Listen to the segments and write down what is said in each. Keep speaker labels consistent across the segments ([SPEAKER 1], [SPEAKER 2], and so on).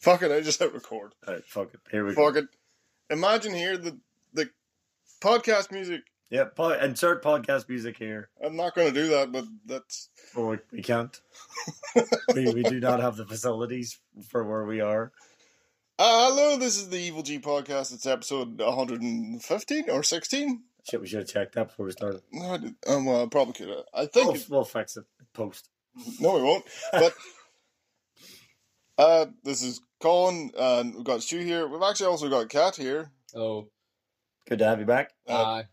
[SPEAKER 1] Fuck it, I just hit record.
[SPEAKER 2] All right, fuck it. Here we go.
[SPEAKER 1] Fuck it. Imagine here the the podcast music.
[SPEAKER 2] Yeah, po- insert podcast music here.
[SPEAKER 1] I'm not going to do that, but that's
[SPEAKER 2] Or we- we can't. we, we do not have the facilities for where we are.
[SPEAKER 1] uh, hello. This is the Evil G podcast. It's episode 115 or 16.
[SPEAKER 2] Shit, we should have checked that before we started.
[SPEAKER 1] No, I did- um, well, I probably could. have. I think
[SPEAKER 2] We'll, we'll fix it post.
[SPEAKER 1] no, we won't. But uh, this is Colin, and we've got Stu here. We've actually also got Kat here.
[SPEAKER 3] Oh,
[SPEAKER 2] Good to have you back.
[SPEAKER 1] Uh,
[SPEAKER 3] aye.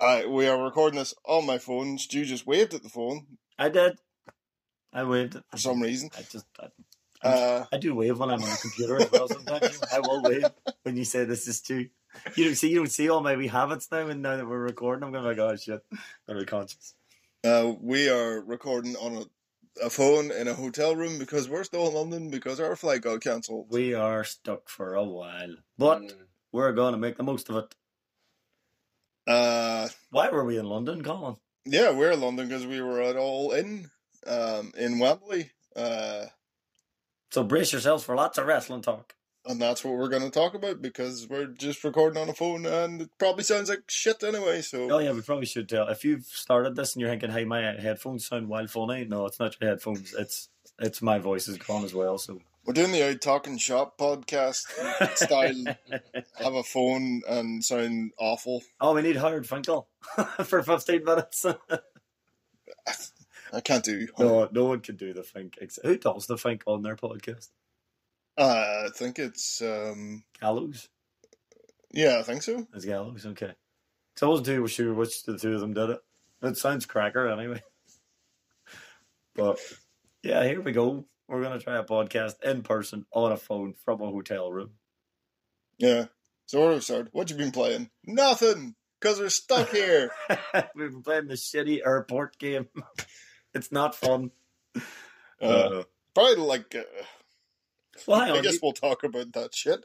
[SPEAKER 1] I, we are recording this on my phone. Stu just waved at the phone
[SPEAKER 2] I did. I waved.
[SPEAKER 1] for some reason.
[SPEAKER 2] I just. I,
[SPEAKER 1] Uh,
[SPEAKER 2] I do wave when I'm on the computer as well. Sometimes I will wave when you say this is too. You don't see. You don't see all my wee habits now. And now that we're recording, I'm going. to be like, oh shit. I'm going to be conscious.
[SPEAKER 1] Uh, we are recording on a, a phone in a hotel room because we're still in London because our flight got cancelled.
[SPEAKER 2] We are stuck for a while, but
[SPEAKER 3] Mm.
[SPEAKER 2] we're going to make the most of it.
[SPEAKER 1] Uh,
[SPEAKER 2] Why were we in London, Colin?
[SPEAKER 1] yeah, we're in London because we were at All In um, in Wembley. Uh,
[SPEAKER 2] So brace yourselves for lots of wrestling talk.
[SPEAKER 1] and that's what we're going to talk about because we're just recording on a phone and it probably sounds like shit anyway.
[SPEAKER 2] Oh
[SPEAKER 1] So,
[SPEAKER 2] yeah, we probably should tell. If you've started this and you're thinking, "Hey, my headphones sound wild funny," no, it's not your headphones. It's it's my voice is gone as well. So
[SPEAKER 1] we're doing the Out Talking Shop podcast style. Have a phone and sound awful.
[SPEAKER 2] oh, we need Howard Finkel for 15 minutes.
[SPEAKER 1] I can't do.
[SPEAKER 2] no, no one can do the Fink. ex- Who does the Fink on their podcast?
[SPEAKER 1] Uh, I think it's. um
[SPEAKER 2] Gallows.
[SPEAKER 1] Yeah, I think so.
[SPEAKER 2] It's Gallows. Okay. So I wasn't too sure which of the two of them did it. It sounds cracker anyway. But yeah, here we go. We're gonna try a podcast in person on a phone from a hotel room.
[SPEAKER 1] Yeah. So where do we start? What you been playing? Nothing, cause we're stuck here.
[SPEAKER 2] We've been playing the shitty airport game. it's not fun.
[SPEAKER 1] Uh, probably like. Uh,
[SPEAKER 2] well, hang
[SPEAKER 1] I
[SPEAKER 2] on.
[SPEAKER 1] guess
[SPEAKER 2] You,
[SPEAKER 1] we'll talk about that shit.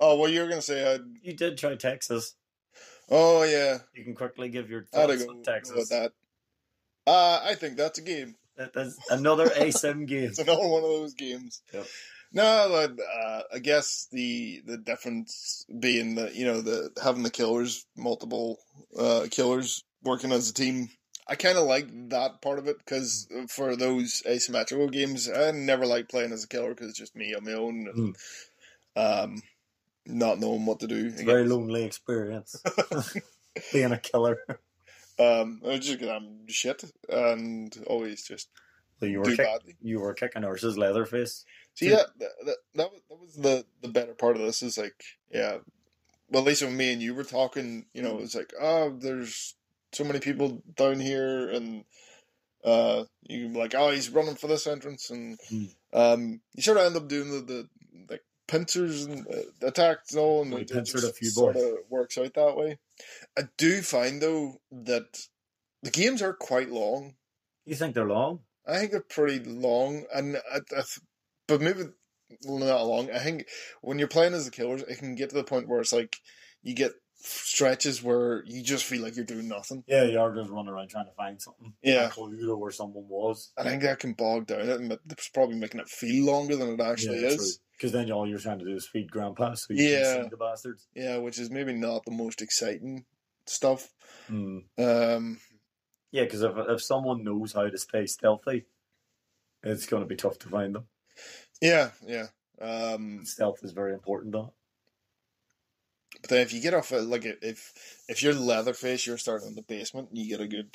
[SPEAKER 1] Oh well, you were gonna say. i
[SPEAKER 2] you did try Texas.
[SPEAKER 1] oh yeah,
[SPEAKER 2] You can quickly give your
[SPEAKER 1] I had to
[SPEAKER 2] thoughts
[SPEAKER 1] go
[SPEAKER 2] on
[SPEAKER 1] with
[SPEAKER 2] Texas.
[SPEAKER 1] that. Uh, I think that's a game.
[SPEAKER 2] That- That's another ASIM game.
[SPEAKER 1] It's another one of those games.
[SPEAKER 2] Yep.
[SPEAKER 1] No, like, uh, I guess the the difference being that you know the having the killers, multiple uh, killers working as a team. I kind of like that part of it because for those asymmetrical games, I never like playing as a killer because it's just me on my own and um, not knowing what to do.
[SPEAKER 2] It's a very lonely experience. Being a killer.
[SPEAKER 1] Um, I just get am shit and always just
[SPEAKER 2] So you were
[SPEAKER 1] do
[SPEAKER 2] kick,
[SPEAKER 1] badly.
[SPEAKER 2] you were kicking horses, Leatherface.
[SPEAKER 1] See, yeah, that, that, that was that was the the better part of this is like, yeah. Well, at least when me and you were talking, you
[SPEAKER 2] Mm-hmm.
[SPEAKER 1] know, it's like, oh, there's so many people down here, and uh, you can be like, oh, he's running for this entrance, and
[SPEAKER 2] Hmm.
[SPEAKER 1] um, you sort of end up doing the the like pincers and uh, the attacks and all, and
[SPEAKER 2] We
[SPEAKER 1] it
[SPEAKER 2] pincered
[SPEAKER 1] just
[SPEAKER 2] a few
[SPEAKER 1] sort
[SPEAKER 2] boys.
[SPEAKER 1] of works out that way. I do find though that the games are quite long.
[SPEAKER 2] You think they're long?
[SPEAKER 1] I think they're pretty long, and I, I th- but maybe not long. I think when you're playing as the killers, it can get to the point where it's like you get stretches where you just feel like you're doing nothing.
[SPEAKER 2] Yeah, you are just running around trying to find something.
[SPEAKER 1] Yeah.
[SPEAKER 2] A clue to where someone was.
[SPEAKER 1] I think that can bog down it, and that- that's probably making it feel longer than it actually is.
[SPEAKER 2] Because then all you're trying to do is feed grandpa so you
[SPEAKER 1] Yeah.
[SPEAKER 2] can see the bastards.
[SPEAKER 1] Yeah, which is maybe not the most exciting stuff.
[SPEAKER 2] Hmm.
[SPEAKER 1] Um,
[SPEAKER 2] Yeah, because if, if someone knows how to stay stealthy, it's going to be tough to find them.
[SPEAKER 1] yeah, yeah. Um,
[SPEAKER 2] Stealth is very important, though.
[SPEAKER 1] But then if you get off a, like if if you're Leatherface, you're starting in the basement. You get a good,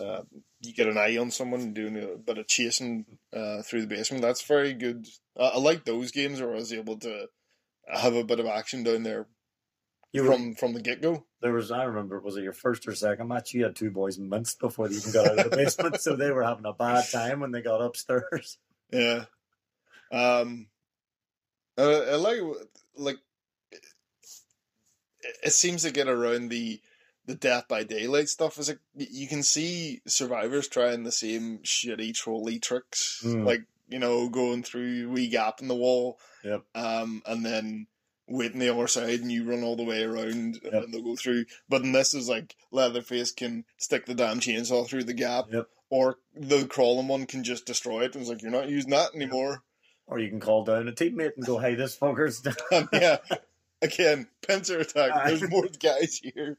[SPEAKER 1] uh, you get an eye on someone and doing a bit of chasing uh, through the basement. That's very good. Uh, I like those games where I was able to have a bit of action down there
[SPEAKER 2] You were,
[SPEAKER 1] from from the get go.
[SPEAKER 2] there was I remember was it your first or second match? You had two boys minced before they even got out of the basement, so they were having a bad time when they got upstairs.
[SPEAKER 1] Yeah. Um, I, I like like it, it seems to get around the the death by daylight stuff. Is like y- you can see survivors trying the same shitty trolley tricks,
[SPEAKER 2] Mm.
[SPEAKER 1] like you know going through a wee gap in the wall,
[SPEAKER 2] Yep.
[SPEAKER 1] um, and then waiting the other side, and you run all the way around, and
[SPEAKER 2] Yep.
[SPEAKER 1] then they'll go through. But in this is like Leatherface can stick the damn chainsaw through the gap
[SPEAKER 2] Yep.
[SPEAKER 1] or the crawling one can just destroy it. And it's like, you're not using that anymore.
[SPEAKER 2] Or you can call down a teammate and go, hey, this fucker's done.
[SPEAKER 1] Um, yeah. Again, pincer attack. There's more guys here.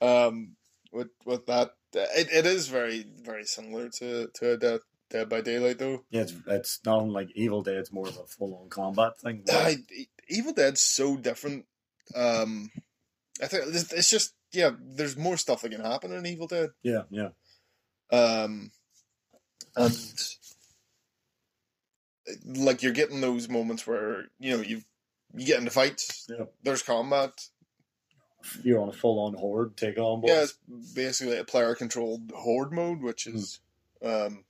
[SPEAKER 1] Um, with with that, uh, it, it is very very similar to to a Dead, Dead by Daylight though.
[SPEAKER 2] Yeah, it's, it's not like Evil Dead, it's more of a full on combat thing.
[SPEAKER 1] I, Evil Dead's so different. Um, I think it's it's just yeah. There's more stuff that can happen in Evil Dead.
[SPEAKER 2] yeah, yeah.
[SPEAKER 1] Um, and like you're getting those moments where you know you you get into fights.
[SPEAKER 2] Yeah.
[SPEAKER 1] There's combat.
[SPEAKER 2] You're on a full on horde, take on boys.
[SPEAKER 1] Yeah, it's basically a player controlled horde mode, which is
[SPEAKER 2] Hmm.
[SPEAKER 1] um,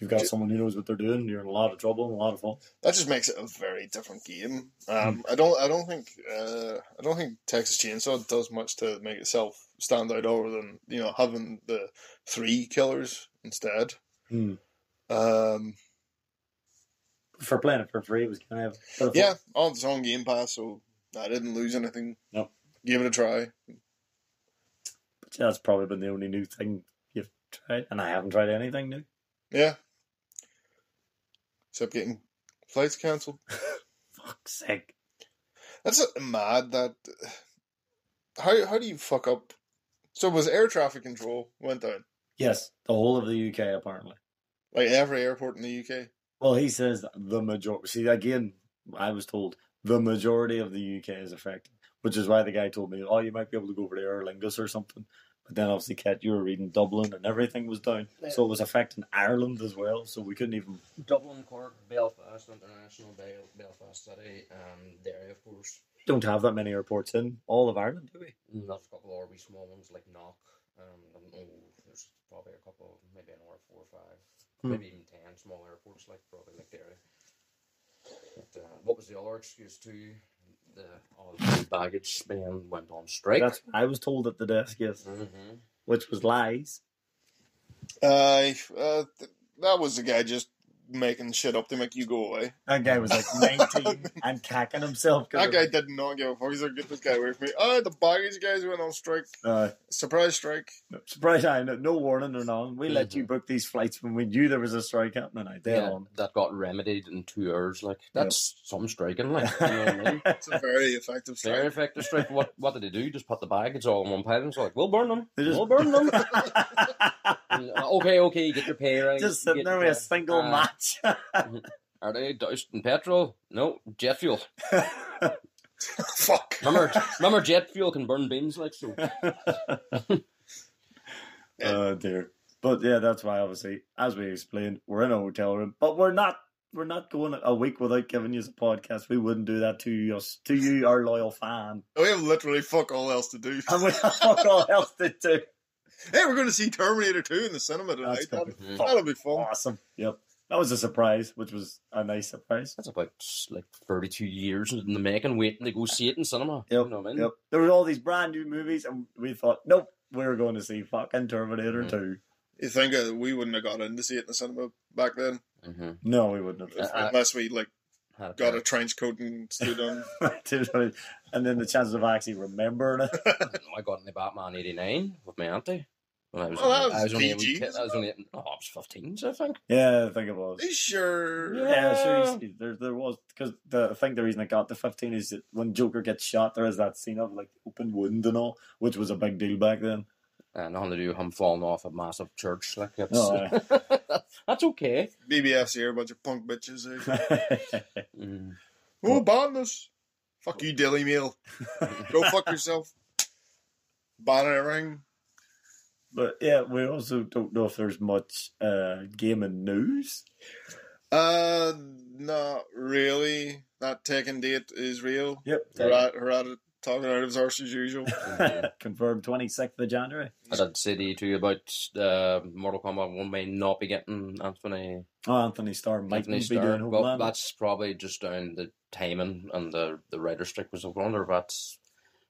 [SPEAKER 2] You've got someone who knows what they're doing, you're in a lot of trouble and a lot of fun.
[SPEAKER 1] that just makes it a very different game.
[SPEAKER 2] Hmm.
[SPEAKER 1] Um, I don't, I don't think, uh, I don't think Texas Chainsaw does much to make itself stand out, other than you know having the three killers instead.
[SPEAKER 2] Hmm.
[SPEAKER 1] Um,
[SPEAKER 2] For playing it for free, it was kind of a bit of fun.
[SPEAKER 1] yeah, on its own Game Pass, so I didn't lose anything.
[SPEAKER 2] Nope.
[SPEAKER 1] Give it a try.
[SPEAKER 2] But yeah, that's probably been the only new thing you've tried, and I haven't tried anything new.
[SPEAKER 1] Yeah. Except getting flights cancelled.
[SPEAKER 2] Fuck's sake.
[SPEAKER 1] That's mad that how how do you fuck up? So it was air traffic control went down
[SPEAKER 2] Yes, the whole of the UK apparently.
[SPEAKER 1] like every airport in the UK.
[SPEAKER 2] Well, he says the majority. See, again, I was told the majority of the UK is affected, which is why the guy told me, "Oh, you might be able to go over to Aer Lingus or something." But then obviously, Kat, you were reading Dublin, and everything was down, so it was affecting Ireland as well. So we couldn't even.
[SPEAKER 3] Dublin, Cork, Belfast, International, Bel- Belfast City, and Derry, of course.
[SPEAKER 2] Don't have that many airports in all of Ireland, do we?
[SPEAKER 3] Not a couple of wee small ones like Knock. Um, and, oh, there's probably a couple, maybe an hour, four or five,
[SPEAKER 2] Hmm.
[SPEAKER 3] maybe even ten small airports like probably like Derry. But, uh, what was the other excuse too? The all the baggage being went on strike.
[SPEAKER 2] That's I was told at the desk, yes,
[SPEAKER 3] hmm
[SPEAKER 2] which was lies.
[SPEAKER 1] Uh, uh, th- that was the guy just making shit up to make you go away.
[SPEAKER 2] That guy was like 19 and cacking himself. 'cause
[SPEAKER 1] That
[SPEAKER 2] of-
[SPEAKER 1] guy did not give a fuck. He's like, get this guy away from me. Oh, the baggage guys went on strike.
[SPEAKER 2] Uh,
[SPEAKER 1] Surprise strike.
[SPEAKER 2] surprise! I no, no warning or none. We let
[SPEAKER 3] Mhm.
[SPEAKER 2] you
[SPEAKER 1] Mm-hmm.
[SPEAKER 2] book these flights when we knew there was a strike happening. I dead
[SPEAKER 3] Yeah,
[SPEAKER 2] on.
[SPEAKER 3] that got remedied in two hours. Like
[SPEAKER 2] Yeah.
[SPEAKER 3] that's some striking. Like you know what I mean?
[SPEAKER 1] It's a very effective
[SPEAKER 3] Very
[SPEAKER 1] strike.
[SPEAKER 3] effective strike. What what did they do? Just put the baggage all in one pile and it's like, we'll burn them.
[SPEAKER 2] They just-
[SPEAKER 3] We'll burn them. And, uh, okay, okay, get your pay right.
[SPEAKER 2] just sitting
[SPEAKER 3] get
[SPEAKER 2] there
[SPEAKER 3] your
[SPEAKER 2] with a
[SPEAKER 3] pay.
[SPEAKER 2] single
[SPEAKER 3] Uh,
[SPEAKER 2] match.
[SPEAKER 3] Are they doused in petrol? No, jet fuel.
[SPEAKER 1] Fuck.
[SPEAKER 3] Remember, remember, jet fuel can burn beans like so.
[SPEAKER 2] oh dear. But yeah, that's why obviously, as we explained, we're in a hotel room, but we're not. We're not going a week without giving you a podcast. We wouldn't do that to you, to you, our loyal fan,
[SPEAKER 1] Oh, We have literally fuck all else to do.
[SPEAKER 2] and we have fuck all else to do.
[SPEAKER 1] Hey, we're going to see Terminator 2 in the cinema tonight.
[SPEAKER 2] That's gonna
[SPEAKER 1] That'll,
[SPEAKER 2] be
[SPEAKER 3] Mhm.
[SPEAKER 1] that'll be fun.
[SPEAKER 2] awesome. Yep, that was a surprise, which was a nice surprise.
[SPEAKER 3] That's about like thirty-two years in the making, waiting to go see it in cinema.
[SPEAKER 2] Yep,
[SPEAKER 3] you know what I mean?
[SPEAKER 2] Yep. There was all these brand new movies, and we thought, nope, we were going to see fucking Terminator
[SPEAKER 3] Mhm.
[SPEAKER 2] 2.
[SPEAKER 1] You think uh, we wouldn't have got in to see it in the cinema back then?
[SPEAKER 3] Mm-hmm.
[SPEAKER 2] No, we wouldn't have.
[SPEAKER 3] Uh,
[SPEAKER 1] Unless we, like, got a trench coat and stood on.
[SPEAKER 2] and then the chances of actually remembering it.
[SPEAKER 3] I got in the Batman '89 with my auntie. When I was,
[SPEAKER 1] Well, Oh, that
[SPEAKER 3] only- I
[SPEAKER 1] was
[SPEAKER 3] was only a
[SPEAKER 1] PG,
[SPEAKER 3] wee kid. I was only oh, I was fifteen, I think.
[SPEAKER 2] Yeah, I think it was.
[SPEAKER 1] Are you sure?
[SPEAKER 2] Yeah, sure.
[SPEAKER 3] Yeah.
[SPEAKER 2] you see, There, there was because the I think the reason it got to fifteen is that when Joker gets shot, there is that scene of like open wound and all, which was a big deal back then.
[SPEAKER 3] And nothing to do with him falling off a massive church. Like that's
[SPEAKER 2] No,
[SPEAKER 3] that's okay.
[SPEAKER 1] BBF's here, a bunch of punk bitches. Eh?
[SPEAKER 3] Mm.
[SPEAKER 1] Oh, ban us. Fuck you, Daily Mail. Go fuck yourself. Ban everything.
[SPEAKER 2] but yeah, we also don't know if there's much uh, gaming news.
[SPEAKER 1] Uh, not really. That taken date is real.
[SPEAKER 2] Yep,
[SPEAKER 1] Herada, Herada talking out of his arse as usual.
[SPEAKER 2] confirmed twenty sixth of January.
[SPEAKER 3] I did say to you too about uh, Mortal Kombat One may not be getting Anthony
[SPEAKER 2] Oh, Anthony Starr might
[SPEAKER 3] Anthony
[SPEAKER 2] be doing
[SPEAKER 3] Starr.
[SPEAKER 2] Homeland.
[SPEAKER 3] Well, that's probably just down the timing and the the writer's strike. Was I wonder if that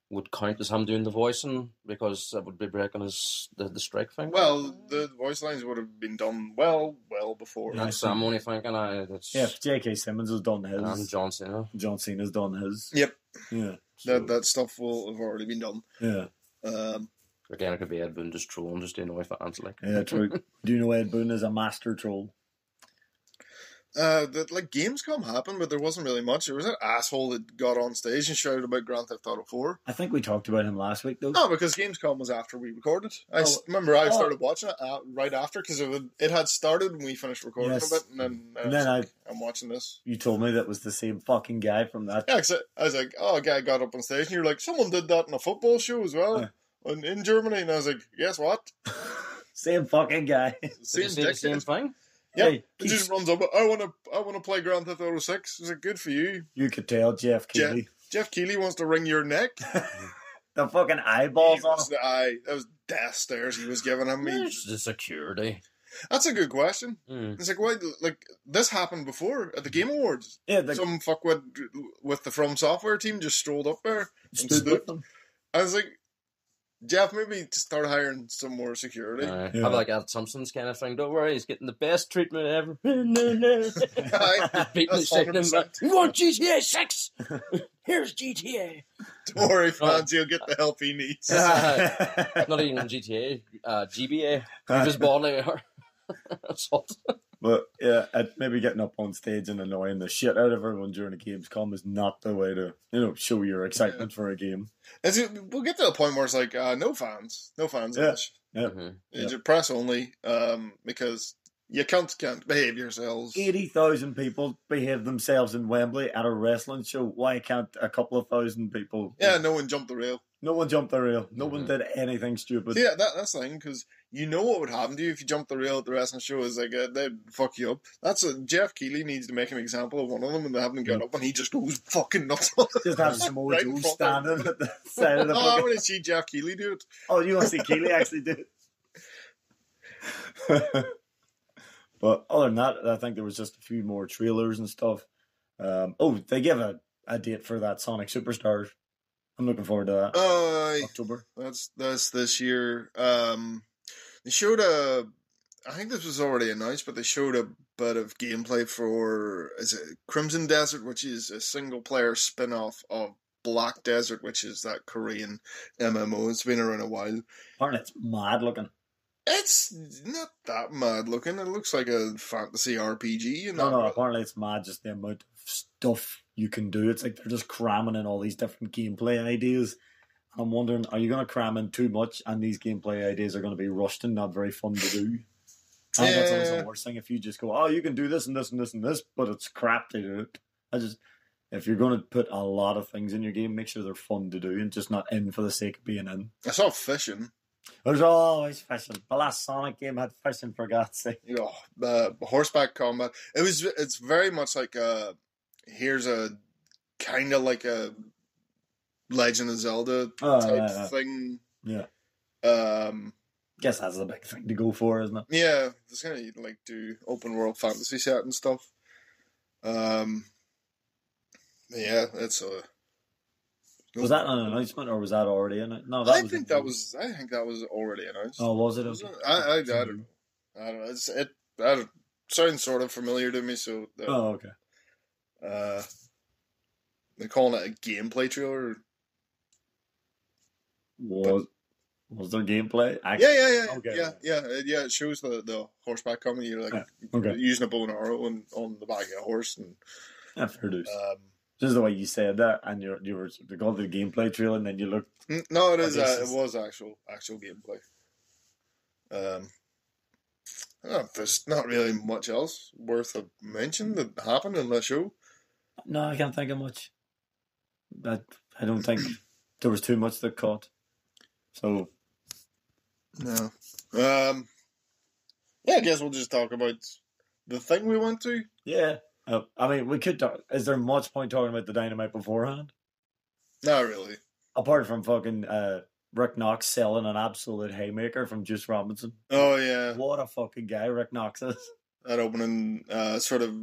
[SPEAKER 3] would count as him doing the voicing because that would be breaking his the, the strike thing.
[SPEAKER 1] well, the voice lines would have been done well, well before.
[SPEAKER 2] Yeah.
[SPEAKER 3] that's I'm only thinking. I that's
[SPEAKER 2] yeah, if J.K. Simmons has done his,
[SPEAKER 3] and John Cena.
[SPEAKER 2] John Cena's done his.
[SPEAKER 1] Yep.
[SPEAKER 2] Yeah,
[SPEAKER 3] So,
[SPEAKER 1] That, that stuff will have already been done.
[SPEAKER 2] yeah,
[SPEAKER 1] Um,
[SPEAKER 3] again, it could be Ed Boon just trolling, just doing away for fans like.
[SPEAKER 2] yeah. True. Do you know Ed Boon is a master troll?
[SPEAKER 1] uh, that like Gamescom happened, but there wasn't really much. There was that asshole that got on stage and shouted about Grand Theft Auto Four.
[SPEAKER 2] I think we talked about him last week, though.
[SPEAKER 1] No, because Gamescom was after we recorded. I s-
[SPEAKER 2] Oh.
[SPEAKER 1] remember I
[SPEAKER 2] Oh.
[SPEAKER 1] started watching it uh, right after because it, would- it had started when we finished recording
[SPEAKER 2] Yes.
[SPEAKER 1] a bit, and then,
[SPEAKER 2] And then I,
[SPEAKER 1] am watching this.
[SPEAKER 2] you told me that was the same fucking guy from that.
[SPEAKER 1] Yeah, 'cause I, I was like, oh, a guy got up on stage, and you're like, someone did that in a football show as well. In, in Germany, and I was like, "Yes, what?
[SPEAKER 2] same fucking guy.
[SPEAKER 3] Did
[SPEAKER 1] Same
[SPEAKER 3] you see the
[SPEAKER 1] dickhead."
[SPEAKER 3] same thing?
[SPEAKER 1] Yeah,
[SPEAKER 2] Hey,
[SPEAKER 1] He just runs up. I want to. I want to play Grand Theft Auto Six. Is it good for you?
[SPEAKER 2] you could tell Jeff
[SPEAKER 1] Jeff-
[SPEAKER 2] Keighley.
[SPEAKER 1] Jeff Keeley wants to wring your neck.
[SPEAKER 2] The fucking eyeballs
[SPEAKER 1] He
[SPEAKER 2] on
[SPEAKER 1] was- aye, that was death stares he was giving him. He-
[SPEAKER 3] Where's the security?
[SPEAKER 1] that's a good question.
[SPEAKER 3] Hmm.
[SPEAKER 1] It's like why? Like this happened before at the Game Awards.
[SPEAKER 2] Yeah, the
[SPEAKER 1] Some fuckwit with the From Software team just strolled up there.
[SPEAKER 2] stood with them.
[SPEAKER 1] I was like, Jeff, maybe start hiring some more security.
[SPEAKER 3] Uh,
[SPEAKER 2] Yeah.
[SPEAKER 3] Have like Ad Simpson's kind of thing. Don't worry, he's getting the best treatment ever. Beating
[SPEAKER 1] Aye,
[SPEAKER 3] the
[SPEAKER 1] That's
[SPEAKER 3] shit out of him.
[SPEAKER 1] 100%.
[SPEAKER 3] You want GTA 6? Here's GTA.
[SPEAKER 1] Don't worry, fans, he'll get the help he needs.
[SPEAKER 3] Yeah. Not even GTA, uh, GBA. Just bodily assault.
[SPEAKER 2] but yeah, I- maybe getting up on stage and annoying the shit out of everyone during a Gamescom is not the way to, you know, show your excitement for a game.
[SPEAKER 1] It's- we'll get to a point where it's like, uh, no fans, no fans.
[SPEAKER 2] Yeah.
[SPEAKER 1] Ash.
[SPEAKER 2] Yeah.
[SPEAKER 3] Mhm.
[SPEAKER 1] It's a press only, um, because you can't can't behave yourselves.
[SPEAKER 2] Eighty thousand people behave themselves in Wembley at a wrestling show. Why can't a couple of thousand people?
[SPEAKER 1] Yeah, no one jumped the rail.
[SPEAKER 2] no one jumped the rail. No one
[SPEAKER 3] Mhm.
[SPEAKER 2] did anything stupid.
[SPEAKER 1] See, yeah, that, that's the thing because you know what would happen to you if you jumped the rail at the wrestling show is like uh, they'd fuck you up. That's a, Jeff Keeley needs to make an example of one of them and they haven't got up and he just goes fucking nuts. on it.
[SPEAKER 2] Just have Samoa
[SPEAKER 1] Right in
[SPEAKER 2] Joe
[SPEAKER 1] front of Oh,
[SPEAKER 2] standing at the side of the.
[SPEAKER 1] no, I
[SPEAKER 2] fucking-
[SPEAKER 1] want to see Jeff Keeley do it.
[SPEAKER 2] Oh, you want to see Keely actually do it? but other than that, I think there was just a few more trailers and stuff. Um, oh, they gave a, a date for that Sonic Superstars. I'm looking forward to that.
[SPEAKER 1] Uh,
[SPEAKER 2] October.
[SPEAKER 1] that's that's this year. Um, they showed a. I think this was already announced, but they showed a bit of gameplay for is it Crimson Desert, which is a single player spin off of Black Desert, which is that Korean MMO. It's been around a while.
[SPEAKER 2] Apparently, it's mad looking.
[SPEAKER 1] It's not that mad looking. It looks like a fantasy RPG. And
[SPEAKER 2] No, no,
[SPEAKER 1] that.
[SPEAKER 2] apparently it's mad just the amount of stuff you can do. It's like they're just cramming in all these different gameplay ideas. I'm wondering, are you going to cram in too much and these gameplay ideas are going to be rushed and not very fun to do? I think that's always
[SPEAKER 1] Yeah.
[SPEAKER 2] the worst thing if you just go, oh, you can do this and this and this and this, but it's crap to do it. I just, if you're going to put a lot of things in your game, make sure they're fun to do and just not in for the sake of being in.
[SPEAKER 1] I saw fishing.
[SPEAKER 2] There's always fishing. The last Sonic game had fishing, for God's sake.
[SPEAKER 1] You know, uh, horseback combat. It was. It's very much like a. Here's a kind of like a Legend of Zelda
[SPEAKER 2] Oh,
[SPEAKER 1] type
[SPEAKER 2] yeah, yeah.
[SPEAKER 1] thing.
[SPEAKER 2] Yeah.
[SPEAKER 1] Um.
[SPEAKER 2] Guess that's the big thing to go for, isn't it?
[SPEAKER 1] Yeah. It's gonna like do open world fantasy set and stuff. Um. Yeah, it's a.
[SPEAKER 2] Was that an announcement or was that already in it? No, that
[SPEAKER 1] I
[SPEAKER 2] was
[SPEAKER 1] think that was. I think that was already announced.
[SPEAKER 2] Oh, was it?
[SPEAKER 1] Was
[SPEAKER 2] Okay.
[SPEAKER 1] it? I, I, I don't know. I don't know. It's, it I don't, sounds sort of familiar to me. So uh,
[SPEAKER 2] Oh, okay.
[SPEAKER 1] uh, they're calling it a gameplay trailer.
[SPEAKER 2] Was was there gameplay?
[SPEAKER 1] Yeah, yeah, yeah,
[SPEAKER 2] Okay.
[SPEAKER 1] yeah, yeah, uh, yeah. It shows the, the horseback coming. You're like
[SPEAKER 2] Yeah, Okay.
[SPEAKER 1] using a bow and arrow on, on the back of a horse, and
[SPEAKER 2] Yeah, fair dues.
[SPEAKER 1] um,
[SPEAKER 2] Just the way you said that, and you you were they called it a gameplay trailer, and then you looked.
[SPEAKER 1] n- no, it is. Uh,
[SPEAKER 2] Audacious.
[SPEAKER 1] it was actual actual gameplay. Um, I don't know, there's not really much else worth a mention that happened in the show.
[SPEAKER 2] No, I can't think of much. But I don't think there was too much that caught. So
[SPEAKER 1] No. Um. Yeah, I guess we'll just talk about the thing we went to.
[SPEAKER 2] yeah, uh, I mean, we could talk. Is there much point talking about the dynamite beforehand?
[SPEAKER 1] Not really.
[SPEAKER 2] Apart from fucking uh, Rick Knox selling an absolute haymaker from Juice Robinson.
[SPEAKER 1] Oh yeah,
[SPEAKER 2] What a fucking guy Rick Knox is.
[SPEAKER 1] that opening uh, sort of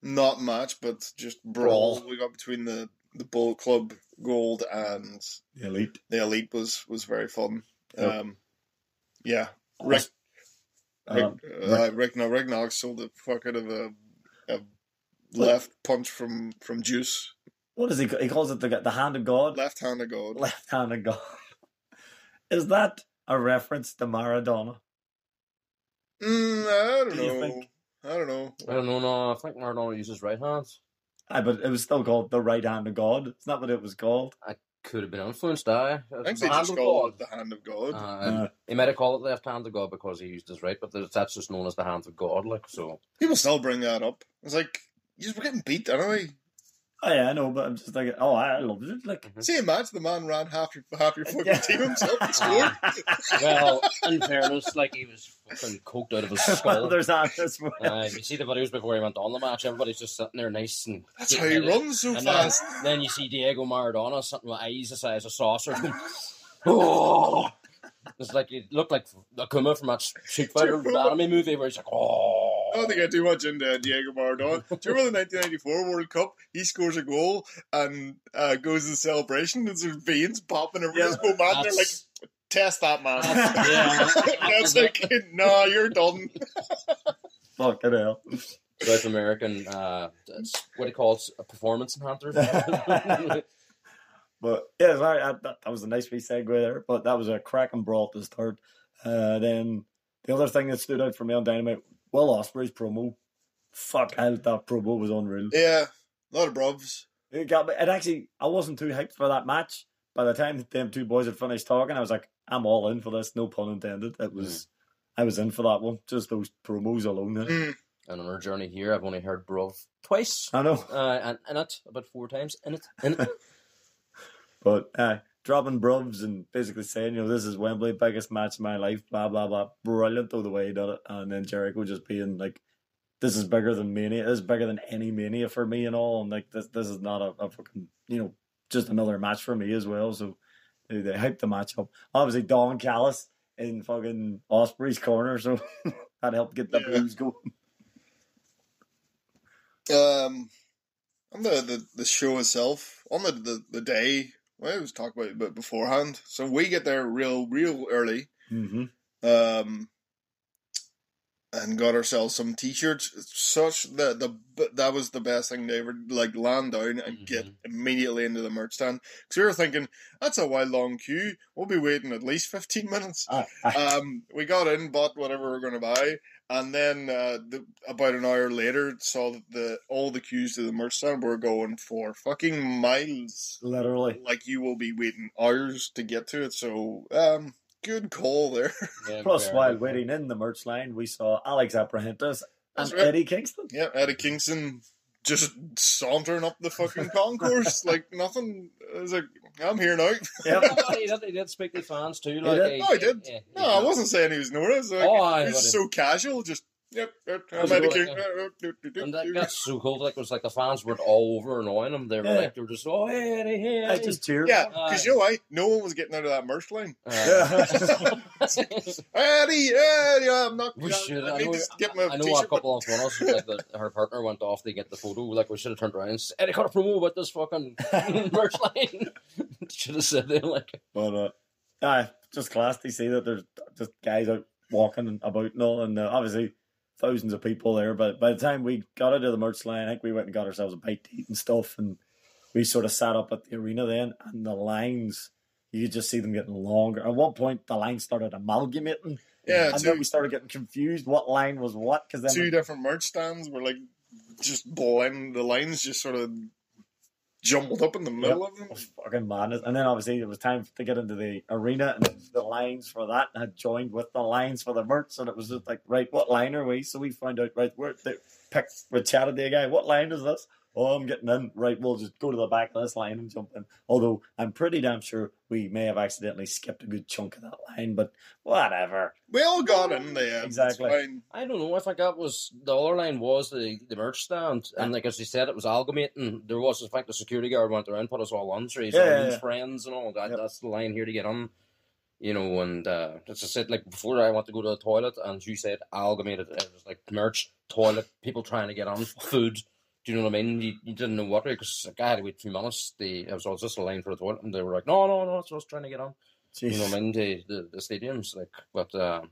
[SPEAKER 1] not match, but just brawl,
[SPEAKER 2] Brawl.
[SPEAKER 1] we got between the the Bull Club Gold and
[SPEAKER 2] The elite.
[SPEAKER 1] the Elite was was very fun.
[SPEAKER 2] Yep.
[SPEAKER 1] Um. Yeah, Rick. Rick,
[SPEAKER 2] Um,
[SPEAKER 1] uh, Rick, no, Rick Knox sold the fuck out of a, a left punch from from Juice,
[SPEAKER 2] what is he? ca- He calls it the the hand of God,
[SPEAKER 1] left hand of God.
[SPEAKER 2] left hand of God. Is that a reference to Maradona?
[SPEAKER 1] Mm, I don't
[SPEAKER 2] Do you
[SPEAKER 1] know.
[SPEAKER 2] think-
[SPEAKER 1] I don't know.
[SPEAKER 3] I don't know. No, I think Maradona uses right hand.
[SPEAKER 2] Aye, but it was still called the right hand of God. It's not what it was called.
[SPEAKER 3] Could have been influenced. Aye,
[SPEAKER 1] I think they just call it the hand of God.
[SPEAKER 3] Uh, he might have called it the left hand of God because he used his right, but there's- that's just known as the hand of God. Like so,
[SPEAKER 1] People still bring that up. It's like, you were getting beat, aren't we?
[SPEAKER 2] Oh, yeah, I know, but I'm just like, oh, I loved it. Like,
[SPEAKER 1] See a match, the man ran half your, half your fucking
[SPEAKER 2] Yeah.
[SPEAKER 1] team himself and scored.
[SPEAKER 3] well, in fairness, like he was fucking coked out of his
[SPEAKER 2] well,
[SPEAKER 3] skull.
[SPEAKER 2] there's that. That's where-
[SPEAKER 3] Aye, you see the videos before he went on the match. Everybody's just sitting there, nice and
[SPEAKER 1] That's how he runs so
[SPEAKER 3] And then,
[SPEAKER 1] fast.
[SPEAKER 3] then you see Diego Maradona, something with eyes the size of saucer. going, oh, it's like it looked like Akuma from that Street Fighter
[SPEAKER 1] Akuma.
[SPEAKER 3] anime movie where he's like, oh.
[SPEAKER 1] I don't think I do much into Diego Maradona. Do you remember the 1994 World Cup? He scores a goal and uh, goes to the celebration. There's his veins popping. And
[SPEAKER 2] Yeah.
[SPEAKER 1] just go mad. They're like,
[SPEAKER 3] That's-
[SPEAKER 1] test that man.
[SPEAKER 3] That's- yeah.
[SPEAKER 1] That's like, nah, you're done.
[SPEAKER 2] Fucking hell.
[SPEAKER 3] South American, uh, that's what he calls a performance enhancer.
[SPEAKER 2] But yeah, sorry, I, that, that was a nice wee segue there. But that was a cracking brawl to start. Uh, then the other thing that stood out for me on Dynamite, Will Osprey's promo. Fuck hell, that promo was unreal.
[SPEAKER 1] Yeah, a lot of bruvs.
[SPEAKER 2] It got me. It actually, I wasn't too hyped for that match. By the time that them two boys had finished talking, I was like, I'm all in for this. No pun intended. It was, I was in for that one. Just those promos alone. innit?
[SPEAKER 1] Mm.
[SPEAKER 3] and on our journey here, I've only heard bro twice.
[SPEAKER 2] I know.
[SPEAKER 3] Uh, and in it about four times. In it, in it.
[SPEAKER 2] But uh, dropping brubs and basically saying, you know, this is Wembley, biggest match of my life, blah, blah, blah. Brilliant, though, the way he did it. And then Jericho just being like, this is bigger than Mania. This is bigger than any Mania for me and all. And like, this this is not a, a fucking, you know, just another match for me as well. So they, they hyped the match up. Obviously, Don Callis in fucking Osprey's corner. So that helped get the
[SPEAKER 1] Yeah.
[SPEAKER 2] blues going.
[SPEAKER 1] Um, on the, the, the show itself, on the, the, the day, well, I was talking about it a bit beforehand. So we get there real, real early.
[SPEAKER 2] Mm-hmm.
[SPEAKER 1] um, and got ourselves some t-shirts. Such that the that was the best thing they ever like land down and get
[SPEAKER 3] Mhm.
[SPEAKER 1] immediately into the merch stand because we were thinking that's a while long queue. We'll be waiting at least fifteen minutes.
[SPEAKER 2] Ah, ah,
[SPEAKER 1] Um, we got in, bought whatever we were going to buy, and then uh, the, about an hour later, saw that the all the queues to the merch stand were going for fucking miles.
[SPEAKER 2] literally.
[SPEAKER 1] Like you will be waiting hours to get to it. So, um, good call there.
[SPEAKER 3] Yeah,
[SPEAKER 2] Plus,
[SPEAKER 3] very
[SPEAKER 2] while
[SPEAKER 3] good.
[SPEAKER 2] waiting in the merch line, we saw Alex Aprehentis
[SPEAKER 1] That's
[SPEAKER 2] and
[SPEAKER 1] right.
[SPEAKER 2] Eddie Kingston.
[SPEAKER 1] Yeah, Eddie Kingston just sauntering up the fucking concourse like nothing. I was like, I'm here now.
[SPEAKER 2] Yep.
[SPEAKER 3] he, did, he did speak to fans too. Like,
[SPEAKER 2] did?
[SPEAKER 1] No, he did.
[SPEAKER 3] yeah,
[SPEAKER 1] No, I wasn't saying he was noticed. Like,
[SPEAKER 3] Oh, aye,
[SPEAKER 1] he
[SPEAKER 3] but-
[SPEAKER 1] was so casual, just yep. yep, I'm
[SPEAKER 3] Was
[SPEAKER 1] Eddie
[SPEAKER 3] it
[SPEAKER 1] Kingston.
[SPEAKER 3] And that, that's so cool. Like, it was like the fans were all over annoying him. They were like, they were just, oh, hey, hey, hey.
[SPEAKER 2] I just cheered.
[SPEAKER 1] Yeah, because you know why? No one was getting out of that merch line.
[SPEAKER 3] Uh,
[SPEAKER 1] Eddie, Eddie, I'm not.
[SPEAKER 3] we
[SPEAKER 1] I,
[SPEAKER 3] should.
[SPEAKER 1] I
[SPEAKER 3] I
[SPEAKER 1] need
[SPEAKER 3] know,
[SPEAKER 1] to get my
[SPEAKER 3] I know a
[SPEAKER 1] t-shirt.
[SPEAKER 3] couple of us, like the, her partner went off to get the photo. Like, we should have turned around and said, Eddie, got a promo about this fucking merch line. should have said that. Like,
[SPEAKER 2] But uh, aye, just class to see that there's just guys out walking and about and all, and uh, obviously thousands of people there. But by the time we got out of the merch line, I think we went and got ourselves a bite to eat and stuff, and we sort of sat up at the arena then, and the lines. You could just see them getting longer. At one point, the lines started amalgamating,
[SPEAKER 1] Yeah,
[SPEAKER 2] and then
[SPEAKER 1] two,
[SPEAKER 2] we started getting confused what line was what because then
[SPEAKER 1] two different merch stands were like just blend. The lines just sort of jumbled up in the middle of them.
[SPEAKER 2] It was fucking madness. And then obviously it was time to get into the arena, and the lines for that had joined with the lines for the merch, and it was just like, right, what line are we? So we find out, right, we're they picked, we chatted to the guy, what line is this? Oh, I'm getting in. Right, we'll just go to the back of this line and jump in. Although I'm pretty damn sure we may have accidentally skipped a good chunk of that line, but whatever.
[SPEAKER 1] We all got in there.
[SPEAKER 2] Exactly.
[SPEAKER 1] It's fine.
[SPEAKER 3] I don't know. I think that was the other line was the, the merch stand. And, like, as you said, it was amalgamating. There was, in fact, the security guard went around, put us all on, so he's
[SPEAKER 2] Yeah,
[SPEAKER 3] all
[SPEAKER 2] yeah,
[SPEAKER 3] his
[SPEAKER 2] yeah.
[SPEAKER 3] friends and all that.
[SPEAKER 2] Yep.
[SPEAKER 3] That's the line here to get on. You know, and uh, as I said, like before, I went to go to the toilet, and you said amalgamated. It was like merch, toilet, people trying to get on, food. Do you know what I mean? You, you didn't know what because like, I had to wait two minutes. They, I was, I was just a line for the toilet, and they were like, "No, no, no, it's just trying to get on." you know,
[SPEAKER 2] Jeez.
[SPEAKER 3] into the, the stadiums. Like, but uh,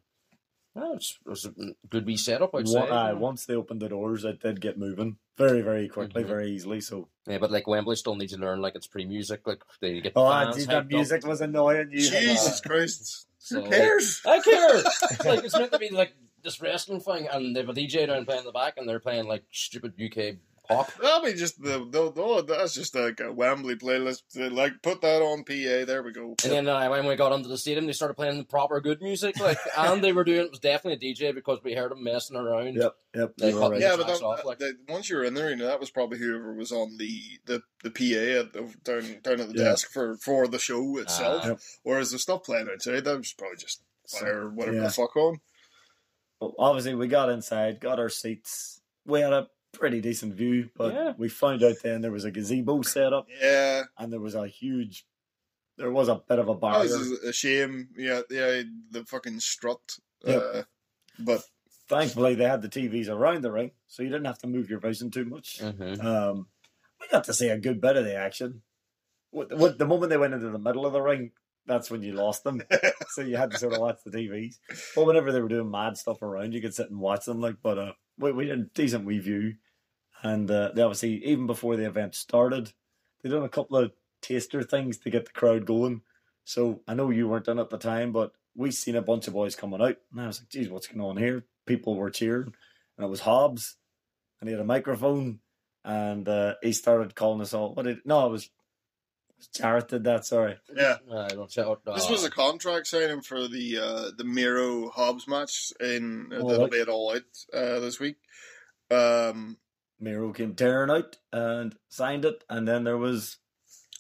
[SPEAKER 3] no, it's, it was a good wee setup outside.
[SPEAKER 2] One- aye,
[SPEAKER 3] you know.
[SPEAKER 2] uh, once they opened the doors, it did get moving very, very quickly,
[SPEAKER 3] Mhm.
[SPEAKER 2] very easily. So,
[SPEAKER 3] Yeah, but like Wembley still needs to learn like it's pre music. Like they get
[SPEAKER 2] oh,
[SPEAKER 3] fans
[SPEAKER 2] geez,
[SPEAKER 3] hyped
[SPEAKER 2] that
[SPEAKER 3] up,
[SPEAKER 2] music was annoying. You
[SPEAKER 1] Jesus Christ.
[SPEAKER 3] uh, so-
[SPEAKER 1] Who cares?
[SPEAKER 3] I care. It's like it's meant to be like this wrestling thing, and they have a DJ down playing in the back, and they're playing like stupid UK pop.
[SPEAKER 1] That'll be just the, the, the that's just like a Wembley playlist. They, Like put that on PA. There we go.
[SPEAKER 3] And then uh, when we got into the stadium, they started playing the proper good music, like, and they were doing it was definitely a DJ because we heard them messing around.
[SPEAKER 2] Yep, yep.
[SPEAKER 3] They
[SPEAKER 2] you're
[SPEAKER 3] cut
[SPEAKER 2] right.
[SPEAKER 3] me
[SPEAKER 1] yeah, but
[SPEAKER 3] tracks
[SPEAKER 1] that,
[SPEAKER 3] off, like-
[SPEAKER 1] that- once you're in there, you know that was probably whoever was on the the, the PA at the, down down at the
[SPEAKER 2] Yeah.
[SPEAKER 1] desk for for the show itself.
[SPEAKER 3] Ah.
[SPEAKER 2] Yep.
[SPEAKER 1] Whereas the stuff playing outside, that was probably just fire whatever
[SPEAKER 2] yeah.
[SPEAKER 1] the fuck on.
[SPEAKER 2] Well, obviously, we got inside, got our seats. We had a pretty decent view, but
[SPEAKER 3] Yeah.
[SPEAKER 2] we found out then there was a gazebo set up
[SPEAKER 1] Yeah,
[SPEAKER 2] and there was a huge, there was a bit of a
[SPEAKER 1] that
[SPEAKER 2] barrier.
[SPEAKER 1] was a shame. Yeah, yeah, the fucking strut.
[SPEAKER 2] Yep.
[SPEAKER 1] Uh, but
[SPEAKER 2] Thankfully, they had the TVs around the ring, so you didn't have to move your vision too much.
[SPEAKER 3] Mm-hmm.
[SPEAKER 2] Um, we got to see a good bit of the action. What, what, the moment they went into the middle of the ring, that's when you lost them. so you had to sort of watch the TVs. But whenever they were doing mad stuff around, you could sit and watch them. Like, but uh, we we did a decent wee view, and uh, they obviously even before the event started, they done a couple of taster things to get the crowd going. So I know you weren't in at the time, but we seen a bunch of boys coming out, and I was like, "Geez, what's going on here?" People were cheering, and it was Hobbs, and he had a microphone, and uh, he started calling us all. What did? No, it was Jarrett did that. Sorry,
[SPEAKER 1] yeah,
[SPEAKER 3] I don't uh, check out.
[SPEAKER 1] this was a contract signing for the uh, the Miro Hobbs match in
[SPEAKER 2] Oh,
[SPEAKER 1] that'll
[SPEAKER 2] like-
[SPEAKER 1] be it all out uh, this week. Um,
[SPEAKER 2] Miro came tearing out and signed it, and then there was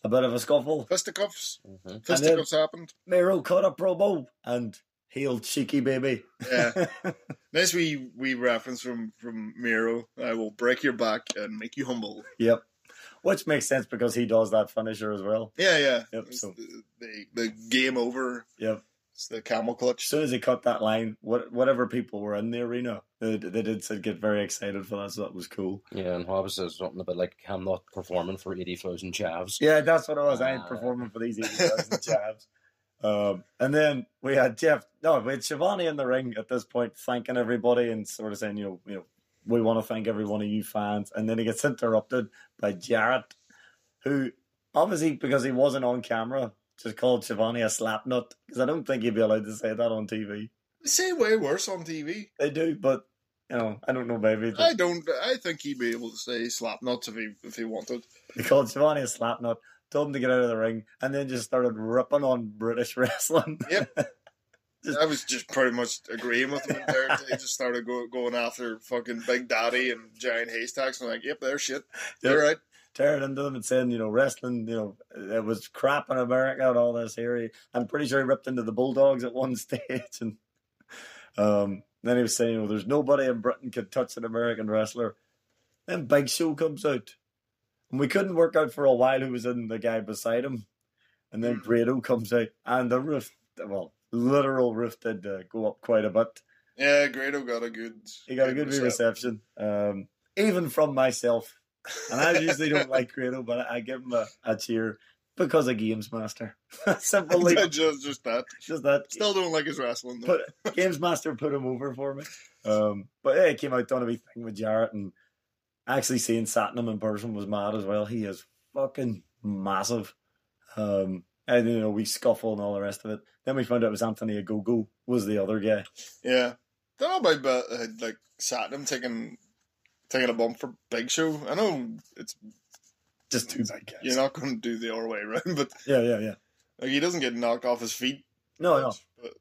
[SPEAKER 2] a bit of a scuffle.
[SPEAKER 1] fisticuffs,
[SPEAKER 3] Mhm.
[SPEAKER 1] fisticuffs happened.
[SPEAKER 2] Miro caught a promo and healed Cheeky Baby.
[SPEAKER 1] Yeah. Nice we we reference from from Miro. I will break your back and make you humble.
[SPEAKER 2] yep. Which makes sense because he does that finisher as well.
[SPEAKER 1] Yeah, yeah.
[SPEAKER 2] Yep,
[SPEAKER 1] It's
[SPEAKER 2] so-
[SPEAKER 1] the, the the game over.
[SPEAKER 2] Yep.
[SPEAKER 1] It's the camel
[SPEAKER 2] As
[SPEAKER 1] clutch.
[SPEAKER 2] soon as he cut that line, what, whatever people were in the arena, they, they did say get very excited for that, so that was cool.
[SPEAKER 3] yeah, and Hobbs says something about like I'm not performing for eighty thousand chavs.
[SPEAKER 2] Yeah, that's what it was. I ain't
[SPEAKER 3] Ah.
[SPEAKER 2] performing for these 80,000 jabs. Um, and then we had Jeff, no, we had Shivani in the ring at this point, thanking everybody and sort of saying, you know, you know, we want to thank every one of you fans. And then he gets interrupted by Jarrett, who obviously, because he wasn't on camera, just called Shivani a slap nut because I don't think he'd be allowed to say that on TV.
[SPEAKER 1] They say way worse on TV.
[SPEAKER 2] They do, but, you know, I don't know, maybe. they-
[SPEAKER 1] I don't. I think he'd be able to say slap nuts if he if he wanted.
[SPEAKER 2] They called Giovanni a slapnut, told him to get out of the ring, and then just started ripping on British wrestling.
[SPEAKER 1] I was just pretty much agreeing with him there. They just started go, going after fucking Big Daddy and Giant Haystacks. and like, yep, they're shit. They're right.
[SPEAKER 2] Tearing into them and saying, you know, wrestling, you know, it was crap in America and all this area. I'm pretty sure he ripped into the Bulldogs at one stage. And um, then he was saying, you know, there's nobody in Britain could touch an American wrestler. Then Big Show comes out. And we couldn't work out for a while who was in the guy beside him. And then Grado comes out, and the roof, well, literal roof did uh, go up quite a bit.
[SPEAKER 1] Yeah, Grado got a good.
[SPEAKER 2] He got a good reception, um, even from myself. And I usually don't like Grado, but I give him a, a cheer because of Games Master. Simply
[SPEAKER 1] just, just that.
[SPEAKER 2] just that.
[SPEAKER 1] Still don't like his wrestling. Though.
[SPEAKER 2] Put, Games Master put him over for me. Um, but yeah, it came out done a wee thing with Jarrett, and actually seeing Satnam in person was mad as well. He is fucking massive. Um, and you know, we scuffle and all the rest of it. Then we found out it was Anthony Agogo was the other guy.
[SPEAKER 1] Yeah. Don't know about uh, like Satnam taking taking a bump for Big Show. I know it's
[SPEAKER 2] Just two big guys.
[SPEAKER 1] you're not going to do the other way around, but
[SPEAKER 2] Yeah, yeah, yeah.
[SPEAKER 1] like he doesn't get knocked off his feet.
[SPEAKER 2] No, no.
[SPEAKER 1] But-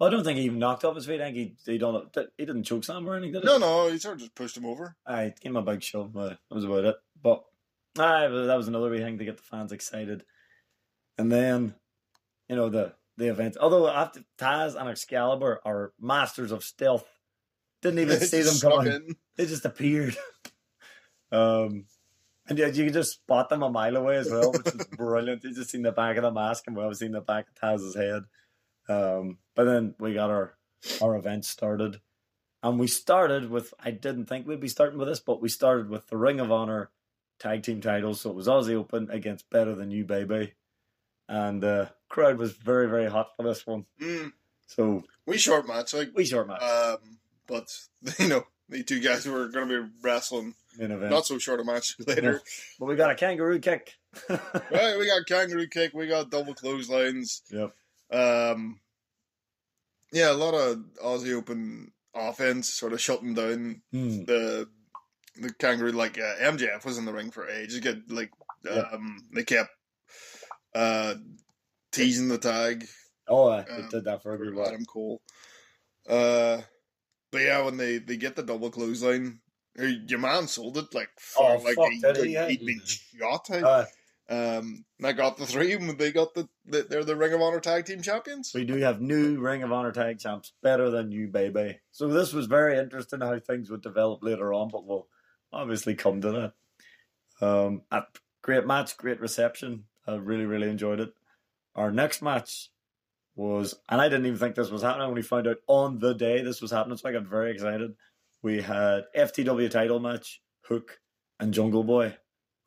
[SPEAKER 2] Well, I don't think he even knocked off his feet. I think he he done it. He didn't choke slam or anything, did he?
[SPEAKER 1] No, no, he sort of just pushed him over.
[SPEAKER 2] Aye, it gave him a big shove. But that was about it. But aye, but that was another wee thing to get the fans excited. And then, you know the the event. Although after Taz and Excalibur are masters of stealth, didn't even see them
[SPEAKER 1] Just
[SPEAKER 2] come
[SPEAKER 1] snuck
[SPEAKER 2] on.
[SPEAKER 1] in.
[SPEAKER 2] They just appeared. um, and yeah, you could just spot them a mile away as well, which is brilliant. You just seen the back of the mask, and we have seen the back of Taz's head. Um, but then we got our our event started, and we started with I didn't think we'd be starting with this, but we started with the Ring of Honor tag team titles. So it was Aussie Open against Better Than You, baby, and uh, crowd was very very hot for this one.
[SPEAKER 1] Mm,
[SPEAKER 2] So
[SPEAKER 1] we short match, like,
[SPEAKER 2] we short match
[SPEAKER 1] um, but you know the two guys were going to be wrestling.
[SPEAKER 2] main event,
[SPEAKER 1] Not so short a match later.
[SPEAKER 2] but we got a kangaroo kick.
[SPEAKER 1] right, we got kangaroo kick. We got double clotheslines.
[SPEAKER 2] Yep.
[SPEAKER 1] Um, yeah, a lot of Aussie Open offense, sort of shutting down
[SPEAKER 2] Hmm.
[SPEAKER 1] the the kangaroo. Like uh, MJF was in the ring for ages. Get like
[SPEAKER 2] Yeah.
[SPEAKER 1] um, they kept uh, teasing the tag
[SPEAKER 2] Oh, uh,
[SPEAKER 1] Um,
[SPEAKER 2] it did that for a good
[SPEAKER 1] for
[SPEAKER 2] while.
[SPEAKER 1] Adam Cole. Uh, but yeah, when they they get the double clothesline, or your man sold it like
[SPEAKER 2] Oh,
[SPEAKER 1] fuck, like
[SPEAKER 2] fuck,
[SPEAKER 1] he,
[SPEAKER 2] did he, yeah?
[SPEAKER 1] had been shot. out.
[SPEAKER 2] Uh,
[SPEAKER 1] Um, and I got the three, and they got the, the they're the Ring of Honor Tag Team Champions.
[SPEAKER 2] we do have new Ring of Honor tag champs, better than you, baby. So this was very interesting how things would develop later on, but we'll obviously come to that. Um, a great match, great reception. I really, really enjoyed it. Our next match was, and I didn't even think this was happening. I only found out on the day this was happening, so I got very excited. We had FTW title match, Hook and Jungle Boy.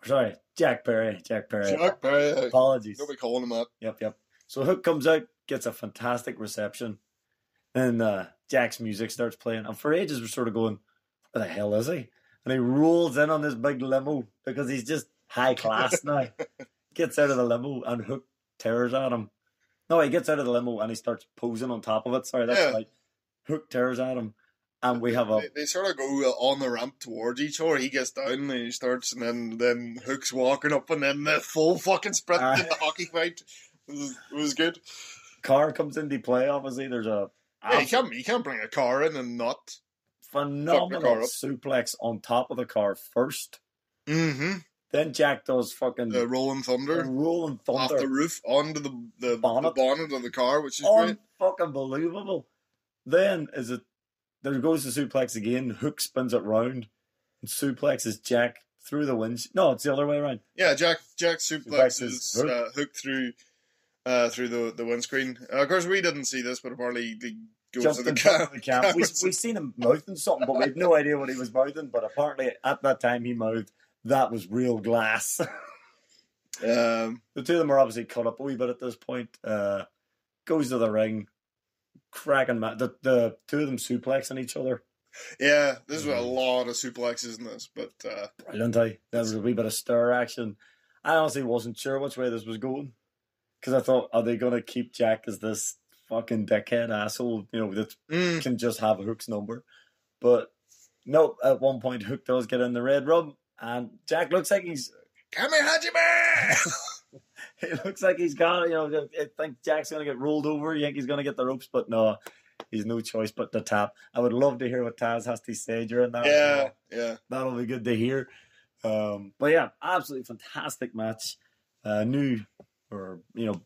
[SPEAKER 2] Sorry, Jack Perry. Jack Perry.
[SPEAKER 1] Jack Perry,
[SPEAKER 2] Apologies.
[SPEAKER 1] nobody calling him that.
[SPEAKER 2] Yep, yep. So Hook comes out, gets a fantastic reception, and uh, Jack's music starts playing. And for ages, we're sort of going, "Where the hell is he?" And he rolls in on this big limo because he's just high class now. gets out of the limo, and Hook tears at him. No, he gets out of the limo and he starts posing on top of it. Sorry, that's
[SPEAKER 1] Yeah.
[SPEAKER 2] right. Hook tears at him, and we have a
[SPEAKER 1] They, they sort of go uh, on the ramp towards each other. He gets down and he starts, and then then Hook's walking up, and then the full fucking sprint
[SPEAKER 2] Aye.
[SPEAKER 1] in the hockey fight. It was, it was good.
[SPEAKER 2] car comes into play. Obviously, there's a
[SPEAKER 1] Yeah, you can't you can't bring a car in and not.
[SPEAKER 2] phenomenal
[SPEAKER 1] car up.
[SPEAKER 2] suplex on top of the car first.
[SPEAKER 1] Mm-hmm.
[SPEAKER 2] Then Jack does fucking
[SPEAKER 1] The Uh, Rolling
[SPEAKER 2] the
[SPEAKER 1] Thunder
[SPEAKER 2] Mm. rolling
[SPEAKER 1] off the
[SPEAKER 2] thunder
[SPEAKER 1] roof onto the the the bonnet,
[SPEAKER 2] Bonnet.
[SPEAKER 1] of the car, which is great.
[SPEAKER 2] on fucking believable. Then is it there goes the suplex again, hook spins it round, and suplexes Jack through the windshield. No, it's the other way around.
[SPEAKER 1] Yeah, Jack Jack
[SPEAKER 2] Suplexes
[SPEAKER 1] suplexes
[SPEAKER 2] Hook.
[SPEAKER 1] uh, Hook through uh, through the the windscreen. Uh, of course, we didn't see this, but apparently he goes
[SPEAKER 2] Jumped
[SPEAKER 1] to
[SPEAKER 2] in
[SPEAKER 1] the
[SPEAKER 2] front
[SPEAKER 1] car.
[SPEAKER 2] of the camp. We, we seen him mouthing something, but we had no idea what he was mouthing. But apparently at that time he mouthed that was real glass.
[SPEAKER 1] Um,
[SPEAKER 2] the two of them are obviously caught up a wee bit at this point. Uh, goes to the ring, cracking ma- the the two of them suplexing each other.
[SPEAKER 1] yeah, there's a
[SPEAKER 2] Mm.
[SPEAKER 1] lot of suplexes in this, but uh,
[SPEAKER 2] Brilliant, I. There was a wee bit of stir action. I honestly wasn't sure which way this was going because I thought, are they going to keep Jack as this fucking dickhead asshole? You know that
[SPEAKER 1] mm,
[SPEAKER 2] can just have Hook's number, but no. At one point, Hook does get in the red rub, and Jack looks like he's
[SPEAKER 1] Kame Hajime!
[SPEAKER 2] he looks like he's got it. You know, I think Jack's going to get rolled over. You think he's going to get the ropes, but no, he's no choice but to tap. I would love to hear what Taz has to say during that.
[SPEAKER 1] yeah, yeah.
[SPEAKER 2] that'll be good to hear. Um, but yeah, absolutely fantastic match. Uh, new, or you know,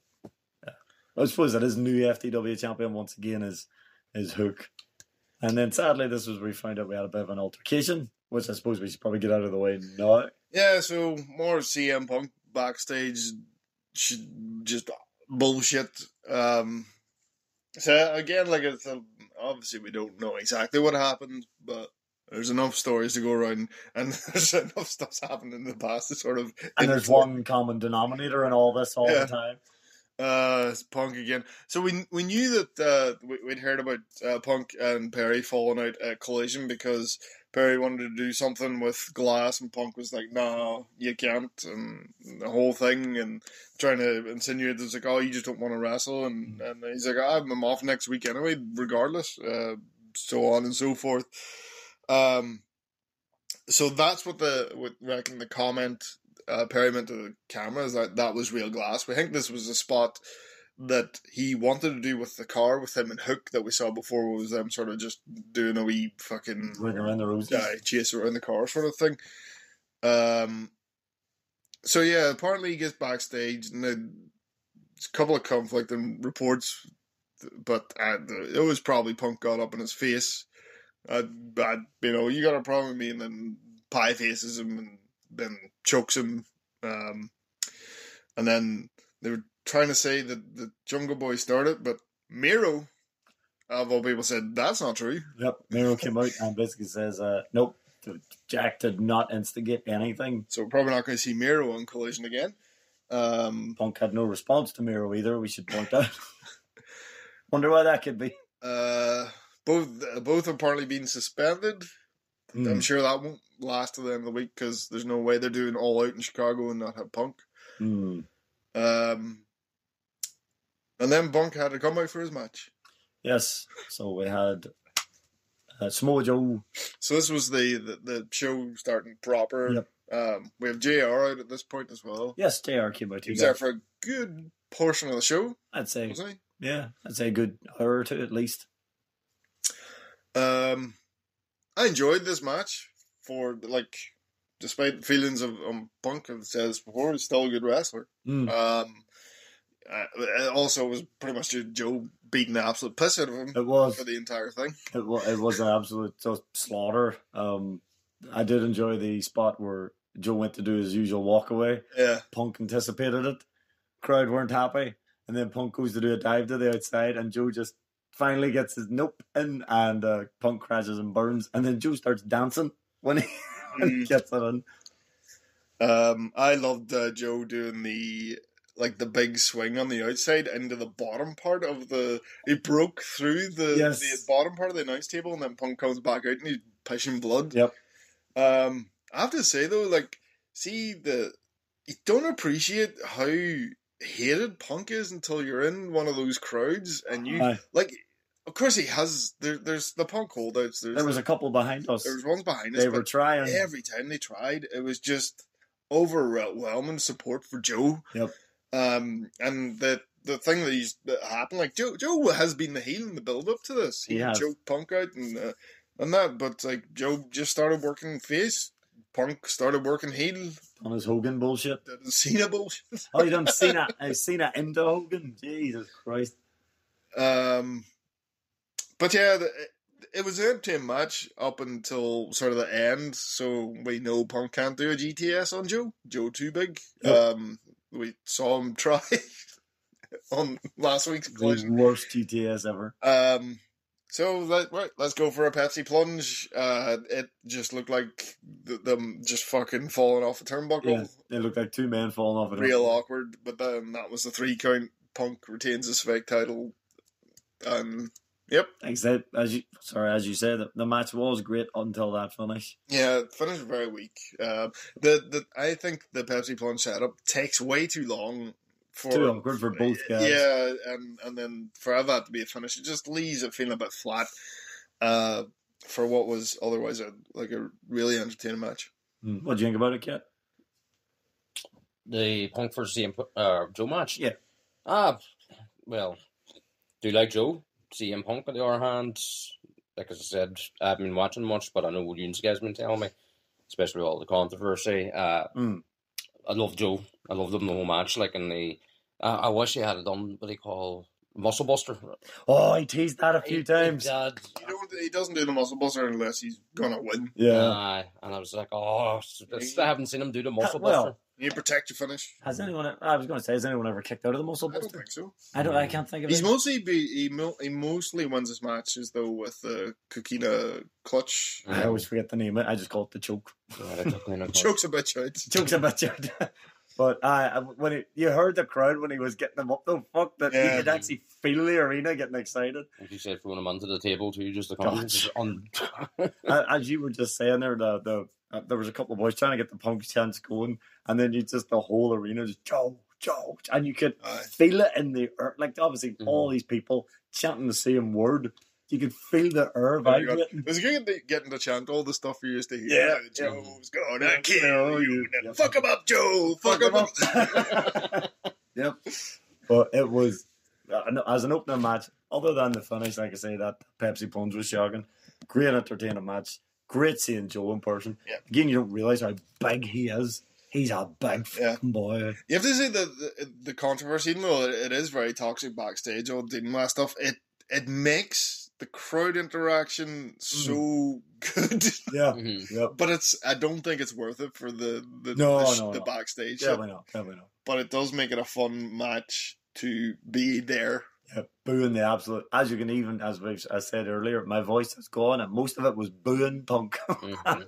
[SPEAKER 2] uh, I suppose that is new FTW champion once again is is Hook. And then sadly, this was where we found out we had a bit of an altercation, which I suppose we should probably get out of the way now.
[SPEAKER 1] Yeah, so more CM Punk backstage, sh- just bullshit. Um, so again, like it's um obviously we don't know exactly what happened, but there's enough stories to go around, and there's enough stuff's happened in the past to sort of.
[SPEAKER 2] And there's one common denominator in all this all
[SPEAKER 1] Yeah.
[SPEAKER 2] the time.
[SPEAKER 1] uh, Punk again. So we we knew that uh, we, we'd heard about uh, Punk and Perry falling out at Collision because Perry wanted to do something with Glass, and Punk was like, "No, you can't," and the whole thing, and trying to insinuate that it's like, "Oh, you just don't want to wrestle," and and he's like, "Ah, "I'm I'm off next week anyway, regardless," uh, so on and so forth. Um, so that's what the what reckon the comment uh, Perry meant to the camera is that that was real glass. We think this was a spot that he wanted to do with the car with him and Hook that we saw before was them sort of just doing a wee fucking
[SPEAKER 2] Ring around the roses.
[SPEAKER 1] guy chase around the car sort of thing. Um. So yeah, apparently he gets backstage and then there's a couple of conflicting reports, but uh, it was probably Punk got up in his face. Uh, but you know, you got a problem with me, and then pie faces him and then chokes him. Um, and then they were trying to say that the Jungle Boy started, but Miro, of all people, said that's not true.
[SPEAKER 2] Yep. Miro came out and basically says, uh, nope, Jack did not instigate anything.
[SPEAKER 1] So we're probably not going to see Miro on Collision again. Um,
[SPEAKER 2] Punk had no response to Miro either. We should point out. Wonder why that could be.
[SPEAKER 1] uh, both uh, both are apparently being suspended. I'm
[SPEAKER 2] Mm,
[SPEAKER 1] sure that won't last till the end of the week because there's no way they're doing all out in Chicago and not have Punk.
[SPEAKER 2] mm.
[SPEAKER 1] Um, and then Punk had to come out for his match.
[SPEAKER 2] Yes. So we had Uh, Samoa Joe.
[SPEAKER 1] So this was the the, the show starting proper.
[SPEAKER 2] Yep.
[SPEAKER 1] Um, we have Jr. out at this point as well.
[SPEAKER 2] Yes, JR came out
[SPEAKER 1] He
[SPEAKER 2] too.
[SPEAKER 1] was there
[SPEAKER 2] guys.
[SPEAKER 1] for a good portion of the show,
[SPEAKER 2] I'd say,
[SPEAKER 1] wasn't
[SPEAKER 2] yeah, I'd say a good hour or two at least.
[SPEAKER 1] he? Um, I enjoyed this match for like, despite feelings of um, Punk have said this before, he's still a good wrestler.
[SPEAKER 2] Mm.
[SPEAKER 1] Um, uh, it also was pretty much just Joe beating the absolute piss out of him
[SPEAKER 2] It was
[SPEAKER 1] for the entire thing.
[SPEAKER 2] it was, it was an absolute just slaughter. Um, I did enjoy the spot where Joe went to do his usual walk away.
[SPEAKER 1] Yeah,
[SPEAKER 2] Punk anticipated it. Crowd weren't happy, and then Punk goes to do a dive to the outside, and Joe just finally gets his nope in, and uh, Punk crashes and burns, and then Joe starts dancing when he, when he
[SPEAKER 1] Mm.
[SPEAKER 2] gets it in.
[SPEAKER 1] um, I loved uh, Joe doing the like the big swing on the outside into the bottom part of the. He broke through the,
[SPEAKER 2] Yes.
[SPEAKER 1] the bottom part of the announce table, and then Punk comes back out and he's pushing blood.
[SPEAKER 2] Yep.
[SPEAKER 1] Um, I have to say though, like, see the you don't appreciate how hated Punk is until you're in one of those crowds and you
[SPEAKER 2] Aye.
[SPEAKER 1] like. Of course, he has. There, there's the Punk holdouts. There's
[SPEAKER 2] there was a couple behind us.
[SPEAKER 1] there was ones behind us.
[SPEAKER 2] They were
[SPEAKER 1] but
[SPEAKER 2] trying.
[SPEAKER 1] every time they tried, it was just overwhelming support for Joe.
[SPEAKER 2] Yep.
[SPEAKER 1] Um, and the the thing that he's that happened, like Joe, Joe has been the heel in the build up to this.
[SPEAKER 2] He has.
[SPEAKER 1] Joe Punk out and uh, and that, but like Joe just started working face. Punk started working heel.
[SPEAKER 2] on his Hogan bullshit.
[SPEAKER 1] Did Cena bullshit.
[SPEAKER 2] Oh, you done Cena? I've seen it into Hogan. Jesus Christ!
[SPEAKER 1] Um, but yeah, the, it was an empty match up until sort of the end, so we know Punk can't do a GTS on Joe. Joe too big.
[SPEAKER 2] Yep.
[SPEAKER 1] Um, we saw him try on last week's
[SPEAKER 2] The
[SPEAKER 1] collision.
[SPEAKER 2] worst GTS ever.
[SPEAKER 1] Um, so let, right, let's go for a Pepsi plunge. Uh, it just looked like th- them just fucking falling off a turnbuckle.
[SPEAKER 2] Yeah, they look like two men falling off. an
[SPEAKER 1] Real
[SPEAKER 2] airplane.
[SPEAKER 1] awkward, but then that was the three count. Punk retains his fake title. Um, yep,
[SPEAKER 2] Except as you, sorry, as you said, the, the match was great until that finish.
[SPEAKER 1] Yeah, it finished very weak. Uh, the the I think the Pepsi Plunge setup takes way too long for
[SPEAKER 2] Too awkward for both guys.
[SPEAKER 1] yeah, and and then for that to be a finish, it just leaves it feeling a bit flat. Uh, for what was otherwise a like a really entertaining match.
[SPEAKER 2] Mm. What do you think about it, Kit?
[SPEAKER 3] The Punk versus CM P- uh, Joe match.
[SPEAKER 2] Yeah.
[SPEAKER 3] Ah, well, do you like Joe? CM Punk on the other hand, like as I said, I haven't been watching much, but I know what you guys have been telling me, especially with all the controversy. Uh,
[SPEAKER 2] Mm.
[SPEAKER 3] I love Joe. I loved him the whole match. Like in the, uh, I wish he had it done what they call muscle buster.
[SPEAKER 2] Oh, he teased that a few
[SPEAKER 3] He-
[SPEAKER 2] times.
[SPEAKER 3] He did.
[SPEAKER 1] He don't he doesn't do the muscle buster unless he's gonna win.
[SPEAKER 2] Yeah.
[SPEAKER 3] Aye, and I was like, oh, s- s- I haven't seen him do the muscle
[SPEAKER 2] well,
[SPEAKER 3] buster.
[SPEAKER 1] You protect your finish.
[SPEAKER 2] Has anyone? I was going to say, has anyone ever kicked out of the muscle
[SPEAKER 1] I don't
[SPEAKER 2] buster?
[SPEAKER 1] think so.
[SPEAKER 2] I don't. I can't think of
[SPEAKER 1] He's
[SPEAKER 2] it.
[SPEAKER 1] mostly be, he, mo- he mostly wins his matches though with the Kukina clutch.
[SPEAKER 2] I always forget the name. of it. I just call it the choke.
[SPEAKER 3] God, I don't know.
[SPEAKER 1] Chokes a bitch out.
[SPEAKER 2] Jokes about you. But uh, I, I- when it, you heard the crowd when he was getting them up, though, fuck that
[SPEAKER 1] Yeah.
[SPEAKER 2] you could actually feel the arena getting excited.
[SPEAKER 3] As you said, throwing him under er the table too, just to
[SPEAKER 2] God.
[SPEAKER 3] come just on.
[SPEAKER 2] A- As you were just saying there, the, the uh, there was a couple of boys trying to get the punk chants going, and then you just the whole arena just Joe, Joe, and you could
[SPEAKER 1] Aye.
[SPEAKER 2] feel it in the air. Like obviously,
[SPEAKER 3] Mhm.
[SPEAKER 2] all these people chanting the same word, you could feel the air
[SPEAKER 1] my God.
[SPEAKER 2] vibrating.
[SPEAKER 1] It was good to- getting to chant all the stuff you used to hear.
[SPEAKER 2] Yeah,
[SPEAKER 1] Like, Joe's gonna
[SPEAKER 2] Yeah,
[SPEAKER 1] kill
[SPEAKER 2] yeah,
[SPEAKER 1] you.
[SPEAKER 2] yeah.
[SPEAKER 1] Now Fuck him up, Joe. Fuck, him up.
[SPEAKER 2] yep. But it was uh, no, as an opening match, other than the finish, like I say, that Pepsi Punch was shocking. Great entertaining match. Great seeing Joe in person.
[SPEAKER 1] Yeah.
[SPEAKER 2] Again, you don't realize how big he is. He's a big
[SPEAKER 1] Yeah.
[SPEAKER 2] fucking boy.
[SPEAKER 1] You have to say the, the the controversy, even though it, it is very toxic backstage, all the and that stuff. It it makes the crowd interaction
[SPEAKER 2] Mm.
[SPEAKER 1] so good,
[SPEAKER 2] Yeah.
[SPEAKER 3] Mhm.
[SPEAKER 2] Yep.
[SPEAKER 1] but it's I don't think it's worth it for the the
[SPEAKER 2] No,
[SPEAKER 1] the, sh-
[SPEAKER 2] no,
[SPEAKER 1] the
[SPEAKER 2] no.
[SPEAKER 1] backstage. shit.
[SPEAKER 2] Definitely not. Definitely not.
[SPEAKER 1] But it does make it a fun match to be there.
[SPEAKER 2] Yeah, booing the absolute. As you can even, as we've I said earlier, my voice has gone, and most of it was booing punk.
[SPEAKER 3] Mhm.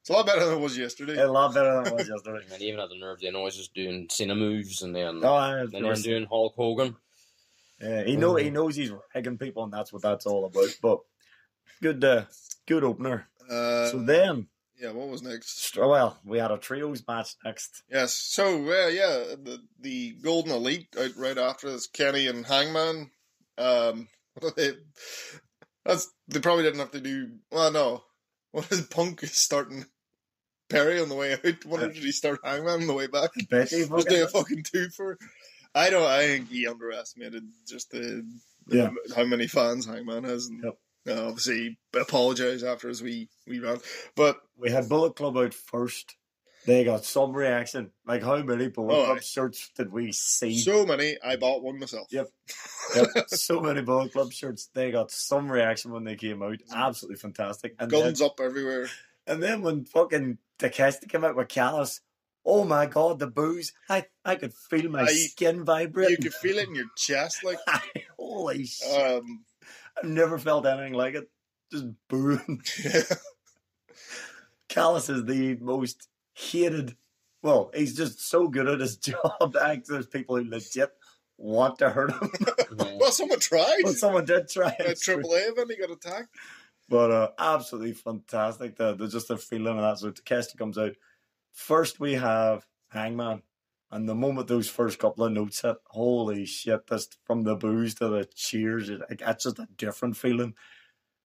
[SPEAKER 1] It's a lot better than it was yesterday.
[SPEAKER 2] a lot better than it was yesterday.
[SPEAKER 3] and even at the nerve, er then always just doing cinema moves, and then
[SPEAKER 2] No, I-
[SPEAKER 3] and then doing er Hulk Hogan.
[SPEAKER 2] Oh, Yeah, he know he knows he's ragging people, and that's what that's all about. But good, uh, good opener.
[SPEAKER 1] Uh,
[SPEAKER 2] so then,
[SPEAKER 1] yeah, what was next?
[SPEAKER 2] st- oh, well, we had a trios match next.
[SPEAKER 1] Yes. So uh, yeah, the the Golden Elite out right after this, Kenny and Hangman. Um, they That's they probably didn't have to do. Well, no. What is Punk starting Perry on the way out? What did he start Hangman on the way back?
[SPEAKER 2] Betty,
[SPEAKER 1] Just do a
[SPEAKER 2] fucking-
[SPEAKER 1] fucking two for. I don't. I think he underestimated just the, the-
[SPEAKER 2] Yeah.
[SPEAKER 1] how many fans Hangman has. And,
[SPEAKER 2] Yep.
[SPEAKER 1] uh, obviously, apologize after his we we ran, but
[SPEAKER 2] we had Bullet Club out first. They got some reaction. Like how many Bullet
[SPEAKER 1] Oh,
[SPEAKER 2] Club
[SPEAKER 1] aye.
[SPEAKER 2] shirts did we see?
[SPEAKER 1] so many. I bought one myself.
[SPEAKER 2] Yep. Yep, so many Bullet Club shirts. They got some reaction when they came out. Absolutely fantastic. And then,
[SPEAKER 1] Mm-hmm. Guns up everywhere.
[SPEAKER 2] and then when fucking Takeshita came out with Callus, oh my god, the booze! I I could feel my
[SPEAKER 1] Aye.
[SPEAKER 2] skin
[SPEAKER 1] You
[SPEAKER 2] vibrate.
[SPEAKER 1] could feel it in your chest, like
[SPEAKER 2] Holy shit!
[SPEAKER 1] um,
[SPEAKER 2] I've never felt anything like it. Just booing. Callus is the most hated. Well, he's just so good at his job. Like, There's people who legit want to hurt him.
[SPEAKER 1] well, someone tried.
[SPEAKER 2] but someone did try.
[SPEAKER 1] At
[SPEAKER 2] It's
[SPEAKER 1] Triple A, then he got attacked.
[SPEAKER 2] But uh, absolutely fantastic. The, the just the feeling of that. So Takeshita comes out. First we have Hangman. And the moment those first couple of notes hit, holy shit, that's from the boos to the cheers. It, like, that's just a different feeling.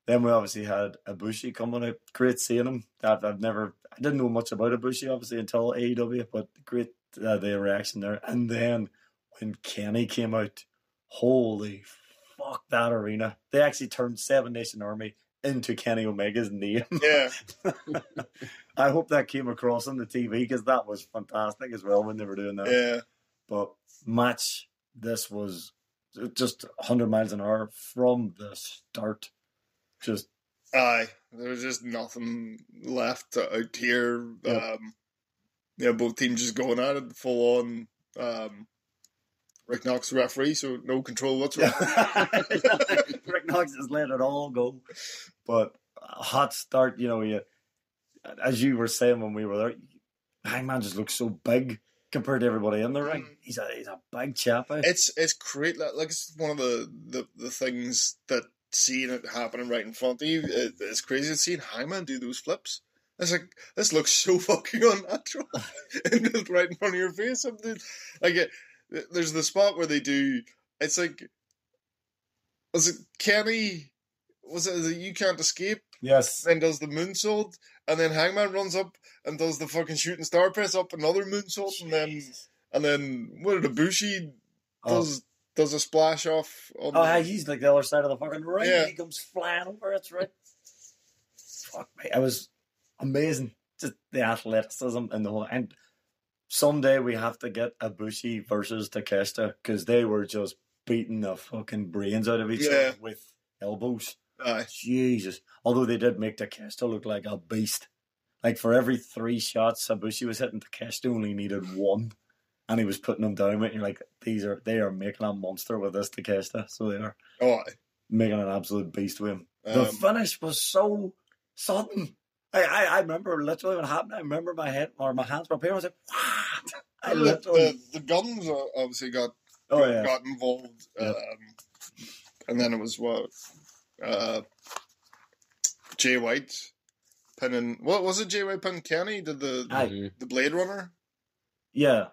[SPEAKER 2] Then we obviously had Ibushi coming out. Great seeing him. I've, I've never, I didn't know much about Ibushi obviously until AEW, but great uh, the reaction there. And then when Kenny came out, holy fuck that arena. They actually turned Seven Nation Army into Kenny Omega's name.
[SPEAKER 1] Yeah,
[SPEAKER 2] I hope that came across on the TV because that was fantastic as well when they were doing that.
[SPEAKER 1] yeah.
[SPEAKER 2] But match, this was just 100 miles an hour from the start. Just
[SPEAKER 1] Aye, there was just nothing left out here.
[SPEAKER 2] Yep.
[SPEAKER 1] Um, yeah, both teams just going at it full on. Um, Rick Knox the referee, so no control whatsoever.
[SPEAKER 2] Rick Knox has let it all go. But a hot start, you know, you, as you were saying when we were there, Hangman just looks so big compared to everybody in the ring.
[SPEAKER 1] Mhm.
[SPEAKER 2] He's a he's a big chap. eh?
[SPEAKER 1] It's it's great. Like like, it's one of the, the, the things that seeing it happening right in front of you it, it's crazy. Seeing Hangman do those flips. It's like this looks so fucking unnatural, and just right in front of your face. I'm dude, like it, there's the spot where they do. It's like was it Kenny? Was it the you can't escape?
[SPEAKER 2] Yes.
[SPEAKER 1] Then does the moonsault, and then Hangman runs up and does the fucking shooting star press up another moonsault, and then and then what did Ibushi
[SPEAKER 2] Oh.
[SPEAKER 1] does does a splash off on
[SPEAKER 2] Oh,
[SPEAKER 1] the-
[SPEAKER 2] hey, he's like the other side of the fucking ring.
[SPEAKER 1] Yeah.
[SPEAKER 2] He comes flying over. It's right. Fuck me, I was amazing. Just the athleticism and the whole. And someday we have to get Ibushi versus Takeshita because they were just beating the fucking brains out of each
[SPEAKER 1] Yeah.
[SPEAKER 2] other with elbows.
[SPEAKER 1] Aye.
[SPEAKER 2] Jesus. Although they did make Takeshita look like a beast. Like for every three shots Ibushi was hitting, Takeshita only needed one. And he was putting them down with you're like, these are they are making a monster with this Takeshita. So they are
[SPEAKER 1] Oh, aye.
[SPEAKER 2] making an absolute beast with him. the
[SPEAKER 1] Um,
[SPEAKER 2] finish was so sudden. I, I, I remember literally what happened. I remember my head or my hands were up here. I was like, what? I
[SPEAKER 1] Oh, the,
[SPEAKER 2] literally,
[SPEAKER 1] the- the guns uh, obviously got
[SPEAKER 2] oh
[SPEAKER 1] got,
[SPEAKER 2] yeah,
[SPEAKER 1] got involved,
[SPEAKER 2] Yeah.
[SPEAKER 1] um, and then it was what uh, Jay White pinning. What was it? Jay White pinning Kenny? Did the
[SPEAKER 2] Aye.
[SPEAKER 3] Mhm.
[SPEAKER 1] the Blade Runner?
[SPEAKER 2] yeah.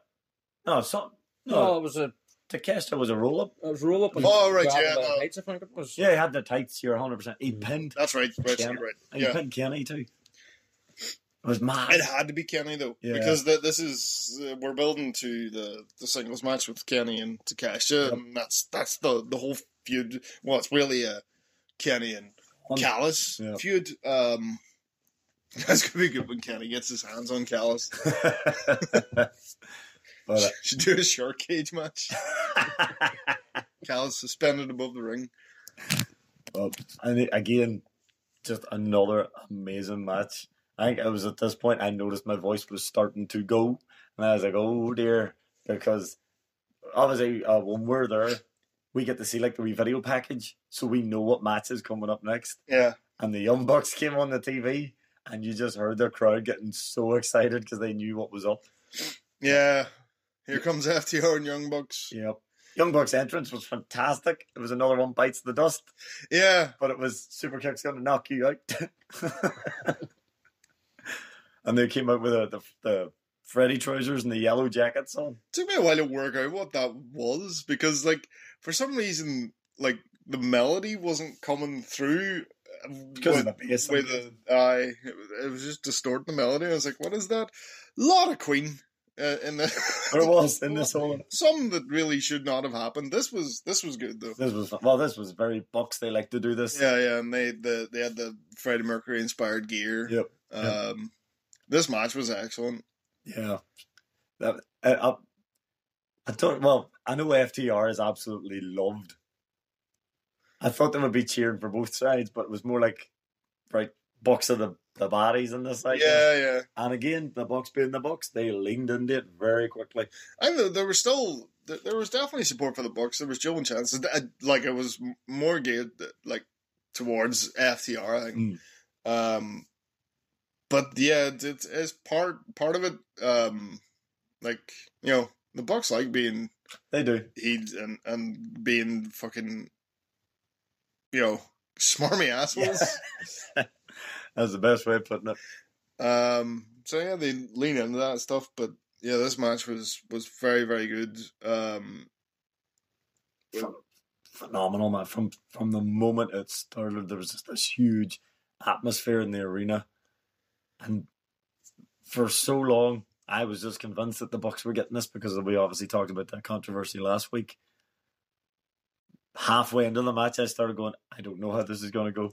[SPEAKER 2] No, so
[SPEAKER 3] No,
[SPEAKER 2] no.
[SPEAKER 3] it was a
[SPEAKER 2] Takeshita was a roll up.
[SPEAKER 3] it was roll up. and
[SPEAKER 1] Oh, right,
[SPEAKER 3] grab
[SPEAKER 1] yeah,
[SPEAKER 3] by the
[SPEAKER 1] no.
[SPEAKER 3] heights, I think it was.
[SPEAKER 2] Yeah, he had the tights. You're 100. percent He
[SPEAKER 3] Mhm.
[SPEAKER 2] pinned.
[SPEAKER 1] That's right. Right.
[SPEAKER 2] Kenny.
[SPEAKER 1] right.
[SPEAKER 2] He
[SPEAKER 1] Mm. Yeah.
[SPEAKER 2] pinned Kenny too. It was mad.
[SPEAKER 1] It had to be Kenny though,
[SPEAKER 2] Yeah.
[SPEAKER 1] because th this is uh, we're building to the, the singles match with Kenny and Takeshita,
[SPEAKER 2] Yep.
[SPEAKER 1] and that's that's the the whole feud. Well, it's really a Kenny and
[SPEAKER 2] Hun-
[SPEAKER 1] Callus
[SPEAKER 2] Yeah.
[SPEAKER 1] feud. Um, that's gonna be good when Kenny gets his hands on Callus.
[SPEAKER 2] but
[SPEAKER 1] Should do a shark cage match.
[SPEAKER 2] uh,
[SPEAKER 1] Callus suspended above the ring.
[SPEAKER 2] Well, and it- again, just another amazing match. I think it was at this point I noticed my voice was starting to go, and I was like, "Oh dear," because obviously uh, when we're there, we get to see like the wee video package, so we know what match is coming up next.
[SPEAKER 1] Yeah,
[SPEAKER 2] And the Young Bucks came on the TV, and you just heard the crowd getting so excited because they knew what was up.
[SPEAKER 1] yeah. Here comes FTR and Young Bucks.
[SPEAKER 2] Yep. Young Bucks entrance was fantastic. It was another one bites the dust,
[SPEAKER 1] Yeah,
[SPEAKER 2] but it was super Superkick's going to knock you out. and they came out with the, the, the Freddy trousers and the yellow jackets on.
[SPEAKER 1] took me a while to work out what that was because like for some reason like the melody wasn't coming through uh,
[SPEAKER 2] Because
[SPEAKER 1] with,
[SPEAKER 2] of the bass.
[SPEAKER 1] with the I it was- it was just distorting the melody. I was like, what is that? lot of Queen uh, in
[SPEAKER 2] There
[SPEAKER 1] the
[SPEAKER 2] was in this whole.
[SPEAKER 1] some that really should not have happened. This was this was good though.
[SPEAKER 2] This was well. This was very Bucks. They like to do this.
[SPEAKER 1] Yeah, yeah, and they the they had the Freddie Mercury inspired gear.
[SPEAKER 2] Yep.
[SPEAKER 1] Um, this match was excellent.
[SPEAKER 2] Yeah. That, I, I, I don't, well, I know FTR is absolutely loved. I thought they would be cheering for both sides, but it was more like, right, box of the, the bodies on this side.
[SPEAKER 1] yeah, yeah.
[SPEAKER 2] And again, the box being the box, they leaned into it very quickly.
[SPEAKER 1] And there- there was still there there was definitely support for the Bucks. There was Joe chances. I- uh, Like it was m- more geared uh, like towards FTR. I think. Um, but yeah, it's, it's it's part part of it. Um, like you know, the Bucks like being
[SPEAKER 2] They do.
[SPEAKER 1] he's and and being fucking you know smarmy assholes.
[SPEAKER 2] That's the best way of putting it.
[SPEAKER 1] Um, so yeah, they lean into that stuff, but yeah, this match was was very very good. Um,
[SPEAKER 2] Phenomenal, man. From, from the moment it started, there was just this huge atmosphere in the arena. And for so long, I was just convinced that the Bucks were getting this because we obviously talked about that controversy last week. Halfway into the match, I started going, I don't know how this is going to go.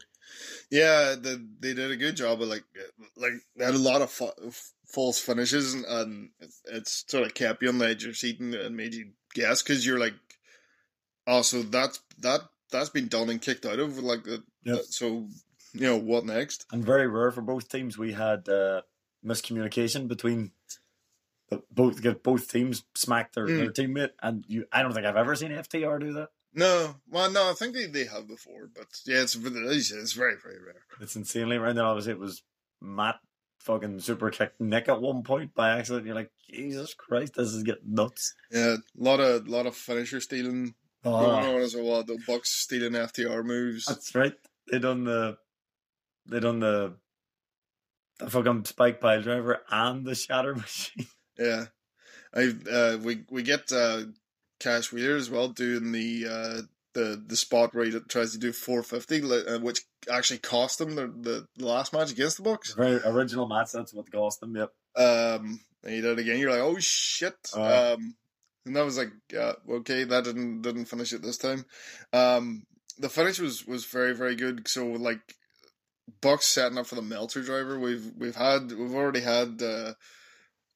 [SPEAKER 1] yeah, the, they did a good job of like like they had a lot of fa- false finishes, and, and it's, it's sort of kept you on the edge of your seat and, and made you guess because you're like, oh, so that's that that's been done and kicked out of like the,
[SPEAKER 2] Yep.
[SPEAKER 1] so you know what next?
[SPEAKER 2] And very rare for both teams, we had uh, miscommunication between the, both get both teams smacked their, their teammate, and you. I don't think I've ever seen FTR do that.
[SPEAKER 1] No, well, no, I think they, they have before, but yeah, it's it's very very rare.
[SPEAKER 2] It's insanely rare. And then obviously it was Matt fucking super kicked Nick at one point by accident. You're like, Jesus Christ, this is getting nuts.
[SPEAKER 1] Yeah, a lot of lot of finisher stealing
[SPEAKER 2] Oh,
[SPEAKER 1] going on as well. The Bucks stealing FTR moves.
[SPEAKER 2] That's right. They done the they done the the fucking spike pile driver and the shatter machine.
[SPEAKER 1] yeah, I uh, we we get uh, Cash Wheeler as well doing the uh, the the spot where he tries to do 450, li- uh, which actually cost him the, the last match against the Bucks.
[SPEAKER 2] Very original match. That's what cost them. Yep.
[SPEAKER 1] Um, and he did it again. You're like, oh shit.
[SPEAKER 2] Uh.
[SPEAKER 1] um, and that was like, uh, okay, that didn't didn't finish it this time. Um, the finish was was very very good. So like, Bucks setting up for the Melter driver. We've we've had we've already had, uh,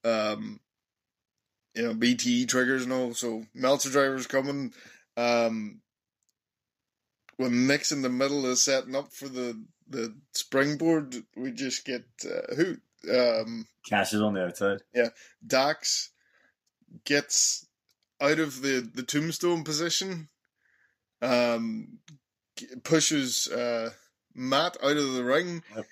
[SPEAKER 1] um, you know, BTE triggers and all. So Melter driver's coming. Um, when Nick's in the middle of setting up for the the springboard, we just get uh, who um
[SPEAKER 2] Cash is on the outside.
[SPEAKER 1] Dax gets out of the, the tombstone position, um, g- pushes uh, Matt out of the ring.
[SPEAKER 2] Yep.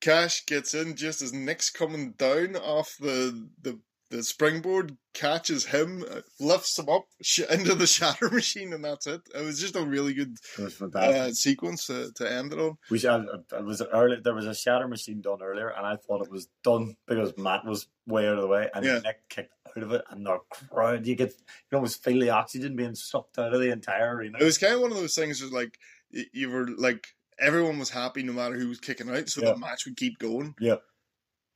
[SPEAKER 1] Cash gets in just as Nick's coming down off the the, the springboard, catches him, uh, lifts him up sh- into the shatter machine, and that's it. It was just a really good
[SPEAKER 2] It was fantastic.
[SPEAKER 1] uh, sequence to, to end it on.
[SPEAKER 2] we should, it was early. There was a shatter machine done earlier, and I thought it was done because Matt was way out of the way, and
[SPEAKER 1] Yeah.
[SPEAKER 2] Nick kicked out of it, and the crowd. You could you almost feel the oxygen being sucked out of the entire arena.
[SPEAKER 1] It was kind of one of those things where, like, y- you were like, everyone was happy no matter who was kicking out, so
[SPEAKER 2] Yeah.
[SPEAKER 1] the match would keep going.
[SPEAKER 2] Yep.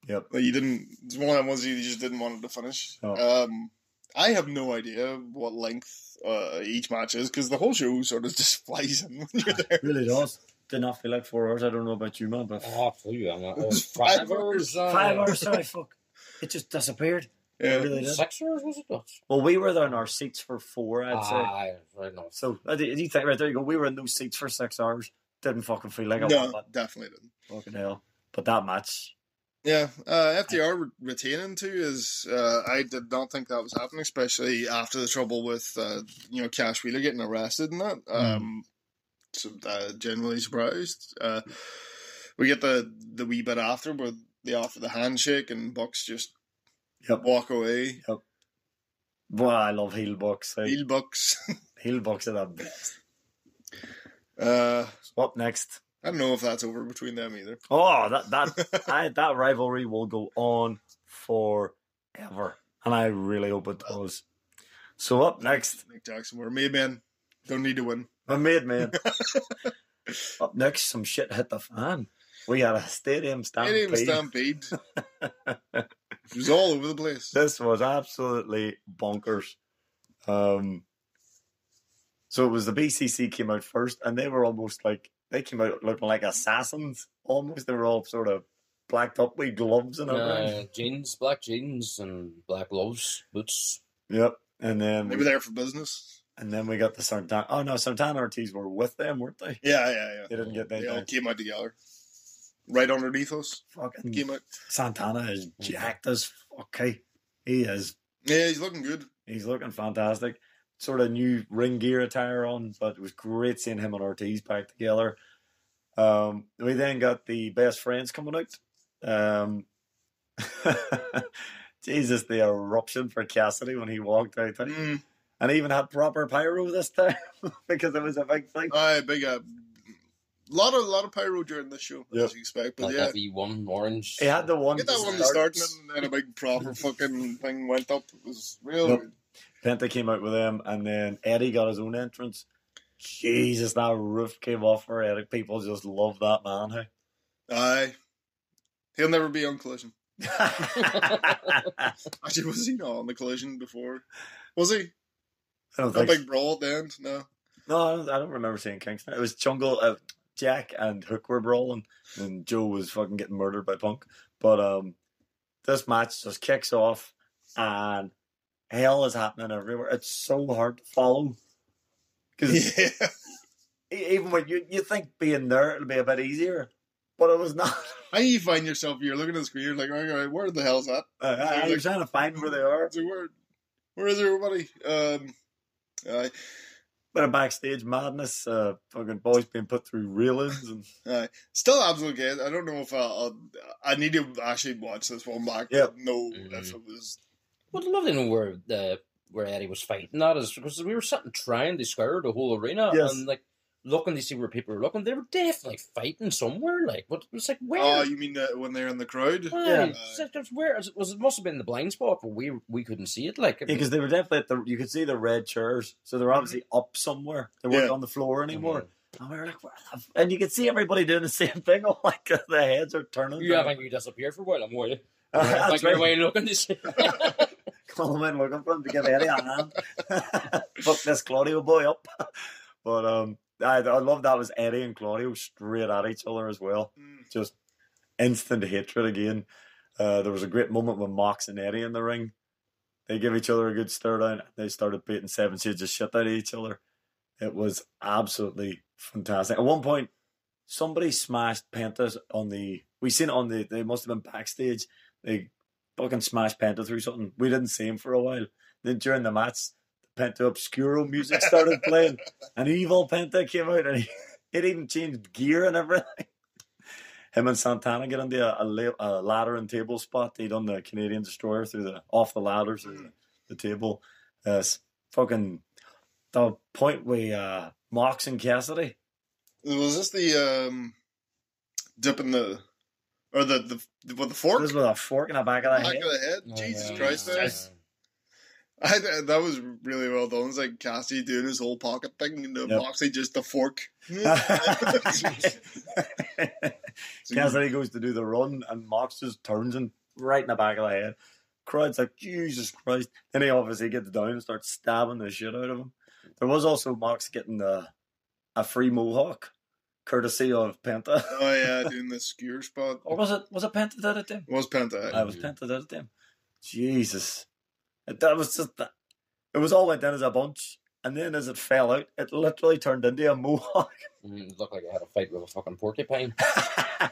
[SPEAKER 2] Yep.
[SPEAKER 1] Like you didn't. It's one of them ones you just didn't want it to finish.
[SPEAKER 2] Oh.
[SPEAKER 1] Um, I have no idea what length uh, each match is because the whole show sort of just flies in when you're there.
[SPEAKER 2] It really does. Did not feel like four hours. I don't know about you, man, but
[SPEAKER 1] Uh,
[SPEAKER 3] Oh, for you, I'm like, oh,
[SPEAKER 1] was
[SPEAKER 3] five
[SPEAKER 1] five
[SPEAKER 3] hours. uh,
[SPEAKER 2] five hours. Sorry, fuck. It just disappeared. It
[SPEAKER 1] Yeah.
[SPEAKER 2] really did.
[SPEAKER 3] Six hours was it? That's-
[SPEAKER 2] Well, we were there in our seats for four. I'd say.
[SPEAKER 3] Ah, right now.
[SPEAKER 2] So I did- you think right there you go. We were in those seats for six hours. Didn't fucking feel like I
[SPEAKER 1] No,
[SPEAKER 2] wanted
[SPEAKER 1] definitely didn't.
[SPEAKER 2] that fucking hell. But that match,
[SPEAKER 1] Yeah, uh, FDR re- retaining too is. Uh, I did not think that was happening, especially after the trouble with uh, you know Cash Wheeler getting arrested and that.
[SPEAKER 2] Mm.
[SPEAKER 1] Um, so uh, generally surprised. Uh, we get the the wee bit after where they offer the handshake and Bucks just
[SPEAKER 2] Yep.
[SPEAKER 1] walk away.
[SPEAKER 2] boy, I love heel box. Like, heel,
[SPEAKER 1] Heel Bucks.
[SPEAKER 2] box are the best.
[SPEAKER 1] Uh,
[SPEAKER 2] Up next.
[SPEAKER 1] I don't know if that's over between them either.
[SPEAKER 2] Oh, that that I, that rivalry will go on forever, and I really hope it does. So up next,
[SPEAKER 1] Nick Jackson, where Made Man. Don't need to win.
[SPEAKER 2] My made man. Up next, some shit hit the fan. We had a stadium
[SPEAKER 1] It
[SPEAKER 2] stampede.
[SPEAKER 1] ain't even stampede. it was all over the place.
[SPEAKER 2] This was absolutely bonkers. Um, so it was the BCC came out first, and they were almost like they came out looking like assassins. Almost, they were all sort of blacked up with gloves and everything.
[SPEAKER 3] Uh, jeans, black jeans, and black gloves, boots.
[SPEAKER 2] Yep. And then
[SPEAKER 1] They were there for business.
[SPEAKER 2] and then we got the Santana. Oh no, Santana Ortiz were with them, weren't they?
[SPEAKER 1] Yeah, yeah, yeah.
[SPEAKER 2] They didn't get
[SPEAKER 1] They all
[SPEAKER 2] that.
[SPEAKER 1] came out together. Right underneath us.
[SPEAKER 2] Fucking
[SPEAKER 1] Came out.
[SPEAKER 2] Santana is jacked as fuck. eh? He is
[SPEAKER 1] Yeah, he's looking good.
[SPEAKER 2] He's looking fantastic. Sort of new ring gear attire on, but it was great seeing him and Ortiz back together. Um, we then got the best friends coming out. Um, Jesus, the eruption for Cassidy when he walked out,
[SPEAKER 1] Mm.
[SPEAKER 2] and he even had proper pyro this time because it was a big thing.
[SPEAKER 1] Aye, big uh, lot of lot of pyro during this show,
[SPEAKER 2] Yep.
[SPEAKER 1] as you expect. But
[SPEAKER 3] Like
[SPEAKER 1] yeah,
[SPEAKER 3] that wee one orange.
[SPEAKER 2] He had the one.
[SPEAKER 1] get that
[SPEAKER 2] to
[SPEAKER 1] one to start and then a big proper fucking thing went up. It was real.
[SPEAKER 2] Yep. Penta came out with them, and then Eddie got his own entrance. Jesus, that roof came off for Eddie. People just love that man. Hey?
[SPEAKER 1] Aye, he'll never be on collision.
[SPEAKER 2] I
[SPEAKER 1] Actually, was he not on the collision before? Was he?
[SPEAKER 2] don't
[SPEAKER 1] That
[SPEAKER 2] think.
[SPEAKER 1] big brawl at the end? No.
[SPEAKER 2] no, I don't, I don't remember seeing Kingston. It was Jungle, uh, Jack, and Hook were brawling, and Joe was fucking getting murdered by Punk. But um, this match just kicks off, and hell is happening everywhere. It's so hard to follow because
[SPEAKER 1] Yeah.
[SPEAKER 2] even when you you think being there it'll be a bit easier, but it was not.
[SPEAKER 1] How you find yourself? You're looking at the screen. You're like, all right, where the hell's that?
[SPEAKER 2] Uh, I, I'm trying to find where they are.
[SPEAKER 1] It's a word. Where is everybody? Um, aye,
[SPEAKER 2] Bit of backstage madness. Uh, fucking boys being put through railings and.
[SPEAKER 1] aye. Still absolute good. I don't know if I'll, I'll. I need to actually watch this one back.
[SPEAKER 2] Yeah.
[SPEAKER 1] No,
[SPEAKER 3] Mhm.
[SPEAKER 1] if it was.
[SPEAKER 3] Would love to know where the where Eddie was fighting. That is because we were sitting trying to scour the whole arena
[SPEAKER 2] Yes.
[SPEAKER 3] and like looking to see where people were looking. They were definitely fighting somewhere. Like what? It was like where?
[SPEAKER 1] Oh, you mean uh, when they're in the crowd?
[SPEAKER 3] Aye,
[SPEAKER 2] yeah.
[SPEAKER 3] it's like, it's where it was it must have been the blind spot, but we we couldn't see it. Like
[SPEAKER 2] because they were definitely at the, you could see the red chairs, so they're obviously up somewhere. They weren't
[SPEAKER 1] Yeah.
[SPEAKER 2] on the floor anymore, and we were like, "Where the f-" and you could see everybody doing the same thing. All like uh, the heads are turning. "Uh,
[SPEAKER 3] you haven't you disappeared for a while. I'm worried.
[SPEAKER 2] That's right.
[SPEAKER 3] like you're away looking to see. Oh,
[SPEAKER 2] Call him in looking for him to give Eddie a hand. Fuck this Claudio boy up. But um, I, I love that was Eddie and Claudio straight at each other as well.
[SPEAKER 1] Mm.
[SPEAKER 2] Just instant hatred again. Uh, there was a great moment with Mox and Eddie in the ring. They give each other a good stir down. They started beating seven shades of shit out of each other. It was absolutely fantastic. At one point, somebody smashed Penta's on the. We seen it on the. They must have been backstage. They fucking smashed Penta through something. We didn't see him for a while. Then during the match, Penta Obscuro music started playing, and Evil Penta came out, and he, it even changed gear and everything. Him and Santana get into a, a, la- a ladder and table spot. They done the Canadian destroyer through the off the ladder
[SPEAKER 1] Mm.
[SPEAKER 2] through the, the table. Uh, s- fucking the point we uh, Mox and Cassidy.
[SPEAKER 1] Was this the um, dip in the or the the the, what, the fork? Oh
[SPEAKER 2] This with a fork in the back of the
[SPEAKER 1] Back
[SPEAKER 2] head. Oh,
[SPEAKER 1] of the head. Jesus Christ! man.
[SPEAKER 2] Yes.
[SPEAKER 1] I, that was really well done. It's like Cassie doing his whole pocket thing, and the
[SPEAKER 2] Yep.
[SPEAKER 1] Moxie just a fork.
[SPEAKER 2] Cassidy goes to do the run, and Mox just turns and right in the back of the head. Crowd's like, Jesus Christ. Then he obviously gets down and starts stabbing the shit out of him. There was also Mox getting the, a free mohawk, courtesy of Penta.
[SPEAKER 1] oh yeah, doing the skewer spot.
[SPEAKER 2] Or was it was it Penta that it did?
[SPEAKER 1] Was Penta?
[SPEAKER 2] I was Penta that it did. Jesus. It- That was just that. It was all went down as a bunch. And then as it fell out, it literally turned into a mohawk.
[SPEAKER 3] Mm, it looked like I had a fight with a fucking porcupine. And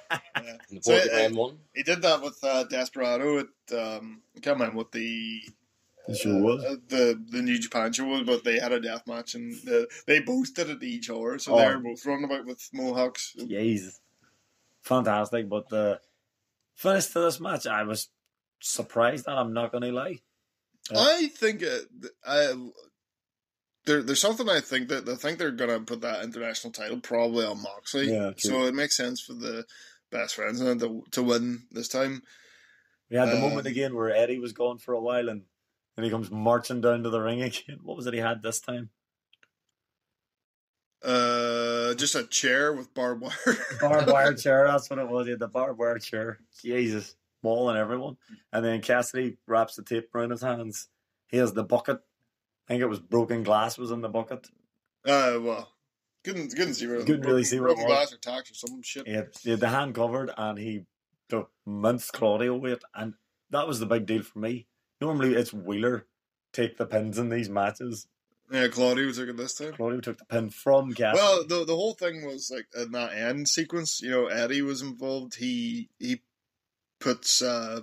[SPEAKER 3] the
[SPEAKER 1] So, uh,
[SPEAKER 3] porcupine won.
[SPEAKER 1] He did that with uh, Desperado. At, um, I can't remember what the
[SPEAKER 2] sure was.
[SPEAKER 1] uh, the the New Japan show was, but they had a death match and uh, they both did it to each other. So
[SPEAKER 2] Oh. Uh.
[SPEAKER 1] they were both running about with mohawks.
[SPEAKER 2] Jeez. Fantastic. But the finish to this match, I was surprised that I'm not going to lie. Yeah.
[SPEAKER 1] I think uh, I there, there's something I think that I think they're gonna put that international title probably on Moxley.
[SPEAKER 2] Yeah, true.
[SPEAKER 1] so it makes sense for the best friends and to, to win this time.
[SPEAKER 2] We had the
[SPEAKER 1] Um,
[SPEAKER 2] moment again where Eddie was gone for a while and then he comes marching down to the ring again. What was it he had this time?
[SPEAKER 1] Uh, just a chair with barbed wire.
[SPEAKER 2] Barbed wire chair. That's what it was. He had the barbed wire chair. Jesus, mauling everyone. And then Cassidy wraps the tape around his hands. He has the bucket. I think it was broken glass was in the bucket.
[SPEAKER 1] Uh, well, couldn't couldn't see what
[SPEAKER 2] Couldn't really see what it
[SPEAKER 1] broken
[SPEAKER 2] was.
[SPEAKER 1] glass or tacks or some shit.
[SPEAKER 2] He had, he had the hand covered and he took minced Claudio with it. And that was the big deal for me. Normally it's Wheeler take the pins in these matches.
[SPEAKER 1] Yeah, Claudio took it this time.
[SPEAKER 2] Claudio took the pin from Cassidy.
[SPEAKER 1] Well, the the whole thing was like in that end sequence. You know, Eddie was involved. He he puts uh,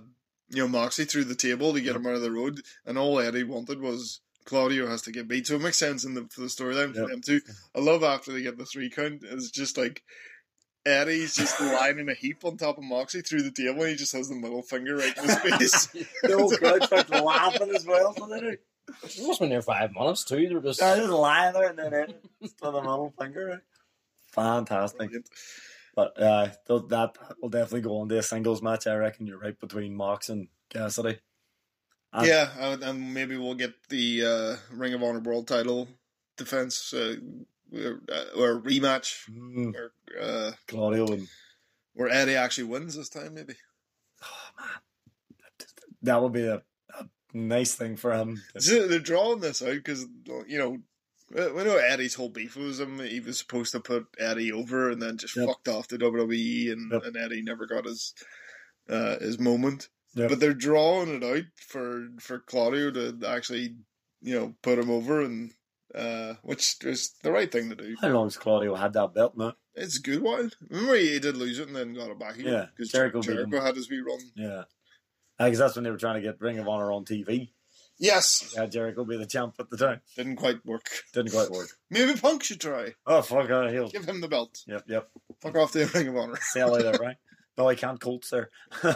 [SPEAKER 1] you know Moxie through the table to get him out of the road, and all Eddie wanted was Claudio has to get beat. So it makes sense in the for the storyline for
[SPEAKER 2] Yep.
[SPEAKER 1] them too. I love after they get the three count. It's just like. Eddie's just lying in a heap on top of Moxie through the table, and he just has the middle finger right in his face.
[SPEAKER 2] the whole crowd started laughing as well. So they
[SPEAKER 3] It must have been there five months too. They were just
[SPEAKER 2] I just lying there and then it with the middle finger. Fantastic.
[SPEAKER 1] Brilliant.
[SPEAKER 2] But uh, th- that will definitely go on to a singles match, I reckon. You're right between Mox and Cassidy. And-
[SPEAKER 1] yeah, and, and maybe we'll get the uh, Ring of Honor World Title defense uh, or, or rematch,
[SPEAKER 2] Mm,
[SPEAKER 1] or uh,
[SPEAKER 2] Claudio and
[SPEAKER 1] where Eddie actually wins this time. Maybe
[SPEAKER 2] oh, man, that would be a, a nice thing for him.
[SPEAKER 1] So they're drawing this out because you know uh, we know Eddie's whole beef was him. He was supposed to put Eddie over, and then just
[SPEAKER 2] Yep.
[SPEAKER 1] fucked off to WWE, and,
[SPEAKER 2] Yep.
[SPEAKER 1] and Eddie never got his uh, his moment.
[SPEAKER 2] Yep.
[SPEAKER 1] But they're drawing it out for for Claudio to actually you know put him over, and uh, which is the right thing to do.
[SPEAKER 2] How long's Claudio had that belt now?
[SPEAKER 1] It's a good one. Remember, he did lose it and then got it back again.
[SPEAKER 2] Yeah,
[SPEAKER 1] because Jericho,
[SPEAKER 2] Jericho beat him.
[SPEAKER 1] had his wee run.
[SPEAKER 2] Yeah. Because that's when they were trying to get Ring of Honor on TV.
[SPEAKER 1] Yes,
[SPEAKER 2] Yeah, Jericho be the champ at the time.
[SPEAKER 1] didn't quite work.
[SPEAKER 2] Didn't quite work.
[SPEAKER 1] Maybe Punk should try.
[SPEAKER 2] Oh, fuck, uh, he'll.
[SPEAKER 1] Give him the belt.
[SPEAKER 2] Yep, yep.
[SPEAKER 1] Fuck off the Ring of Honor.
[SPEAKER 2] Sell out right? No, I can't Colts there.
[SPEAKER 1] All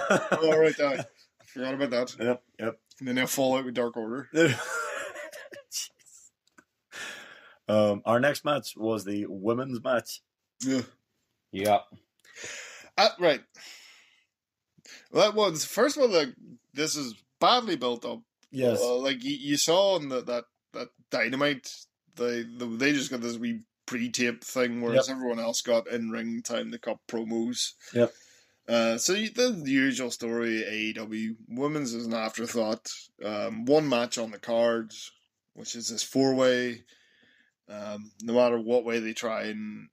[SPEAKER 1] right, I forgot about that.
[SPEAKER 2] yep, yep.
[SPEAKER 1] And then they'll fall out with Dark Order.
[SPEAKER 2] Jeez. um, our next match was the women's match.
[SPEAKER 1] Yeah.
[SPEAKER 3] yeah.
[SPEAKER 1] Uh, right. Well, that was first of all. Like this is badly built up.
[SPEAKER 2] Yes,
[SPEAKER 1] Uh, like you, you saw on the, that that dynamite, they the, they just got this wee pre-tape thing, whereas everyone else got in ring time the cup promos.
[SPEAKER 2] Yep.
[SPEAKER 1] Uh, so you, the, the usual story, AEW women's is an afterthought. Um, one match on the cards, which is this four way. Um, no matter what way they try and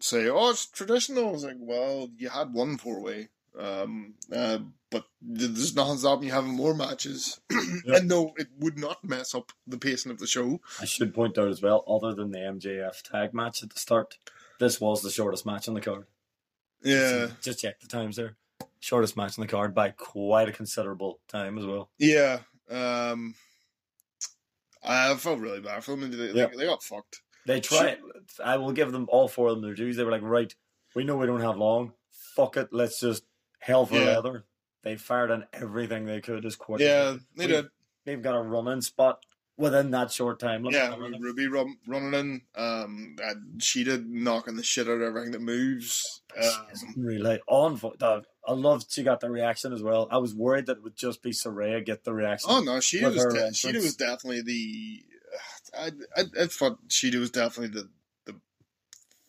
[SPEAKER 1] say, oh, it's traditional. It's like, well, you had one four way. Um, uh, but th- there's nothing stopping you having more matches. And no, it would not mess up the pacing of the show.
[SPEAKER 2] I should point out as well. Other than the MJF tag match at the start, this was the shortest match on the card.
[SPEAKER 1] Yeah.
[SPEAKER 2] just, just check the times there. Shortest match on the card by quite a considerable time as well.
[SPEAKER 1] Yeah. Um, I felt really bad for them. They,
[SPEAKER 2] Yeah.
[SPEAKER 1] they, they got fucked.
[SPEAKER 2] They try. I will give them all four of them their dues. They were like, right, we know we don't have long. Fuck it, let's just hell for
[SPEAKER 1] Yeah.
[SPEAKER 2] leather. They fired on everything they could as quick. as
[SPEAKER 1] Yeah, they
[SPEAKER 2] We-
[SPEAKER 1] did.
[SPEAKER 2] they've got a running spot within that short time limit.
[SPEAKER 1] Yeah, Ruby run, running in. Um, and she did knocking the shit out of everything that moves. Um,
[SPEAKER 2] Really on. fo- the- I loved she got the reaction as well. I was worried that it would just be Soraya get the reaction.
[SPEAKER 1] oh no, she
[SPEAKER 2] With
[SPEAKER 1] was
[SPEAKER 2] her
[SPEAKER 1] de- she
[SPEAKER 2] entrance.
[SPEAKER 1] was definitely the. I I, I thought she was definitely the the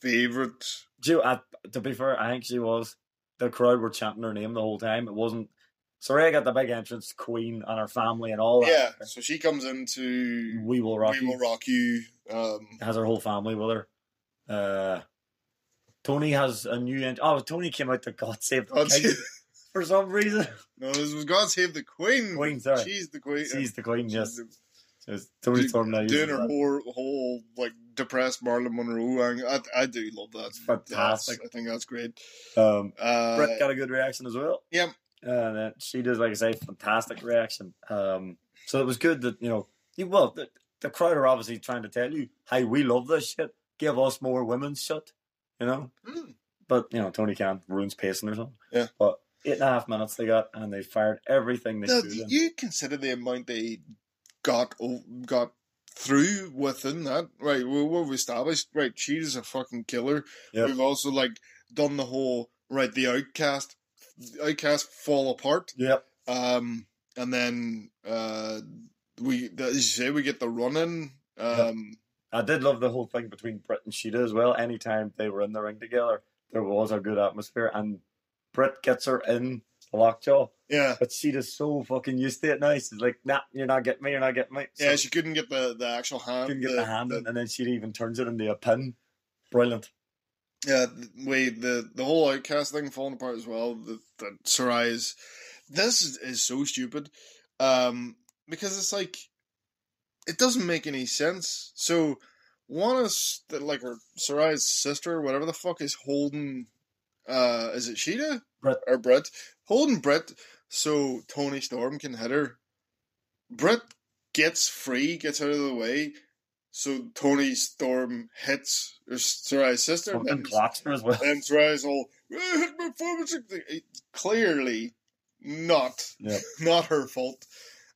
[SPEAKER 1] favorite.
[SPEAKER 2] She- I, to be fair, I think she was. The crowd were chanting her name the whole time. It wasn't Soraya got the big entrance, Queen and her family and all
[SPEAKER 1] Yeah,
[SPEAKER 2] that.
[SPEAKER 1] so she comes into
[SPEAKER 2] We will rock.
[SPEAKER 1] We
[SPEAKER 2] you.
[SPEAKER 1] Will Rock You. Um,
[SPEAKER 2] has her whole family with her. Uh, Tony has a new ent- oh Tony came out to God Save the
[SPEAKER 1] God
[SPEAKER 2] King
[SPEAKER 1] save,
[SPEAKER 2] for some reason.
[SPEAKER 1] no, this was God Save the Queen.
[SPEAKER 2] Queen, sorry.
[SPEAKER 1] She's the queen.
[SPEAKER 2] She's the Queen,
[SPEAKER 1] She's
[SPEAKER 2] yes.
[SPEAKER 1] the-
[SPEAKER 2] So it's Tony Storm now. uses
[SPEAKER 1] doing her
[SPEAKER 2] that.
[SPEAKER 1] whole, whole like depressed Marilyn Monroe. angle. I, I do love that.
[SPEAKER 2] It's fantastic.
[SPEAKER 1] That's- I think that's great.
[SPEAKER 2] Um,
[SPEAKER 1] Uh,
[SPEAKER 2] Brett got a good reaction as well.
[SPEAKER 1] Yep.
[SPEAKER 2] And uh, she does, like I say, fantastic reaction. Um, so it was good that, you know, you well, the, the crowd are obviously trying to tell you, hey, we love this shit. Give us more women's shit, you know?
[SPEAKER 1] hmm,
[SPEAKER 2] But, you know, Tony Khan ruins pacing or something.
[SPEAKER 1] Yeah.
[SPEAKER 2] But eight and a half minutes they got, and they fired everything they
[SPEAKER 1] now,
[SPEAKER 2] could.
[SPEAKER 1] do
[SPEAKER 2] in.
[SPEAKER 1] you consider the amount they got o- got through within that? Right, we, we've established. Right, she's a fucking killer.
[SPEAKER 2] Yep.
[SPEAKER 1] We've also like done the whole right. The outcast, outcast fall apart.
[SPEAKER 2] Yep.
[SPEAKER 1] Um, and then uh, we, as you say, we get the run in. Um,
[SPEAKER 2] I did love the whole thing between Britt and Sheeta as well. Anytime they were in the ring together, there was a good atmosphere, and Britt gets her in lockjaw,
[SPEAKER 1] Yeah.
[SPEAKER 2] but Sheeta's so fucking used to it now. She's like, "Nah, you're not getting me. You're not getting me." So
[SPEAKER 1] yeah, she couldn't get the, the actual hand.
[SPEAKER 2] couldn't get the, hand, in, and then Sheeta even turns it into a pin. Brilliant.
[SPEAKER 1] Yeah, wait, the the whole outcast thing falling apart as well. The, the Sarai is this is, is so stupid, um, because it's like it doesn't make any sense. So one is that like her Sarai's sister, whatever the fuck, is holding. Uh, is it Sheeta
[SPEAKER 2] Brett.
[SPEAKER 1] or Brett holding Brett so Tony Storm can hit her? Brett gets free, gets out of the way. So Tony Storm hits or Sarai's sister.
[SPEAKER 2] Fucking
[SPEAKER 1] and-
[SPEAKER 2] plaster as well.
[SPEAKER 1] and Thrice all "Eh, hit my former six thing." Eh, Clearly, not
[SPEAKER 2] Yeah.
[SPEAKER 1] not her fault.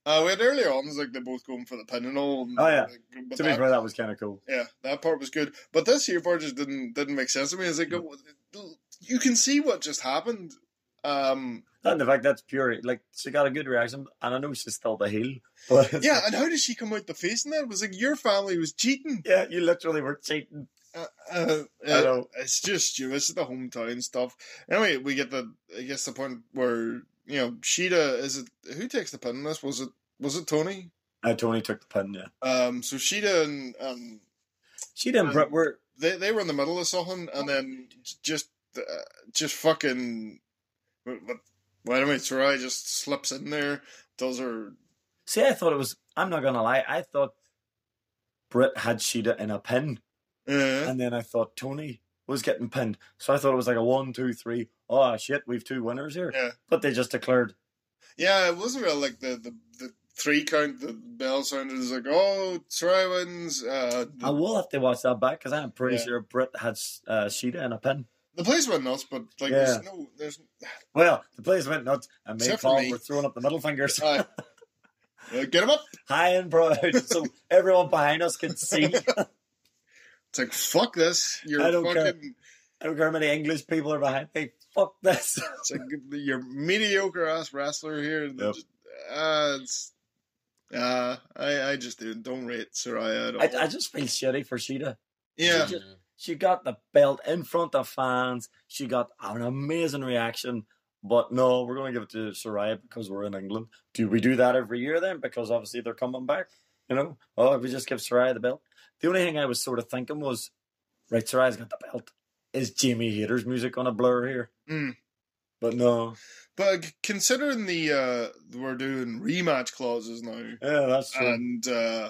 [SPEAKER 1] Uh, we had earlier on, it's like they're both going for the pin and all. and-
[SPEAKER 2] Oh, yeah.
[SPEAKER 1] but
[SPEAKER 2] to be
[SPEAKER 1] that,
[SPEAKER 2] fair, that was kind of cool.
[SPEAKER 1] yeah, that part was good. But this here part just didn't didn't make sense to me. It's like oh, you can see what just happened. Um,
[SPEAKER 2] And the fact that's pure, like she got a good reaction, and I know she's still the heel. But it's
[SPEAKER 1] yeah,
[SPEAKER 2] like,
[SPEAKER 1] and how did she come out the face in that? It was like your family was cheating.
[SPEAKER 2] yeah, you literally were cheating.
[SPEAKER 1] Uh, uh,
[SPEAKER 2] I
[SPEAKER 1] uh,
[SPEAKER 2] know.
[SPEAKER 1] it's just you. It's the hometown stuff. Anyway, we get the I guess the point where you know Sheeta is it who takes the pin in this? Was it was it Tony?
[SPEAKER 2] Uh, Tony took the pin. Yeah,
[SPEAKER 1] Um, so Sheeta and um,
[SPEAKER 2] she didn't.
[SPEAKER 1] Um,
[SPEAKER 2] we're
[SPEAKER 1] they they were in the middle of something, and then j- just uh, just fucking. But, but why don't we try? Just slips in there, does her.
[SPEAKER 2] see. I thought it was. I'm not gonna lie. I thought Britt had Sheeta in a pin,
[SPEAKER 1] Uh,
[SPEAKER 2] and then I thought Tony was getting pinned. So I thought it was like a one, two, three. Oh shit, we've two winners here.
[SPEAKER 1] Yeah.
[SPEAKER 2] But they just declared.
[SPEAKER 1] yeah, it wasn't real like the the. the Three count, the bell sounded is like, oh, Troy wins. Uh,
[SPEAKER 2] I will have to watch that back because I'm pretty
[SPEAKER 1] Yeah.
[SPEAKER 2] sure Britt had uh, Sheeta in a pin.
[SPEAKER 1] the place went nuts, but like,
[SPEAKER 2] Yeah.
[SPEAKER 1] there's no, there's
[SPEAKER 2] Well, the players went nuts, and me and
[SPEAKER 1] Except for
[SPEAKER 2] Paul
[SPEAKER 1] me.
[SPEAKER 2] were throwing up the middle fingers.
[SPEAKER 1] Aye. Uh, get him up.
[SPEAKER 2] high and proud, so everyone behind us could see.
[SPEAKER 1] It's like fuck this. You're
[SPEAKER 2] I don't
[SPEAKER 1] fucking.
[SPEAKER 2] care. I don't care how many English people are behind me. Fuck this.
[SPEAKER 1] It's like you're mediocre ass wrestler here.
[SPEAKER 2] Yep.
[SPEAKER 1] Uh, it's, uh, I I just do don't rate Soraya at all.
[SPEAKER 2] I, I just feel shitty for Sheeta.
[SPEAKER 1] yeah,
[SPEAKER 2] She, just- she got the belt in front of fans. She got an amazing reaction. But no, we're going to give it to Soraya because we're in England. Do we do that every year then? Because obviously they're coming back. You know, oh, if we just give Soraya the belt. The only thing I was sort of thinking was, right, Soraya's got the belt. Is Jamie Hader's music on a blur here?
[SPEAKER 1] Mm.
[SPEAKER 2] But no.
[SPEAKER 1] but c- considering the uh, we're doing rematch clauses now,
[SPEAKER 2] Yeah, that's true.
[SPEAKER 1] and uh,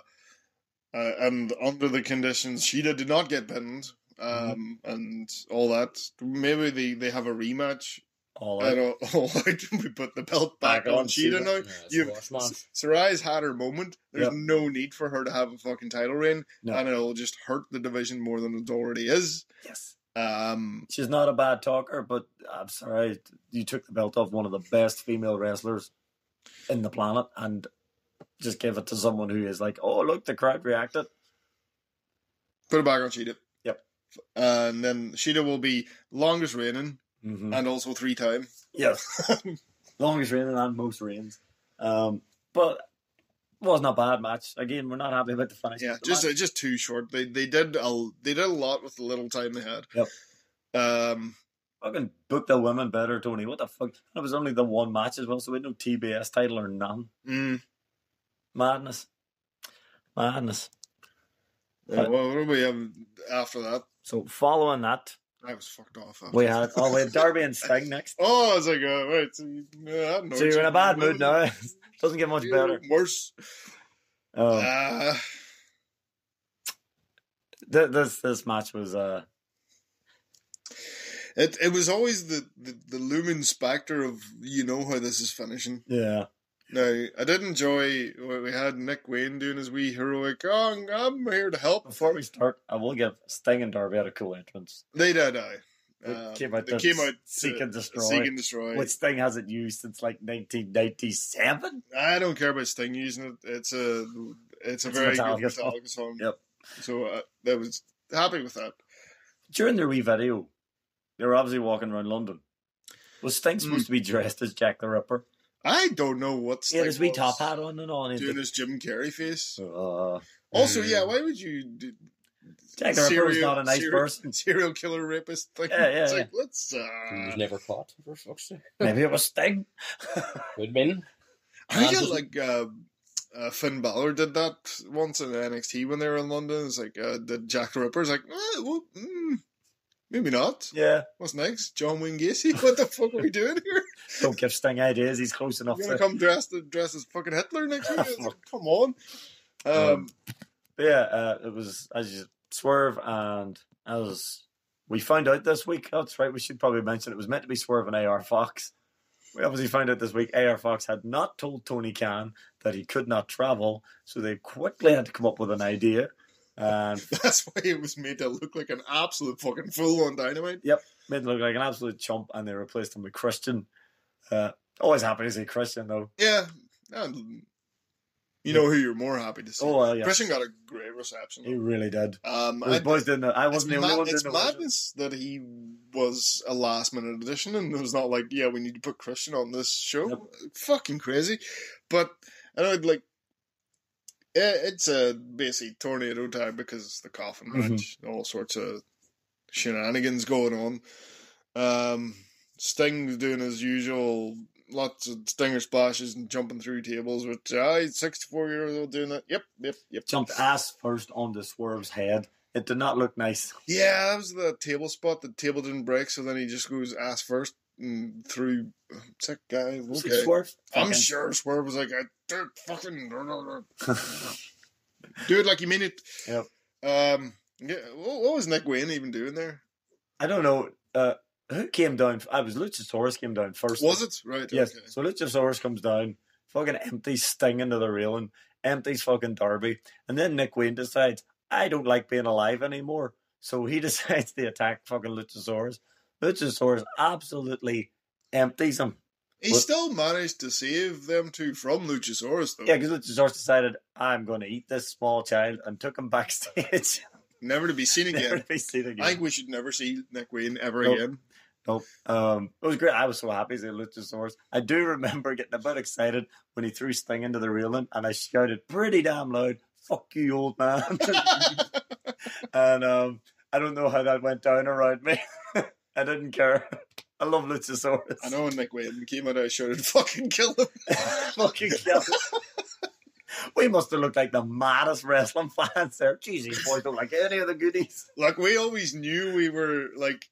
[SPEAKER 1] uh, and under the conditions Sheeta did not get pinned,
[SPEAKER 2] Mm-hmm.
[SPEAKER 1] um, and all that. Maybe they they have a rematch.
[SPEAKER 2] All
[SPEAKER 1] I
[SPEAKER 2] right.
[SPEAKER 1] don't. we put the belt back, on, Sheeta now. You've- S- Sarai's had her moment. There's
[SPEAKER 2] Yep.
[SPEAKER 1] no need for her to have a fucking title reign,
[SPEAKER 2] No.
[SPEAKER 1] and it'll just hurt the division more than it already is.
[SPEAKER 2] Yes.
[SPEAKER 1] Um,
[SPEAKER 2] She's not a bad talker, but I'm sorry, you took the belt off one of the best female wrestlers in the planet and just gave it to someone who is like, oh, look, the crowd reacted.
[SPEAKER 1] put it back on Sheeta. Uh,
[SPEAKER 2] Yep.
[SPEAKER 1] And then Sheeta will be longest reigning
[SPEAKER 2] Mm-hmm.
[SPEAKER 1] and also three time.
[SPEAKER 2] Yes. Longest reigning and most reigns. Um, but it wasn't a bad match. Again, we're not happy about the finish.
[SPEAKER 1] Yeah,
[SPEAKER 2] of the
[SPEAKER 1] just
[SPEAKER 2] match.
[SPEAKER 1] uh, just too short. They they did a they did a lot with the little time they had.
[SPEAKER 2] Yep.
[SPEAKER 1] Um,
[SPEAKER 2] fucking book the women better, Tony. What the fuck? And it was only the one match as well, so we had no TBS title or none.
[SPEAKER 1] mm,
[SPEAKER 2] Madness. Madness.
[SPEAKER 1] yeah, well, what do we have after that?
[SPEAKER 2] So following that,
[SPEAKER 1] I was fucked off. After
[SPEAKER 2] we
[SPEAKER 1] that.
[SPEAKER 2] had oh we had Darby and Sting next.
[SPEAKER 1] Oh, it's like, uh, right. So, you- yeah, I don't know
[SPEAKER 2] So
[SPEAKER 1] what
[SPEAKER 2] you're in
[SPEAKER 1] you-
[SPEAKER 2] a bad mood now. Doesn't get much better.
[SPEAKER 1] Worse.
[SPEAKER 2] Oh,
[SPEAKER 1] Uh,
[SPEAKER 2] th- this this match was uh
[SPEAKER 1] It it was always the, the, the looming specter of you know how this is finishing.
[SPEAKER 2] yeah
[SPEAKER 1] Now I did enjoy what we had Nick Wayne doing his wee heroic. Oh, I'm- I'm here to help.
[SPEAKER 2] before we start, I will give Sting and Darby had a cool entrance.
[SPEAKER 1] They did die.
[SPEAKER 2] They came out
[SPEAKER 1] they
[SPEAKER 2] to
[SPEAKER 1] Uh, came out
[SPEAKER 2] seek
[SPEAKER 1] to
[SPEAKER 2] and destroy,
[SPEAKER 1] seek and destroy.
[SPEAKER 2] which Sting hasn't used since like 1997.
[SPEAKER 1] I don't care about Sting using it. It's a it's a
[SPEAKER 2] It's a
[SPEAKER 1] very
[SPEAKER 2] Metallica
[SPEAKER 1] good
[SPEAKER 2] song.
[SPEAKER 1] Metallica song.
[SPEAKER 2] Yep.
[SPEAKER 1] So uh, I was happy with that.
[SPEAKER 2] During their wee video, they were obviously walking around London. Was Sting supposed to be dressed as Jack the Ripper?
[SPEAKER 1] I don't know what
[SPEAKER 2] He
[SPEAKER 1] Hmm. Sting
[SPEAKER 2] had his wee
[SPEAKER 1] was
[SPEAKER 2] top hat on and all. And he
[SPEAKER 1] doing
[SPEAKER 2] did,
[SPEAKER 1] his Jim Carrey face.
[SPEAKER 2] uh,
[SPEAKER 1] Also,
[SPEAKER 3] Mm.
[SPEAKER 1] yeah, why would you? do-
[SPEAKER 2] Jack the Ripper was not a nice
[SPEAKER 1] serial,
[SPEAKER 2] person.
[SPEAKER 1] serial killer rapist thing.
[SPEAKER 2] Yeah, yeah,
[SPEAKER 1] it's
[SPEAKER 2] yeah.
[SPEAKER 1] like let's
[SPEAKER 3] He was
[SPEAKER 1] uh
[SPEAKER 3] never caught, for fuck's sake.
[SPEAKER 2] Maybe it was Sting.
[SPEAKER 3] Could mean.
[SPEAKER 1] I think
[SPEAKER 3] Anderson.
[SPEAKER 1] like uh, uh, Finn Balor did that once in NXT when they were in London. It's like uh, did Jack the Ripper's like eh, well, mm, maybe not.
[SPEAKER 2] Yeah.
[SPEAKER 1] What's next? John Wayne Gacy? What the fuck are we doing here?
[SPEAKER 2] Don't give Sting ideas. He's close enough
[SPEAKER 1] You're gonna
[SPEAKER 2] to.
[SPEAKER 1] come dressed dressed as fucking Hitler next week? It's like, come on. Um,
[SPEAKER 2] But yeah, uh, it was as you Swerve and as we found out this week. oh, That's right. We should probably mention it was meant to be Swerve and AR Fox. We obviously found out this week AR Fox had not told Tony Khan that he could not travel, so they quickly had to come up with an idea. And
[SPEAKER 1] that's why it was made to look like an absolute fucking fool on Dynamite.
[SPEAKER 2] made him look like an absolute chump, and they replaced him with Christian. Uh, always happy to see Christian though.
[SPEAKER 1] Yeah, and you know who you're more happy to see.
[SPEAKER 2] Oh well, yeah,
[SPEAKER 1] Christian got a great reception.
[SPEAKER 2] he really did.
[SPEAKER 1] Um,
[SPEAKER 2] Those
[SPEAKER 1] I,
[SPEAKER 2] boys didn't. Know. I
[SPEAKER 1] it's,
[SPEAKER 2] wasn't the only
[SPEAKER 1] mad-
[SPEAKER 2] one.
[SPEAKER 1] it's
[SPEAKER 2] Didn't know. was it?
[SPEAKER 1] madness that he was a last minute addition, and it was not like, yeah, we need to put Christian on this show.
[SPEAKER 2] Nope.
[SPEAKER 1] Fucking crazy, but I know like. i- It's a basically tornado time because it's the coffin
[SPEAKER 2] Mhm.
[SPEAKER 1] match, all sorts of shenanigans going on. Um, Sting's doing his usual, lots of stinger splashes and jumping through tables. Which I, sixty four years old, doing that. Yep, yep, yep.
[SPEAKER 2] Jumped ass first onto Swerve's head. It did not look nice.
[SPEAKER 1] Yeah, that was the table spot. The table didn't break, so then he just goes ass first and through. It's that guy.
[SPEAKER 2] Was it
[SPEAKER 1] Okay.
[SPEAKER 2] Swerve?
[SPEAKER 1] I'm
[SPEAKER 2] Fucking-
[SPEAKER 1] sure Swerve was like, I did fucking do it like you mean it.
[SPEAKER 2] Yep.
[SPEAKER 1] Um. Yeah. What, what was Nick Wayne even doing there?
[SPEAKER 2] I don't know uh, who came down. I was Luchasaurus came down first.
[SPEAKER 1] Was it right?
[SPEAKER 2] Yes.
[SPEAKER 1] Okay.
[SPEAKER 2] So Luchasaurus comes down, fucking empties Sting into the railing, empties fucking Darby, and then Nick Wayne decides I don't like being alive anymore, so he decides to attack fucking Luchasaurus. Luchasaurus absolutely empties him.
[SPEAKER 1] He
[SPEAKER 2] What-
[SPEAKER 1] still managed to save them two from Luchasaurus though.
[SPEAKER 2] Yeah, because Luchasaurus decided I'm going to eat this small child and took him backstage.
[SPEAKER 1] Never to be seen
[SPEAKER 2] Never
[SPEAKER 1] again.
[SPEAKER 2] to be seen again.
[SPEAKER 1] I think we should never see Nick Wayne ever
[SPEAKER 2] Nope.
[SPEAKER 1] again.
[SPEAKER 2] Nope. Um, it was great. I was so happy to see Luchasaurus. I do remember getting a bit excited when he threw Sting into the railing, and I shouted pretty damn loud, "Fuck you, old man!" and um, I don't know how that went down around me. I didn't care. I love Luchasaurus.
[SPEAKER 1] I know when Nick Wayne came out, I shouted, "Fucking kill him!"
[SPEAKER 2] Fucking hell. We must have looked like the maddest wrestling fans there. Jeez, these boys don't like any of the goodies.
[SPEAKER 1] like we always knew we were like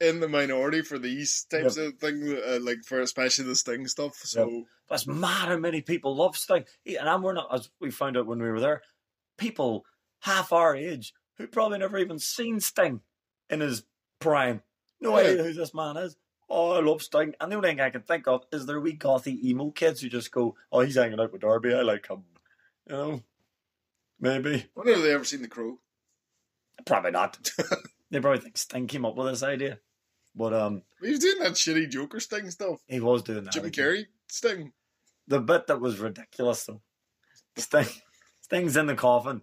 [SPEAKER 1] in the minority for these types of things, uh, like for especially the Sting stuff. So
[SPEAKER 2] That's mad how many people love Sting. He- And I'm we're not as we found out when we were there, people half our age who probably never even seen Sting in his prime. No
[SPEAKER 1] Yeah.
[SPEAKER 2] idea who this man is. Oh, I love Sting. And the only thing I can think of is their wee gothy emo kids who just go, Oh, he's hanging out with Darby, I like him. You know? Maybe.
[SPEAKER 1] wonder if they ever seen the Crow.
[SPEAKER 2] Probably not. they probably think Sting came up with this idea. But um
[SPEAKER 1] He was doing that shitty Joker Sting stuff.
[SPEAKER 2] he was doing that.
[SPEAKER 1] Jimmy
[SPEAKER 2] again.
[SPEAKER 1] Carrey Sting.
[SPEAKER 2] the bit that was ridiculous though. Sting, Sting's in the coffin,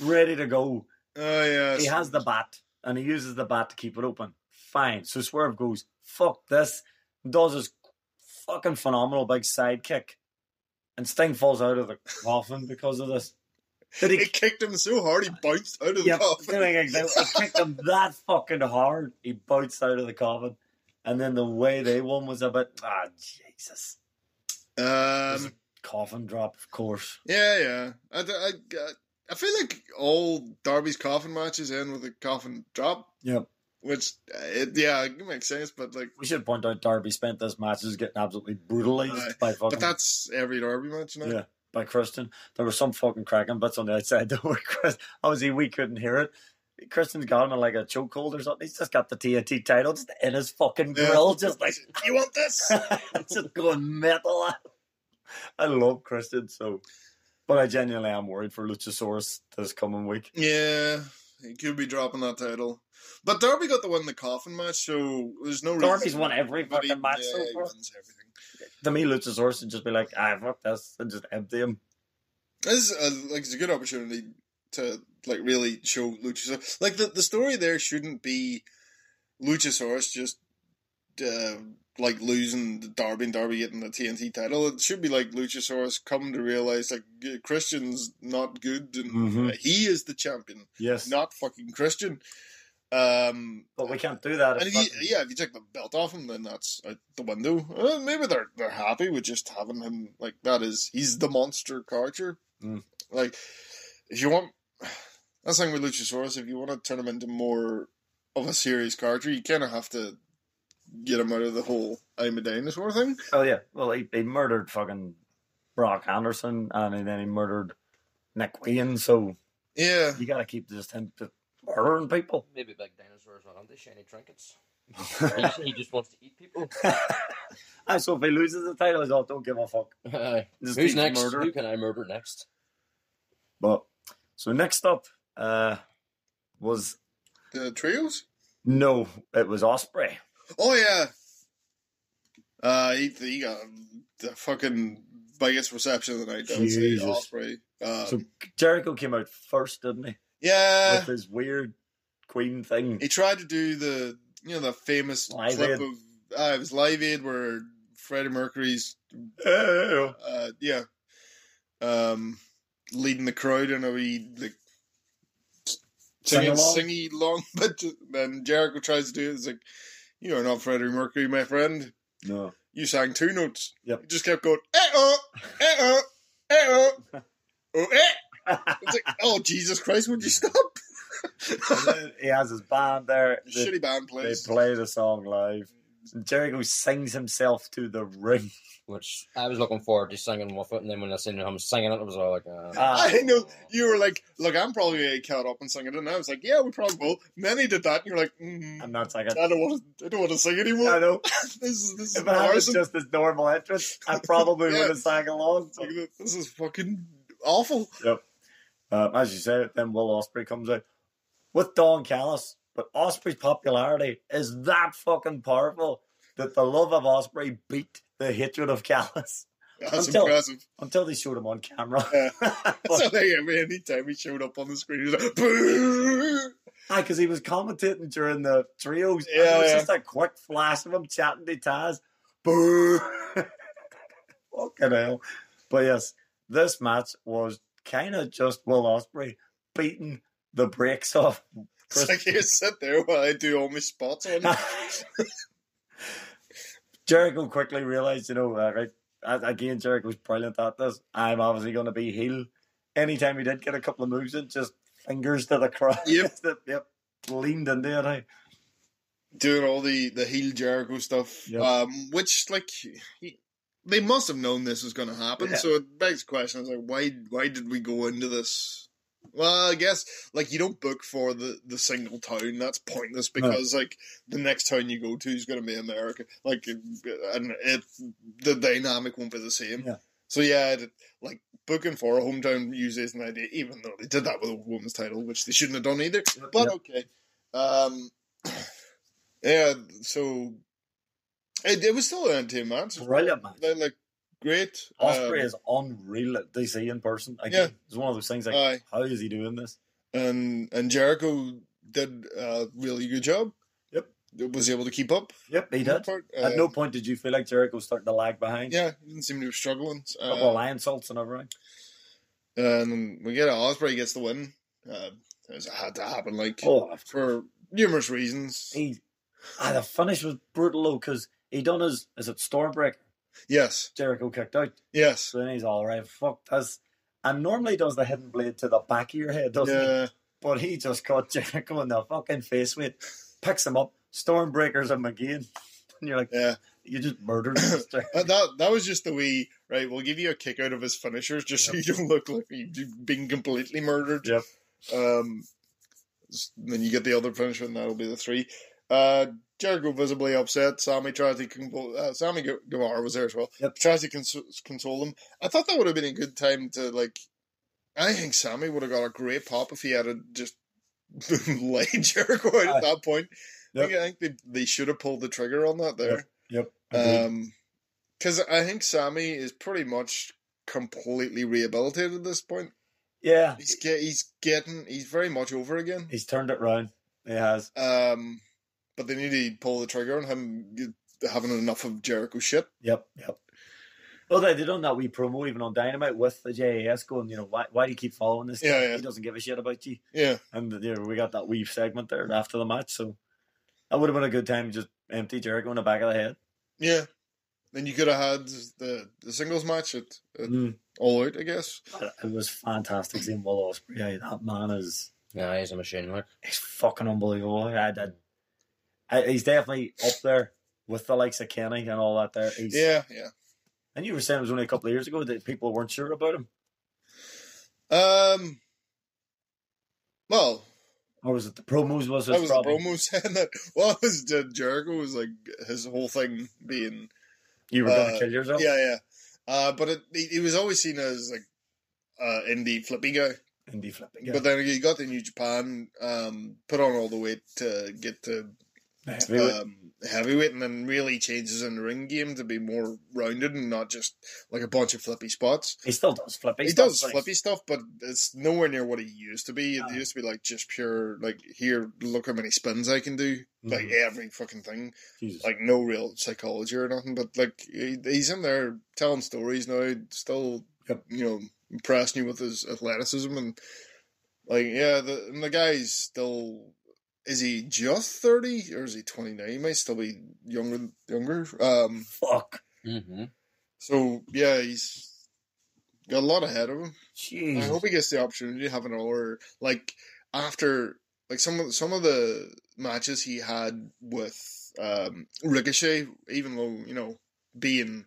[SPEAKER 2] ready to go.
[SPEAKER 1] Oh yeah,
[SPEAKER 2] He has the bat and he uses the bat to keep it open. Fine. So Swerve goes, fuck this, does his fucking phenomenal big side kick. And Sting falls out of the coffin because of this. Did he
[SPEAKER 1] It kicked him so hard he bounced out of
[SPEAKER 2] yeah,
[SPEAKER 1] the coffin.
[SPEAKER 2] doing exactly. He kicked him that fucking hard. He bounced out of the coffin. And then the way they won was a bit ah Jesus.
[SPEAKER 1] Um,
[SPEAKER 2] Coffin drop, of course.
[SPEAKER 1] yeah, yeah. I, d- I- I- I feel like all Darby's coffin matches end with a coffin drop,
[SPEAKER 2] Yep.
[SPEAKER 1] which uh, it, yeah, it makes sense. But like,
[SPEAKER 2] We should point out Darby spent this match just getting absolutely brutalized
[SPEAKER 1] Aye,
[SPEAKER 2] by fucking
[SPEAKER 1] but that's every Darby match now.
[SPEAKER 2] Yeah. by Christian. There were some fucking cracking bits on the outside that were Chris. Obviously, we couldn't hear it. Christian's got him in like a chokehold or something. He's just got the TNT title just in his fucking
[SPEAKER 1] Yeah.
[SPEAKER 2] grill, just like
[SPEAKER 1] you want this?
[SPEAKER 2] just going metal. I love Christian so, but I genuinely am worried for Luchasaurus this coming week.
[SPEAKER 1] Yeah, he could be dropping that title. But Darby got the win in the coffin match, so there's no
[SPEAKER 2] Darby's
[SPEAKER 1] reason.
[SPEAKER 2] won every
[SPEAKER 1] But he-
[SPEAKER 2] fucking match
[SPEAKER 1] yeah,
[SPEAKER 2] so
[SPEAKER 1] he
[SPEAKER 2] far.
[SPEAKER 1] wins everything.
[SPEAKER 2] To me, Luchasaurus would just be like, "Ah, fuck this," and just empty him.
[SPEAKER 1] This is a, like it's a good opportunity to like really show Luchasaurus. Like the the story there shouldn't be Luchasaurus just uh, like losing the Derby and Derby getting the TNT title. It should be like Luchasaurus come to realize like uh, Christian's not good and
[SPEAKER 2] Mhm.
[SPEAKER 1] uh, he is the champion,
[SPEAKER 2] Yes.
[SPEAKER 1] not fucking Christian. Um,
[SPEAKER 2] But we can't do that.
[SPEAKER 1] and
[SPEAKER 2] if
[SPEAKER 1] if you,
[SPEAKER 2] fucking-
[SPEAKER 1] yeah, if you take the belt off him, then that's out the window. Uh, maybe they're they're happy with just having him like that. Is he's the monster character?
[SPEAKER 2] Mm.
[SPEAKER 1] Like, if you want, that's the thing with Luchasaurus. If you want to turn him into more of a serious character, you kind of have to get him out of the whole I'm a dinosaur thing.
[SPEAKER 2] Oh yeah. Well, he, he murdered fucking Brock Anderson, uh, and then he murdered Nick Wayne. So
[SPEAKER 1] Yeah,
[SPEAKER 2] you got to keep just him to murdering people.
[SPEAKER 3] Maybe big dinosaurs aren't into shiny trinkets. He's- he just wants to eat people.
[SPEAKER 2] and so if he loses the title, he's all don't give a fuck.
[SPEAKER 3] Aye.
[SPEAKER 2] Just
[SPEAKER 3] Uh, Who's
[SPEAKER 2] keep
[SPEAKER 3] next?
[SPEAKER 2] murdering.
[SPEAKER 3] Who can I murder next?
[SPEAKER 2] But so next up uh, was
[SPEAKER 1] the trios.
[SPEAKER 2] no, it was Osprey.
[SPEAKER 1] Oh yeah. Uh, he, he got the fucking biggest reception of the night. I would say
[SPEAKER 2] Jesus.
[SPEAKER 1] Osprey. Um,
[SPEAKER 2] So Jericho came out first, didn't he?
[SPEAKER 1] yeah,
[SPEAKER 2] With his weird Queen thing.
[SPEAKER 1] Uh. He tried to do the you know the famous
[SPEAKER 2] Live
[SPEAKER 1] clip
[SPEAKER 2] Aid.
[SPEAKER 1] of uh, it was Live Aid where Freddie Mercury's
[SPEAKER 2] Oh.
[SPEAKER 1] uh, yeah um, leading the crowd in a wee like singing
[SPEAKER 2] Sing-along?
[SPEAKER 1] singy long, but ju- then Jericho tries to do it. It's like you are not Freddie Mercury, my friend.
[SPEAKER 2] No.
[SPEAKER 1] You sang two notes.
[SPEAKER 2] Yep.
[SPEAKER 1] He just kept going eh oh eh oh eh oh oh eh. It's like oh Jesus Christ, would you stop?
[SPEAKER 2] And then he has his band there. They,
[SPEAKER 1] Shitty band
[SPEAKER 2] they
[SPEAKER 1] plays.
[SPEAKER 2] play the song live. And Jericho sings himself to the ring.
[SPEAKER 3] Which I was looking forward to singing with it, and then when I seen him singing it, I was all like, uh,
[SPEAKER 2] Ah.
[SPEAKER 1] I know you were like, look, I'm probably gonna get caught up on singing, it. and I was like, yeah, we probably will. And then he did that, and you're like, mm,
[SPEAKER 2] I'm not singing.
[SPEAKER 1] I don't want to, I don't want to sing
[SPEAKER 2] I
[SPEAKER 1] anymore.
[SPEAKER 2] know.
[SPEAKER 1] this is this is
[SPEAKER 2] If I was
[SPEAKER 1] embarrassing.
[SPEAKER 2] just his normal entrance, I probably
[SPEAKER 1] Yeah.
[SPEAKER 2] would have sang along.
[SPEAKER 1] Like, this is fucking awful.
[SPEAKER 2] Uh, as you said, then Will Osprey comes out with Don Callis. But Osprey's popularity is that fucking powerful that the love of Osprey beat the hatred of Callis
[SPEAKER 1] That's
[SPEAKER 2] Until-
[SPEAKER 1] impressive.
[SPEAKER 2] until they showed him on camera.
[SPEAKER 1] Yeah.
[SPEAKER 2] But-
[SPEAKER 1] so like, every any time he showed up on the screen, he was like, boo.
[SPEAKER 2] Aye, because he was commentating during the trios. and
[SPEAKER 1] Yeah,
[SPEAKER 2] it was
[SPEAKER 1] yeah.
[SPEAKER 2] just a quick flash of him chatting to Taz. Boo! Fucking hell. But yes, this match was kind of just Will Osprey beating the brakes off.
[SPEAKER 1] It's like here, sit there while I do all my spots on. you."
[SPEAKER 2] Jericho quickly realized, you know, uh, right, a- again, Jericho's brilliant at this. I'm obviously going to be heel. Anytime he did get a couple of moves in, just fingers to the crowd.
[SPEAKER 1] Yep.
[SPEAKER 2] yep. Leaned into it. aye.
[SPEAKER 1] doing all the the heel Jericho stuff,
[SPEAKER 2] Yep.
[SPEAKER 1] um, which like he, they must have known this was going to happen.
[SPEAKER 2] Yeah.
[SPEAKER 1] So it begs the question: I was like, why why did we go into this? Well, I guess like you don't book for the the single town. That's pointless because like the next town you go to is going to be America. Like and it the dynamic won't be the same.
[SPEAKER 2] Yeah.
[SPEAKER 1] So yeah, it, like booking for a hometown usually is an idea, even though they did that with a woman's title, which they shouldn't have done either. But
[SPEAKER 2] Yep.
[SPEAKER 1] okay. Um, yeah, so it, it was still an entertaining match.
[SPEAKER 2] Brilliant match.
[SPEAKER 1] They're like great.
[SPEAKER 2] Osprey
[SPEAKER 1] um,
[SPEAKER 2] is unreal at DC in person. Again, it's one of those things like,
[SPEAKER 1] aye.
[SPEAKER 2] how is he doing this?
[SPEAKER 1] Um, and and Jericho did a really good job.
[SPEAKER 2] Yep.
[SPEAKER 1] was able to keep up.
[SPEAKER 2] Yep, he did.
[SPEAKER 1] Part.
[SPEAKER 2] At
[SPEAKER 1] Uh,
[SPEAKER 2] no point did you feel like Jericho starting to lag behind.
[SPEAKER 1] Yeah, he didn't seem to be struggling.
[SPEAKER 2] A
[SPEAKER 1] Uh,
[SPEAKER 2] couple of lion salts and everything.
[SPEAKER 1] and we get Osprey gets the win. Uh, it had to happen, like
[SPEAKER 2] Oh,
[SPEAKER 1] for numerous reasons.
[SPEAKER 2] he, ah, the finish was brutal though because he done his is it Stormbreaker.
[SPEAKER 1] Yes,
[SPEAKER 2] Jericho kicked out,
[SPEAKER 1] yes,
[SPEAKER 2] so then he's all right. Fuck this. And normally he does the hidden blade to the back of your head, doesn't he?
[SPEAKER 1] yeah,
[SPEAKER 2] But he just caught Jericho in the fucking face with, it, picks him up, Stormbreakers him again, and you're like,
[SPEAKER 1] yeah.
[SPEAKER 2] you just murdered this Jericho.
[SPEAKER 1] That, that that was just the way, right? We'll give you a kick out of his finishers just so you don't look like you've been completely murdered.
[SPEAKER 2] Yep.
[SPEAKER 1] Um, s- then you get the other finisher, and that'll be the three. Uh, Jericho visibly upset. Sammy tries to console. Uh, Sammy Gu- Guevara was there as well.
[SPEAKER 2] Yep.
[SPEAKER 1] Tries to cons- console him. I thought that would have been a good time to like. I think Sammy would have got a great pop if he had a, just laid Jericho out
[SPEAKER 2] Aye.
[SPEAKER 1] at that point. I
[SPEAKER 2] Yep.
[SPEAKER 1] think, I think they, they should have pulled the trigger on that there.
[SPEAKER 2] Yep. Agreed.
[SPEAKER 1] Um, because I think Sammy is pretty much completely rehabilitated at this point.
[SPEAKER 2] yeah,
[SPEAKER 1] He's get, he's getting he's very much over again.
[SPEAKER 2] he's turned it round. He has.
[SPEAKER 1] Um, but they need to pull the trigger on him. having enough of Jericho shit.
[SPEAKER 2] Yep, yep. Well, they they done that wee promo even on Dynamite with the JAS going, you know, why, why do you keep following this guy?
[SPEAKER 1] Yeah, yeah.
[SPEAKER 2] He doesn't give a shit about you.
[SPEAKER 1] Yeah,
[SPEAKER 2] And you know, we got that wee segment there after the match, so that would have been a good time to just empty Jericho in the back of the head.
[SPEAKER 1] yeah. Then you could have had the, the singles match at, at
[SPEAKER 2] Mm.
[SPEAKER 1] All Out, I guess.
[SPEAKER 2] But It was fantastic seeing Will Ospreay. Aye, That man is
[SPEAKER 3] Yeah, he's a machine. Like,
[SPEAKER 2] he's fucking unbelievable. I, I, I, he's definitely up there with the likes of Kenny and all that. There, he's,
[SPEAKER 1] Yeah, yeah.
[SPEAKER 2] And you were saying it was only a couple of years ago that people weren't sure about him,
[SPEAKER 1] Um. Well,
[SPEAKER 2] or was it the promos? Was
[SPEAKER 1] that
[SPEAKER 2] his
[SPEAKER 1] was
[SPEAKER 2] problem?
[SPEAKER 1] the promo saying that. Well, it was uh, Jericho was like his whole thing being
[SPEAKER 2] You were going
[SPEAKER 1] Uh,
[SPEAKER 2] to kill yourself.
[SPEAKER 1] yeah, yeah. Uh, but it, he, he was always seen as like uh, indie flippy guy.
[SPEAKER 2] Indie flipping. Yeah.
[SPEAKER 1] But then he got to New Japan, um, put on all the weight to get to
[SPEAKER 2] Heavyweight.
[SPEAKER 1] um, heavyweight, and then really changes in the ring game to be more rounded and not just like a bunch of flippy spots.
[SPEAKER 2] he still does flipping.
[SPEAKER 1] He,
[SPEAKER 2] stuff,
[SPEAKER 1] does
[SPEAKER 2] like-
[SPEAKER 1] flippy stuff, but it's nowhere near what he used to be. It
[SPEAKER 2] No.
[SPEAKER 1] used to be like just pure, like here, look how many spins I can do, like
[SPEAKER 2] Mhm.
[SPEAKER 1] every fucking thing,
[SPEAKER 2] Jesus.
[SPEAKER 1] like no real psychology or nothing. But like he, he's in there telling stories now, still
[SPEAKER 2] Yep.
[SPEAKER 1] you know impressing you with his athleticism and like yeah, the and the guy's still. Is he just thirty or is he twenty nine? He might still be younger, younger. Um,
[SPEAKER 2] fuck.
[SPEAKER 3] mm-hmm.
[SPEAKER 1] so yeah, he's got a lot ahead of him. I
[SPEAKER 2] Jesus.
[SPEAKER 1] hope he gets the opportunity to have an hour like after like some of some of the matches he had with um Ricochet, even though, you know, being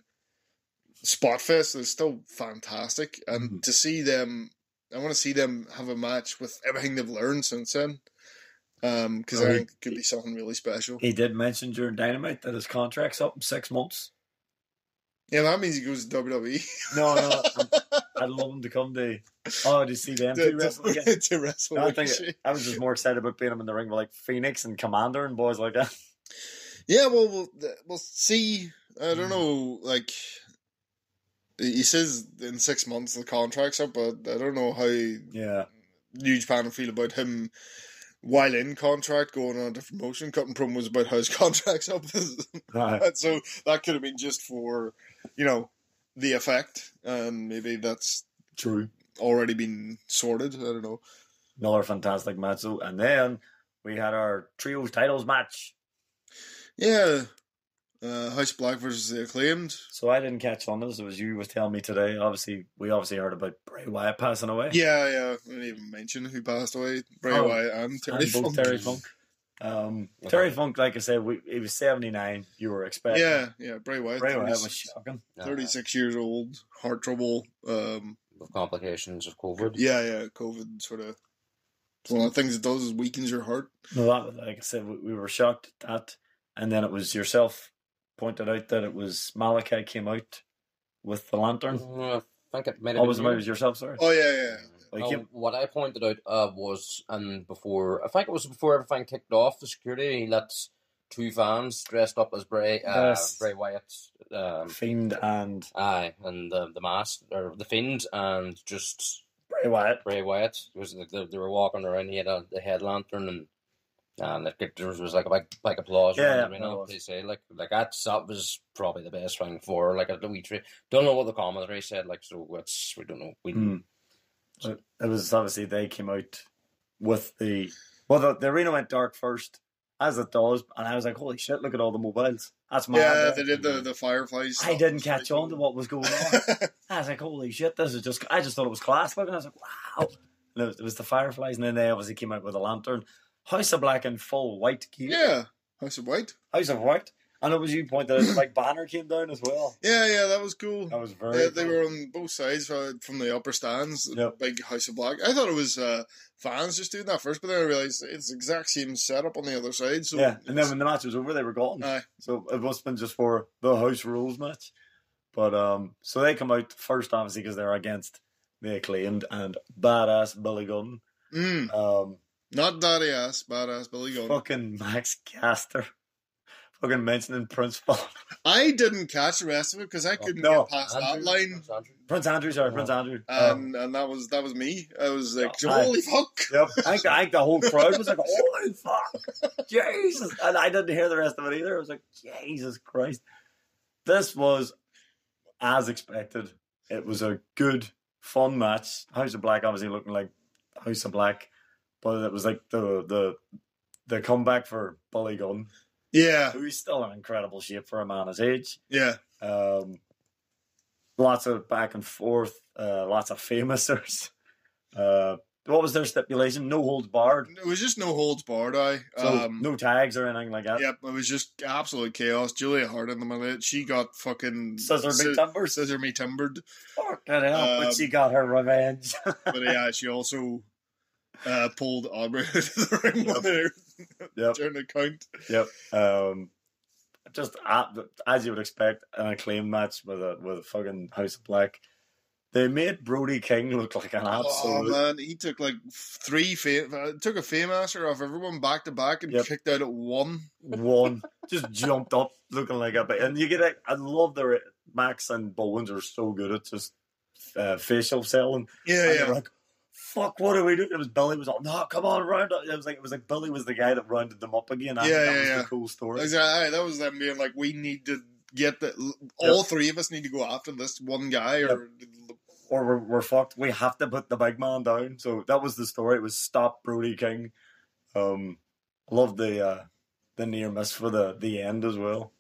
[SPEAKER 1] spot fest is still fantastic. And
[SPEAKER 2] Mhm.
[SPEAKER 1] to see them I want to see them have a match with everything they've learned since then. Um, because
[SPEAKER 2] Oh,
[SPEAKER 1] I
[SPEAKER 2] he-
[SPEAKER 1] think it could be something really special.
[SPEAKER 2] He did mention during Dynamite that his contract's up in six months.
[SPEAKER 1] Yeah, that means he goes to E WWE
[SPEAKER 2] No, no, I'm- I'd love him to come to. Oh, to see them
[SPEAKER 1] to,
[SPEAKER 2] two wrestle again.
[SPEAKER 1] to, to wrestle
[SPEAKER 2] I think
[SPEAKER 1] Ricochet.
[SPEAKER 2] I was just more excited about being him in the ring with like Phoenix and Commander and boys like that.
[SPEAKER 1] Yeah, well, we'll, we'll see. I don't
[SPEAKER 2] Hmm.
[SPEAKER 1] know. Like he says, in six months the contract's up, but I don't know how New
[SPEAKER 2] Yeah,
[SPEAKER 1] Japan will feel about him while in contract going on a different motion, cutting promos about how his contract's up.
[SPEAKER 2] Aye.
[SPEAKER 1] And so that could have been just for you know the effect, and maybe that's
[SPEAKER 2] true.
[SPEAKER 1] already been sorted. I don't know.
[SPEAKER 2] Another fantastic match. So, and then we had our trios titles match.
[SPEAKER 1] Yeah, uh, House Black versus the Acclaimed.
[SPEAKER 2] So I didn't catch on to this. It was you was telling me today. Obviously, we obviously heard about Bray Wyatt passing away.
[SPEAKER 1] Yeah, yeah. I didn't even mention who passed away. Bray
[SPEAKER 2] Oh,
[SPEAKER 1] Wyatt and Terry
[SPEAKER 2] and both
[SPEAKER 1] Funk.
[SPEAKER 2] Terry Funk. Um, Terry Funk, like I said, we, he was seventy nine. You were expecting.
[SPEAKER 1] Yeah, yeah. Bray Wyatt,
[SPEAKER 2] Bray Wyatt
[SPEAKER 1] 36,
[SPEAKER 2] was shocking.
[SPEAKER 1] thirty-six years old, heart trouble. Um,
[SPEAKER 3] Uh, with complications of COVID.
[SPEAKER 1] yeah, yeah. COVID sort of. It's one of the things it does is weakens your heart.
[SPEAKER 2] No, that was- like I said, we, we were shocked at that. And then it was yourself pointed out that it was Malachi came out with the lantern.
[SPEAKER 3] Mm, I think it might have
[SPEAKER 2] Oh, was it, it
[SPEAKER 3] been you.
[SPEAKER 2] was yourself, sorry.
[SPEAKER 1] Oh yeah, yeah.
[SPEAKER 2] Like,
[SPEAKER 3] Oh,
[SPEAKER 2] you-
[SPEAKER 3] what I pointed out uh, was, and before I think it was before everything kicked off, the security he let two fans dressed up as Bray, uh,
[SPEAKER 2] Yes.
[SPEAKER 3] Bray Wyatt, um,
[SPEAKER 2] Fiend and
[SPEAKER 3] aye, and the the mask or the fiend, and just
[SPEAKER 2] Bray Wyatt.
[SPEAKER 3] Bray Wyatt It was like they, they were walking around. He had a the head lantern and. And it, there was like a big, big applause.
[SPEAKER 2] Yeah,
[SPEAKER 3] around the
[SPEAKER 2] yeah,
[SPEAKER 3] arena,
[SPEAKER 2] it was.
[SPEAKER 3] they say like like that's that was probably the best thing for like a wee tree. Don't know what the commentary said like so. It's we don't know. We
[SPEAKER 2] Hmm. But It was obviously they came out with the. Well, the, the arena went dark first, as it does. And I was like, holy shit, look at all the mobiles. That's
[SPEAKER 1] Yeah,
[SPEAKER 2] my.
[SPEAKER 1] yeah they did the the fireflies.
[SPEAKER 2] I didn't catch on to what was going on. I was like, holy shit, this is just, I just thought it was class looking. I was like, wow. And it was, it was the Fireflies, and then they obviously came out with a lantern. House of Black in full white gear.
[SPEAKER 1] yeah, House of White.
[SPEAKER 2] House of White. And it was you pointed out, like, banner came down as well.
[SPEAKER 1] Yeah, yeah. That was cool.
[SPEAKER 2] That was very.
[SPEAKER 1] They, they
[SPEAKER 2] cool.
[SPEAKER 1] were on both sides uh, from the upper stands. the
[SPEAKER 2] Yep.
[SPEAKER 1] Big House of Black. I thought it was uh, fans just doing that first, but then I realized it's the exact same setup on the other side. So
[SPEAKER 2] yeah, and then when the match was over, they were gone.
[SPEAKER 1] Aye.
[SPEAKER 2] So it must have been just for the House Rules match. But um, so they come out first, obviously, because they're against the acclaimed and badass Billy Gunn.
[SPEAKER 1] Mm.
[SPEAKER 2] Um,
[SPEAKER 1] Not daddy ass, badass Billy Gunn.
[SPEAKER 2] fucking Max Caster. fucking mentioning Prince Philip.
[SPEAKER 1] I didn't catch the rest of it because I couldn't
[SPEAKER 2] No,
[SPEAKER 1] get past
[SPEAKER 3] Andrew,
[SPEAKER 1] that line,
[SPEAKER 3] that's Andrew.
[SPEAKER 2] Prince Andrew, sorry,
[SPEAKER 3] Oh.
[SPEAKER 2] Prince Andrew. Um,
[SPEAKER 1] and and that was that was me. I was like,
[SPEAKER 2] Oh,
[SPEAKER 1] holy fuck!
[SPEAKER 2] yep. I, think- I think the whole crowd was like, holy fuck, Jesus. And I didn't hear the rest of it either. I was like, Jesus Christ. This was, as expected, it was a good, fun match. House of Black obviously looking like House of Black, but it was like the the the comeback for Billy Gunn,
[SPEAKER 1] Yeah,
[SPEAKER 2] who's still in incredible shape for a man his age.
[SPEAKER 1] yeah,
[SPEAKER 2] Um, lots of back and forth, uh, lots of famousers. Uh, what was their stipulation? No holds barred.
[SPEAKER 1] it was just no holds barred. I
[SPEAKER 2] So
[SPEAKER 1] um,
[SPEAKER 2] no tags or anything like that.
[SPEAKER 1] Yep, it was just absolute chaos. Julia Hart in the minute, she got fucking
[SPEAKER 2] Scissor
[SPEAKER 1] sci-
[SPEAKER 2] big timbers.
[SPEAKER 1] scissor me timbered.
[SPEAKER 2] Fucking hell,
[SPEAKER 1] Um,
[SPEAKER 2] but she got her revenge.
[SPEAKER 1] But yeah, she also uh, pulled Aubrey out of the ring with her
[SPEAKER 2] yep,
[SPEAKER 1] during the count.
[SPEAKER 2] yep. Um, just a- as you would expect, an acclaim match with a with a fucking House of Black. They made Brody King look like an
[SPEAKER 1] Oh
[SPEAKER 2] absolute.
[SPEAKER 1] man, he took like three fa- uh, took a Famaster off everyone back to back and
[SPEAKER 2] Yep.
[SPEAKER 1] kicked out at one.
[SPEAKER 2] one just jumped up looking like a bit. And you get it. I love their Max and Bowens are so good at just uh, facial selling.
[SPEAKER 1] Yeah,
[SPEAKER 2] And they're
[SPEAKER 1] yeah,
[SPEAKER 2] like, fuck, what are we doing? It was Billy was like, no, come on, round up. It was like it was like Billy was the guy that rounded them up again.
[SPEAKER 1] Yeah,
[SPEAKER 2] I think that
[SPEAKER 1] yeah,
[SPEAKER 2] was
[SPEAKER 1] yeah.
[SPEAKER 2] the cool story.
[SPEAKER 1] exactly. That was them being like, we need to get the all three of us need to go after this one guy or
[SPEAKER 2] Or we're, we're fucked. We have to put the big man down. So that was the story. It was stop Brody King. Um, love the uh, the near miss for the the end as well,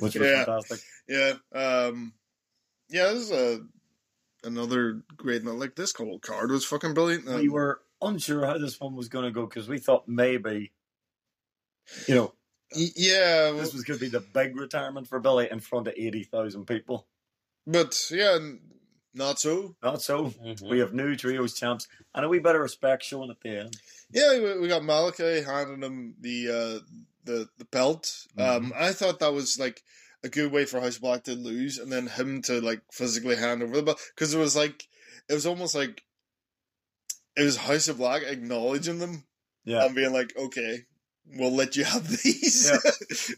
[SPEAKER 2] which was
[SPEAKER 1] Yeah.
[SPEAKER 2] fantastic.
[SPEAKER 1] Yeah. Um Yeah, this is a another great night. Like this whole card was fucking brilliant. Um,
[SPEAKER 2] we were unsure how this one was going to go because we thought maybe, you know,
[SPEAKER 1] y- yeah,
[SPEAKER 2] this was going to be the big retirement for Billy in front of 80,000 people.
[SPEAKER 1] but yeah, n- not so.
[SPEAKER 2] Not so.
[SPEAKER 3] Mhm.
[SPEAKER 2] We have new trios champs and a wee bit of respect shown at the end.
[SPEAKER 1] Yeah, we, we got Malachi handing him the uh the the belt. Um I thought that was like a good way for House Black to lose, and then him to like physically hand over the belt because it was like it was almost like it was House of Black acknowledging them
[SPEAKER 2] Yeah.
[SPEAKER 1] and being like, okay, we'll let you have these.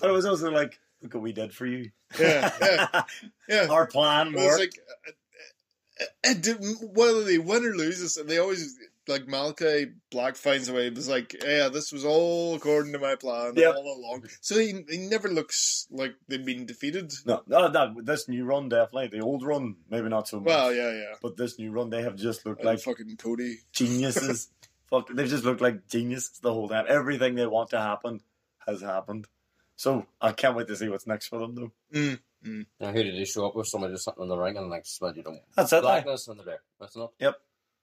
[SPEAKER 2] But it was also like, look what we did for you.
[SPEAKER 1] Yeah, yeah. yeah.
[SPEAKER 2] Our plan
[SPEAKER 1] Well, it's
[SPEAKER 2] worked.
[SPEAKER 1] like, uh, uh, uh, did- whether they win or lose, it's- they always like Malachi Black finds a way. It was like, yeah, this was all according to my plan
[SPEAKER 2] Yep.
[SPEAKER 1] all along. So he, he never looks like they've been defeated.
[SPEAKER 2] no, no, no, this new run definitely. The old run, maybe not so much.
[SPEAKER 1] Well, yeah, yeah.
[SPEAKER 2] But this new run, they have just looked
[SPEAKER 1] And
[SPEAKER 2] like
[SPEAKER 1] fucking Cody.
[SPEAKER 2] geniuses. Fuck, they've just looked like geniuses the whole time. Everything they want to happen has happened. So I can't wait to see what's next for them, though.
[SPEAKER 3] Now, who did they show up with? Somebody just sitting in the ring and like, well, you don't want
[SPEAKER 2] That's it. aye.
[SPEAKER 3] blackness in the ring. That's not.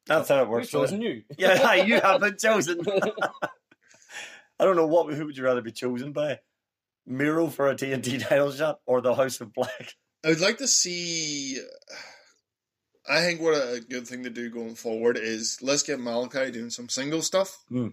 [SPEAKER 2] That's how it
[SPEAKER 3] We've
[SPEAKER 2] works. for
[SPEAKER 3] chosen
[SPEAKER 2] them.
[SPEAKER 3] you.
[SPEAKER 2] Yeah, aye, you have been chosen. I don't know what. Who would you rather be chosen by? Miro for a TNT title shot or the House of Black?
[SPEAKER 1] I would like to see. I think what a good thing to do going forward is let's get Malachi doing some single stuff.
[SPEAKER 2] Hmm.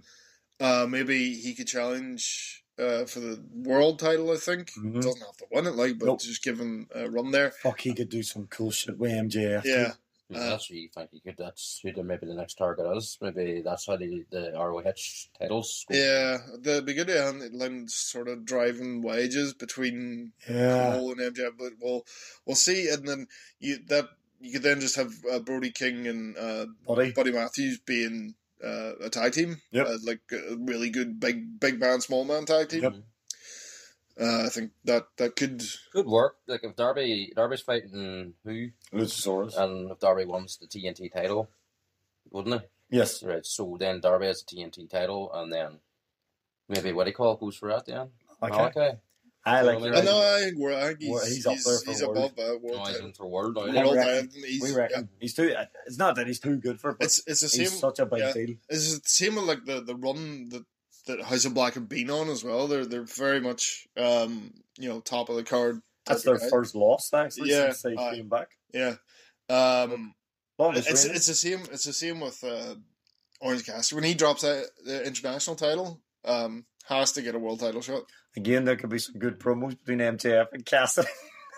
[SPEAKER 1] Uh, maybe he could challenge uh, for the world title. I think
[SPEAKER 2] Mhm.
[SPEAKER 1] doesn't have to win it, like, but
[SPEAKER 2] Nope.
[SPEAKER 1] just give him a run there.
[SPEAKER 2] Fuck, he could do some cool shit with MJF. too.
[SPEAKER 1] Yeah,
[SPEAKER 3] Yeah, that's what you think you could. That's who the, maybe the next target is. Maybe that's how the the ROH titles. go.
[SPEAKER 1] yeah. The beginning and it lends sort of driving wages between
[SPEAKER 2] yeah.
[SPEAKER 1] Cole and MJF, but we'll we'll see. And then you that you could then just have uh, Brody King and uh,
[SPEAKER 2] Buddy.
[SPEAKER 1] Buddy Matthews being uh, a tag team,
[SPEAKER 2] Yep.
[SPEAKER 1] uh, like a really good big big man small man tag
[SPEAKER 3] Mm-hmm.
[SPEAKER 1] team.
[SPEAKER 2] Yep.
[SPEAKER 1] Uh, I think that that could
[SPEAKER 3] Good work. Like if Darby, Darby's fighting who,
[SPEAKER 2] Luchasaurus.
[SPEAKER 3] and if Darby wins the TNT title, wouldn't
[SPEAKER 2] yes.
[SPEAKER 3] he? Right. So then Darby has the TNT title, and then maybe what do you call it, goes for that then.
[SPEAKER 2] Okay.
[SPEAKER 3] Malachi?
[SPEAKER 2] I like
[SPEAKER 3] Well,
[SPEAKER 1] I
[SPEAKER 3] Right.
[SPEAKER 1] know. I think, we're, I think he's,
[SPEAKER 2] Well,
[SPEAKER 1] he's,
[SPEAKER 2] he's up there for
[SPEAKER 1] he's
[SPEAKER 2] world.
[SPEAKER 1] above uh, world
[SPEAKER 3] No, he's
[SPEAKER 1] title.
[SPEAKER 3] in for world. now.
[SPEAKER 2] Yeah.
[SPEAKER 1] World
[SPEAKER 2] reckon.
[SPEAKER 1] title. He's-
[SPEAKER 2] We reckon
[SPEAKER 1] yeah.
[SPEAKER 2] he's too. It's not that he's too good for it, but
[SPEAKER 1] It's it's the
[SPEAKER 2] he's
[SPEAKER 1] same.
[SPEAKER 2] such a big
[SPEAKER 1] yeah.
[SPEAKER 2] deal.
[SPEAKER 1] It's the same with like the, the run that that House of Black have been on as well. They're they're very much um you know top of the card.
[SPEAKER 2] That's
[SPEAKER 1] type
[SPEAKER 2] their
[SPEAKER 1] of guy.
[SPEAKER 2] first loss actually
[SPEAKER 1] Yeah,
[SPEAKER 2] since they
[SPEAKER 1] aye.
[SPEAKER 2] came back.
[SPEAKER 1] Yeah. Um,
[SPEAKER 2] Longest
[SPEAKER 1] it's
[SPEAKER 2] reign.
[SPEAKER 1] it's the same. It's the same with uh, Orange Cassidy when he drops out the international title. Um, has to get a world title shot.
[SPEAKER 2] Again, there could be some good promos between MJF and Cassidy.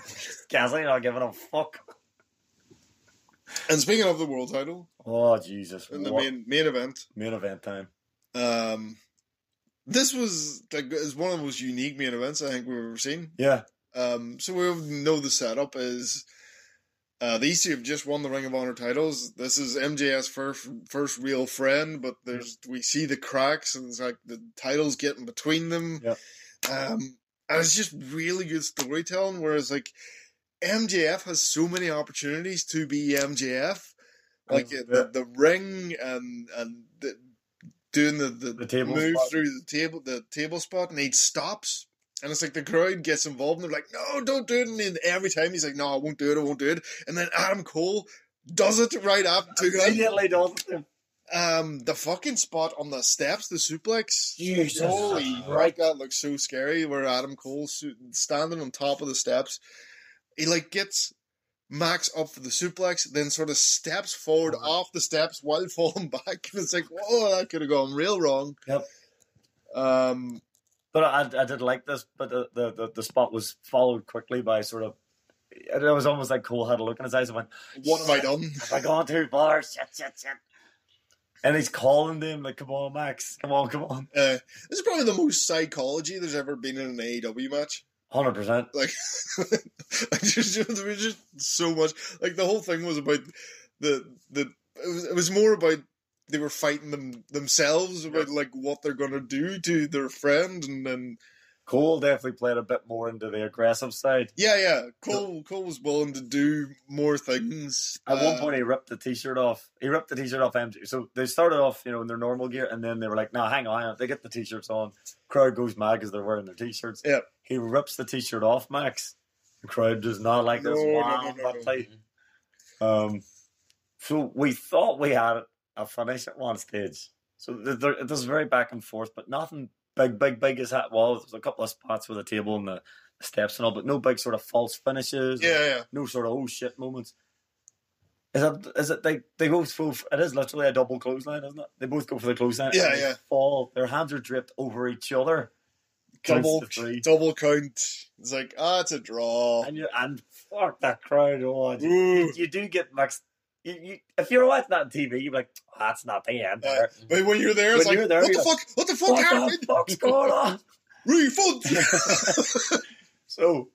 [SPEAKER 2] Cassidy not giving a fuck.
[SPEAKER 1] And speaking of the world title
[SPEAKER 2] Oh Jesus!
[SPEAKER 1] in the
[SPEAKER 2] what
[SPEAKER 1] main main event,
[SPEAKER 2] main event time.
[SPEAKER 1] um, this was like is one of the most unique main events I think we've ever seen.
[SPEAKER 2] Yeah.
[SPEAKER 1] Um, so we know the setup is uh, the EC have just won the Ring of Honor titles. This is MJF's first first real friend, but there's we see the cracks and it's like the titles getting between them.
[SPEAKER 2] Yeah.
[SPEAKER 1] Um, and it's just really good storytelling. Whereas like MJF has so many opportunities to be MJF, like
[SPEAKER 2] Yeah.
[SPEAKER 1] the, the ring and and the, doing the the,
[SPEAKER 2] The table
[SPEAKER 1] move
[SPEAKER 2] spot.
[SPEAKER 1] through the table the table spot, and he stops. And it's like the crowd gets involved, and they're like, "No, don't do it!" And then every time he's like, "No, I won't do it. I won't do it." And then Adam Cole does it right after.
[SPEAKER 2] Immediately does it.
[SPEAKER 1] Um, the fucking spot on the steps, the suplex.
[SPEAKER 2] Jesus
[SPEAKER 1] Holy
[SPEAKER 2] Christ.
[SPEAKER 1] right, that looks so scary. Where Adam Cole su- standing on top of the steps, he like gets Max up for the suplex, then sort of steps forward
[SPEAKER 2] Wow.
[SPEAKER 1] off the steps while falling back. And it's like, whoa, that could have gone real wrong.
[SPEAKER 2] Yep.
[SPEAKER 1] Um,
[SPEAKER 2] But I, I did like this, but the, the, the, the spot was followed quickly by sort of. It was almost like Cole had a look in his eyes and went,
[SPEAKER 1] what have I done?
[SPEAKER 2] Have I gone too far? Shit, shit, shit. And he's calling them, like, Come on, Max. Come on, come on.
[SPEAKER 1] Uh, this is probably the most psychology there's ever been in an AEW match.
[SPEAKER 2] 100%.
[SPEAKER 1] I just, there was just so much. Like the whole thing was about the the. It was, it was more about they were fighting them themselves about like what they're gonna do to their friend, and then
[SPEAKER 2] Cole definitely played a bit more into the aggressive side.
[SPEAKER 1] yeah, yeah. Cole Cole was willing to do more things.
[SPEAKER 2] At one
[SPEAKER 1] Uh,
[SPEAKER 2] point, he ripped the t-shirt off. He ripped the t-shirt off MJ. So they started off, you know, in their normal gear, and then they were like, "No, hang on, hang on." They get the t-shirts on. Crowd goes mad because they're wearing their t-shirts.
[SPEAKER 1] Yep.
[SPEAKER 2] He rips the t-shirt off Max. The crowd does not like this.
[SPEAKER 1] No, no,
[SPEAKER 2] Wow,
[SPEAKER 1] no, no, no.
[SPEAKER 2] badly. Um, so we thought we had a finish at one stage. So th- there- it was very back and forth, but nothing big, big, big as that was. There's a couple of spots with a table and the steps and all, but no big sort of false finishes. or
[SPEAKER 1] yeah, yeah.
[SPEAKER 2] no sort of oh shit moments. Is that is it they they both go for, it is literally a double clothesline, isn't it? They both go for the clothesline. and
[SPEAKER 1] Yeah,
[SPEAKER 2] they
[SPEAKER 1] yeah.
[SPEAKER 2] Fall, their hands are draped over each other. Counts
[SPEAKER 1] Double
[SPEAKER 2] to three.
[SPEAKER 1] double count. It's like ah, it's a draw.
[SPEAKER 2] And you and fuck that crowd. Oh, you,
[SPEAKER 1] Ooh.
[SPEAKER 2] you do get mixed. You, you, if you're watching that on TV, you're like, "Oh, that's not the end.
[SPEAKER 1] Uh, But when you're there, it's
[SPEAKER 2] When
[SPEAKER 1] like
[SPEAKER 2] you're there,
[SPEAKER 1] what the
[SPEAKER 2] you're
[SPEAKER 1] fuck? What the fuck
[SPEAKER 2] what
[SPEAKER 1] happened?
[SPEAKER 2] the fuck's going on?
[SPEAKER 1] Refund.
[SPEAKER 2] so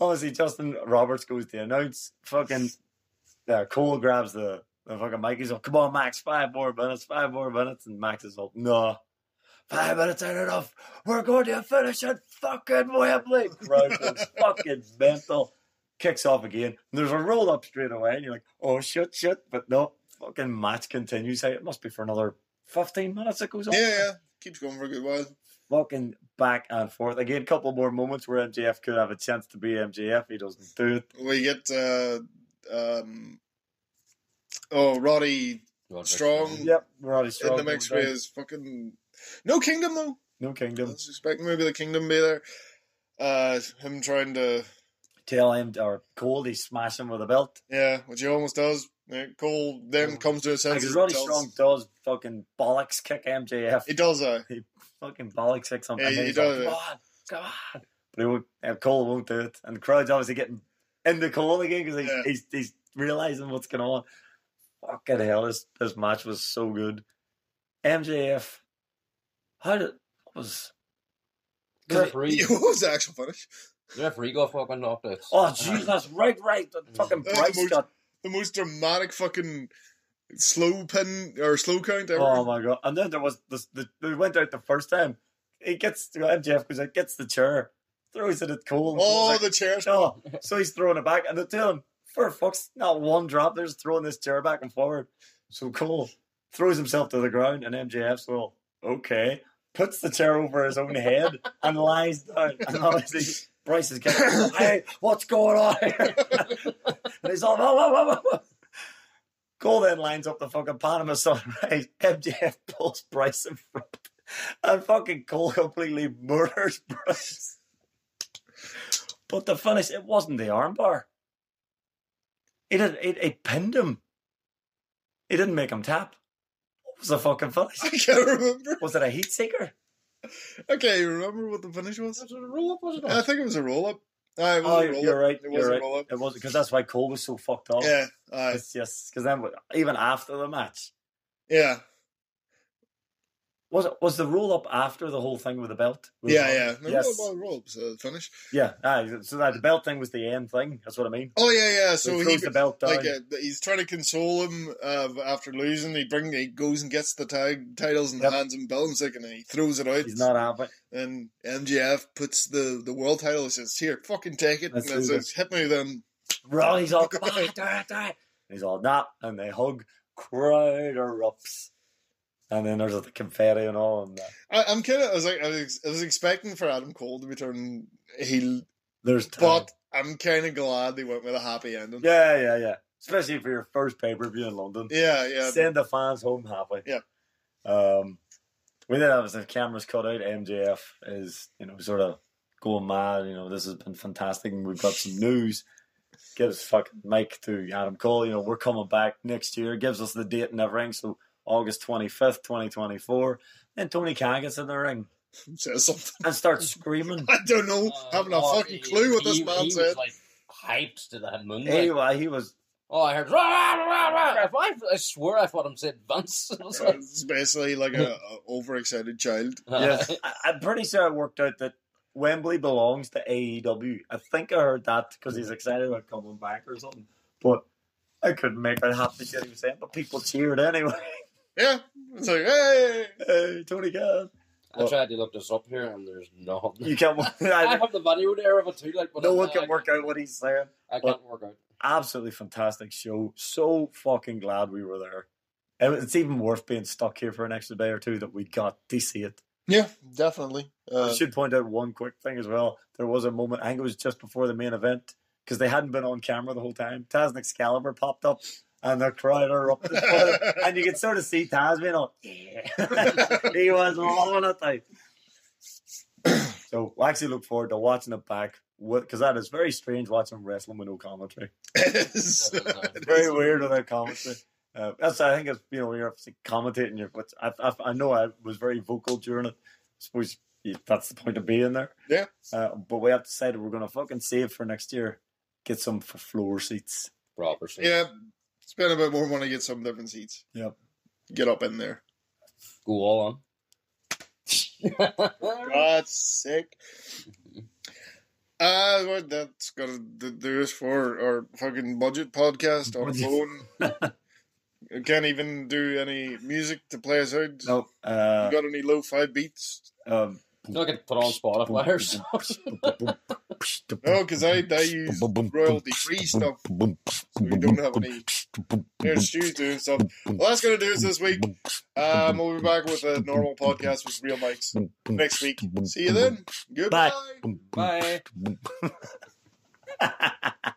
[SPEAKER 2] obviously Justin Roberts goes to announce fucking uh, Cole grabs the, the fucking mic. He's like, "Come on, Max, five more minutes, five more minutes," and Max is like, "No, five minutes ain't enough. We're going to finish it fucking Wembley." Crowd goes fucking mental. Kicks off again. And there's a roll up straight away, and you're like, "Oh shit, shit!" But no, fucking match continues. Hey, It must be for another fifteen minutes. It goes on
[SPEAKER 1] yeah, yeah. Keeps going for a good while.
[SPEAKER 2] fucking back and forth. Again, couple more moments where MJF could have a chance to be MJF. He doesn't do it.
[SPEAKER 1] we get uh, um, oh Roddy
[SPEAKER 3] Roderick.
[SPEAKER 1] Strong.
[SPEAKER 2] Yep, Roddy
[SPEAKER 1] Mm. in
[SPEAKER 2] Strong.
[SPEAKER 1] the mix
[SPEAKER 2] goes down.
[SPEAKER 1] with fucking no kingdom though.
[SPEAKER 2] No
[SPEAKER 1] I
[SPEAKER 2] Kingdom.
[SPEAKER 1] was expecting maybe the kingdom be there. Uh, him trying to
[SPEAKER 2] Tell him, or Cole, he smash him with a belt.
[SPEAKER 1] yeah, which he almost does. Yeah, Cole then
[SPEAKER 2] Yeah.
[SPEAKER 1] comes to his senses.
[SPEAKER 2] Because Roddy
[SPEAKER 1] and tells-
[SPEAKER 2] Strong does fucking bollocks kick MJF.
[SPEAKER 1] He does uh,
[SPEAKER 2] fucking bollocks kicks him.
[SPEAKER 1] Yeah,
[SPEAKER 2] and
[SPEAKER 1] he
[SPEAKER 2] then he's
[SPEAKER 1] does
[SPEAKER 2] like, come on, come on. But he won't, uh, Cole won't do it. And the crowd's obviously getting into Cole again because he's,
[SPEAKER 1] Yeah.
[SPEAKER 2] he's, he's realizing what's going on. Fucking hell, this, this match was so good. MJF, how did what was.
[SPEAKER 3] The referee,
[SPEAKER 1] What was the actual finish?
[SPEAKER 3] the referee got fucking knocked out.
[SPEAKER 2] Oh, jeez, that's right, right. The fucking
[SPEAKER 1] Yeah.
[SPEAKER 2] Bryce got.
[SPEAKER 1] The most dramatic fucking slow pin or slow count ever.
[SPEAKER 2] Oh, my God. And then there was. This, the, they went out the first time. He gets. MJF goes out, gets the chair, throws it at Cole. and Cole's
[SPEAKER 1] oh,
[SPEAKER 2] like,
[SPEAKER 1] the chairs.
[SPEAKER 2] No, so he's throwing it back, and they're telling him, for fuck's not one drop, they're just throwing this chair back and forward. So Cole throws himself to the ground, and MJF's well, okay, puts the chair over his own head and lies down. And obviously, Bryce is getting, hey, what's going on here? and he's all, whoa, whoa, whoa, whoa. Cole then lines up the fucking Panama Sunrise. MJF pulls Bryce in front. And fucking Cole completely murders Bryce. But the finish, it wasn't the armbar. He did it, it pinned him. He didn't make him tap. What was the fucking finish?
[SPEAKER 1] I can't remember.
[SPEAKER 2] Was it a heat seeker?
[SPEAKER 1] I can't even remember what the finish was.
[SPEAKER 3] That's a roll-up, was it not?
[SPEAKER 1] I think it was a roll up. it was
[SPEAKER 2] Oh,
[SPEAKER 1] a roll
[SPEAKER 2] you're
[SPEAKER 1] up.
[SPEAKER 2] right.
[SPEAKER 1] It was
[SPEAKER 2] you're
[SPEAKER 1] a
[SPEAKER 2] right. Oh.
[SPEAKER 1] roll up.
[SPEAKER 2] It was because that's why Cole was so fucked up.
[SPEAKER 1] Yeah, uh, aye.
[SPEAKER 2] Yes, because then even after the match,
[SPEAKER 1] Yeah.
[SPEAKER 2] Was it was the roll up after the whole thing with the belt? Was
[SPEAKER 1] yeah,
[SPEAKER 2] it-
[SPEAKER 1] yeah. Remember
[SPEAKER 2] Yes.
[SPEAKER 1] the uh, roll up to finish?
[SPEAKER 2] yeah. Aye, so that the belt thing was the end thing. That's what I mean.
[SPEAKER 1] Oh yeah, yeah. So
[SPEAKER 2] So he
[SPEAKER 1] he
[SPEAKER 2] throws the belt down.
[SPEAKER 1] like uh, he's trying to console him uh, after losing. He bring he goes and gets the tag titles and
[SPEAKER 2] Yep.
[SPEAKER 1] hands him Belichick, and he throws it out.
[SPEAKER 2] He's not happy.
[SPEAKER 1] And MGF puts the the world title. He says, "Here, fucking take it."
[SPEAKER 2] Let's
[SPEAKER 1] and it
[SPEAKER 2] do
[SPEAKER 1] says, "Hit me then."
[SPEAKER 2] Right, he's all come on, do it, do it. He's all nah, and they hug. Crowd erupts, and then there's the confetti and all, and uh,
[SPEAKER 1] I, I'm kind of I was like I was, I was expecting for Adam Cole to be turning heel,
[SPEAKER 2] there's time.
[SPEAKER 1] but I'm kind of glad they went with a happy ending.
[SPEAKER 2] yeah, yeah, yeah. Especially for your first pay per view in London.
[SPEAKER 1] yeah, yeah.
[SPEAKER 2] Send the fans home happy.
[SPEAKER 1] Yeah.
[SPEAKER 2] Um, we then have the cameras cut out. MJF is, you know, sort of going mad. You know, this has been fantastic, and we've got some news. Gives fucking Mike to Adam Cole. You know, we're coming back next year. Gives us the date and everything. So August twenty fifth, twenty twenty four. Then Tony Khan gets in the ring
[SPEAKER 1] Says something.
[SPEAKER 2] and starts screaming.
[SPEAKER 1] I don't know. haven't a
[SPEAKER 3] oh,
[SPEAKER 1] fucking
[SPEAKER 3] he-
[SPEAKER 1] clue what this
[SPEAKER 3] he-
[SPEAKER 1] man
[SPEAKER 3] he
[SPEAKER 1] said.
[SPEAKER 3] Was, like hyped to that moon. like,
[SPEAKER 2] Anyway, he was
[SPEAKER 3] oh, I heard. Rah, rah, rah, rah. If I, I swear I thought him said Vince. I was like,
[SPEAKER 1] it's basically like a, a overexcited child.
[SPEAKER 2] yeah, I, I'm pretty sure I worked out that Wembley belongs to AEW. I think I heard that because he's excited about coming back or something. But I couldn't make out half the shit he was saying. But people cheered anyway.
[SPEAKER 1] Yeah, it's like hey,
[SPEAKER 2] Hey, Tony Khan,
[SPEAKER 3] I tried to look this up here, and there's no.
[SPEAKER 2] you can't. work-
[SPEAKER 3] I
[SPEAKER 2] I,
[SPEAKER 3] have the video there of it too. Like, but
[SPEAKER 2] no
[SPEAKER 3] I-
[SPEAKER 2] one
[SPEAKER 3] I-
[SPEAKER 2] can work out what he's saying.
[SPEAKER 3] I can't work out.
[SPEAKER 2] Absolutely fantastic show. So fucking glad we were there. And It's even worth being stuck here for an extra day or two that we got to see it.
[SPEAKER 1] yeah, definitely.
[SPEAKER 2] I
[SPEAKER 1] Uh,
[SPEAKER 2] should point out one quick thing as well. There was a moment, I think it was just before the main event, because they hadn't been on camera the whole time. Taz and Excalibur popped up and the crowd erupted. and you could sort of see Taz being all, yeah. he was loving it. Like. So I actually look forward to watching it back because that is very strange watching wrestling with no commentary.
[SPEAKER 1] it is- it
[SPEAKER 2] Very
[SPEAKER 1] is-
[SPEAKER 2] weird without commentary. Uh, that's I think it's you know you're obviously commentating your but I, I, I know I was very vocal during it. I suppose you- that's the point of being there.
[SPEAKER 1] Yeah.
[SPEAKER 2] Uh, but we have decided we're gonna fucking save for next year. Get some for floor seats.
[SPEAKER 3] Proper. shit.
[SPEAKER 1] Yeah, spend a bit more money, get some different seats.
[SPEAKER 2] Yep.
[SPEAKER 1] Get up in there.
[SPEAKER 3] Go all on.
[SPEAKER 1] God's sick. Uh, well, that's gonna d- do us for our fucking budget podcast on
[SPEAKER 2] Budget.
[SPEAKER 1] phone. I Can't even do any music to play us out.
[SPEAKER 2] No. Uh,
[SPEAKER 1] You got any lo-fi beats?
[SPEAKER 2] um,
[SPEAKER 3] Look at put on Spotify or something.
[SPEAKER 1] No, because I, I use royalty free stuff. So we don't have any. There's shoes doing stuff. Well, that's going to do us this week. Um, we'll be back with a normal podcast with real mics next week. See you then. Goodbye.
[SPEAKER 3] Bye.
[SPEAKER 2] Bye.